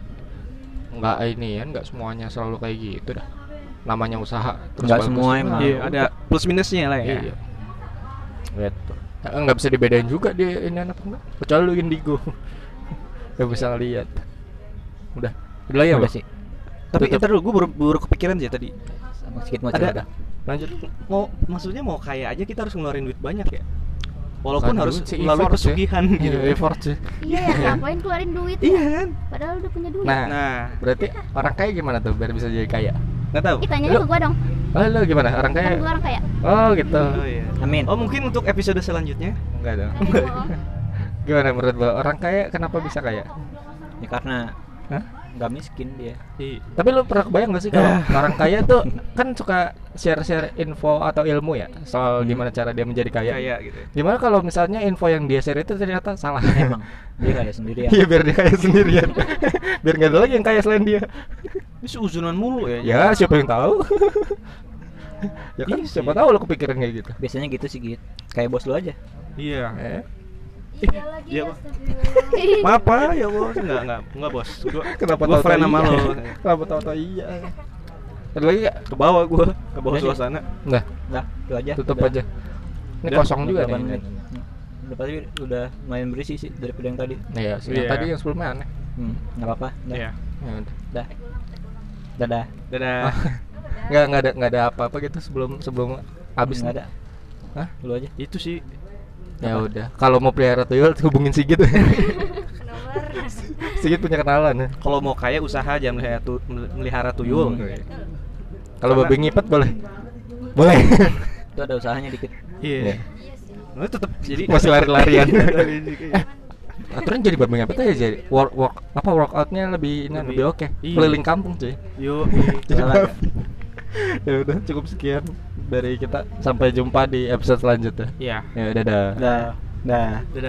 Speaker 1: nggak ini ya, nggak semuanya selalu kayak gitu dah. Namanya usaha.
Speaker 3: Nggak
Speaker 1: bagus
Speaker 3: semua
Speaker 1: juga.
Speaker 3: emang.
Speaker 2: Iya, ada plus minusnya lah ya.
Speaker 1: Iya. Gitu. Eh, Nggak bisa dibedain juga dia ini anak enggak. Kecuali lu indigo. Nggak bisa lihat. Udah. Udah ya,
Speaker 3: udah
Speaker 1: Bang?
Speaker 3: sih
Speaker 2: Tapi
Speaker 1: Tutup.
Speaker 2: ntar dulu gue baru, baru kepikiran sih tadi.
Speaker 3: sama sedikit mau
Speaker 2: Ada-
Speaker 3: cerita
Speaker 1: Lanjut.
Speaker 2: mau maksudnya mau kaya aja kita harus ngeluarin duit banyak ya walaupun
Speaker 1: Bukan
Speaker 2: harus
Speaker 1: duit sih,
Speaker 2: melalui
Speaker 1: effort sih.
Speaker 2: pesugihan gitu
Speaker 1: Iya, effort sih.
Speaker 4: Iya, ya, ngapain keluarin duit? ya?
Speaker 2: iya kan
Speaker 4: Padahal udah punya duit.
Speaker 1: Nah,
Speaker 2: nah
Speaker 1: Berarti orang kaya gimana tuh biar bisa jadi kaya?
Speaker 2: nggak tahu
Speaker 4: Ih, tanyanya
Speaker 1: Lu-
Speaker 4: ke gua dong.
Speaker 1: Oh, lo gimana? Orang
Speaker 4: Kan
Speaker 1: kaya?
Speaker 4: gua orang kaya.
Speaker 1: Oh, gitu.
Speaker 2: oh iya
Speaker 3: amin
Speaker 2: oh mungkin untuk episode selanjutnya
Speaker 1: Enggak dong.
Speaker 4: Kan gua bohong.
Speaker 1: Gimana menurut lo? Orang kaya kenapa bisa kaya?
Speaker 3: ya karena
Speaker 1: Hah?
Speaker 3: nggak miskin dia
Speaker 2: Iya.
Speaker 1: Tapi lo pernah kebayang gak sih kalau orang kaya tuh kan suka share-share info atau ilmu ya soal
Speaker 3: Hmm.
Speaker 1: gimana cara dia menjadi kaya.
Speaker 2: ya ya gitu
Speaker 1: Gimana kalau misalnya info yang dia share itu ternyata salah?
Speaker 3: emang Eh, dia kaya sendirian
Speaker 1: Iya biar dia kaya sendirian. biar nggak ada lagi yang kaya selain dia.
Speaker 2: ini seuzunan mulu ya
Speaker 1: Ya siapa yang tahu? ya kan
Speaker 2: Iya sih.
Speaker 1: siapa tahu lo kepikiran kayak gitu.
Speaker 3: biasanya gitu sih gitu kayak bos lu aja
Speaker 2: iya
Speaker 1: Eh,
Speaker 5: iya lagi
Speaker 2: Iya, Pak.
Speaker 5: astagfirullah.
Speaker 2: maaf Pak, ya bos nggak nggak nggak bos gua
Speaker 1: kenapa
Speaker 2: gua
Speaker 1: tahu-tahu
Speaker 2: friend sama
Speaker 1: iya?
Speaker 2: lo
Speaker 1: Kenapa tahu-tahu iya? Ada lagi nggak?
Speaker 2: ke bawah gua ke bawah
Speaker 3: Udah sih.
Speaker 2: suasana
Speaker 1: Nah,
Speaker 3: lah itu aja
Speaker 1: tutup
Speaker 3: Udah.
Speaker 1: aja. Ini
Speaker 2: Ya, Udah,
Speaker 1: kosong juga
Speaker 3: Delapan
Speaker 1: nih.
Speaker 3: menit. Hmm. Udah pasti udah lumayan berisi sih daripada yang tadi.
Speaker 1: Iya, sih. Yang
Speaker 2: Iya.
Speaker 1: tadi yang sebelumnya aneh.
Speaker 3: Hmm, nggak apa-apa. Dah.
Speaker 2: Iya.
Speaker 1: Ya udah.
Speaker 3: Dah. Dadah.
Speaker 1: Ah.
Speaker 2: dadah
Speaker 1: Nggak nggak ada nggak ada apa-apa gitu sebelum sebelum habis
Speaker 3: nggak ada.
Speaker 1: Hah?
Speaker 3: Lu aja.
Speaker 2: itu sih
Speaker 1: Ya udah. Kalau mau pelihara tuyul hubungin Sigit.
Speaker 5: nomor
Speaker 1: Sigit punya kenalan ya.
Speaker 2: kalau mau kaya usaha jangan melihara, tu- melihara tuyul
Speaker 1: Hmm. Kalau
Speaker 2: Karena-
Speaker 1: babi ngipet boleh. Boleh.
Speaker 3: Itu ada usahanya dikit.
Speaker 1: Iya.
Speaker 2: iya Nah, tetap jadi Iya,
Speaker 1: Masih lari-larian.
Speaker 2: Lari-larian.
Speaker 1: Aturan jadi babi ngipet aja jadi work work apa workoutnya lebih ini,
Speaker 2: Lebih-
Speaker 1: lebih oke.
Speaker 2: iya.
Speaker 1: Keliling kampung cuy.
Speaker 2: Yuk,
Speaker 3: Olahraga.
Speaker 1: Ya udah cukup sekian dari kita. Sampai jumpa di episode selanjutnya.
Speaker 2: ya.
Speaker 1: Ya dadah.
Speaker 3: Dah. Dah.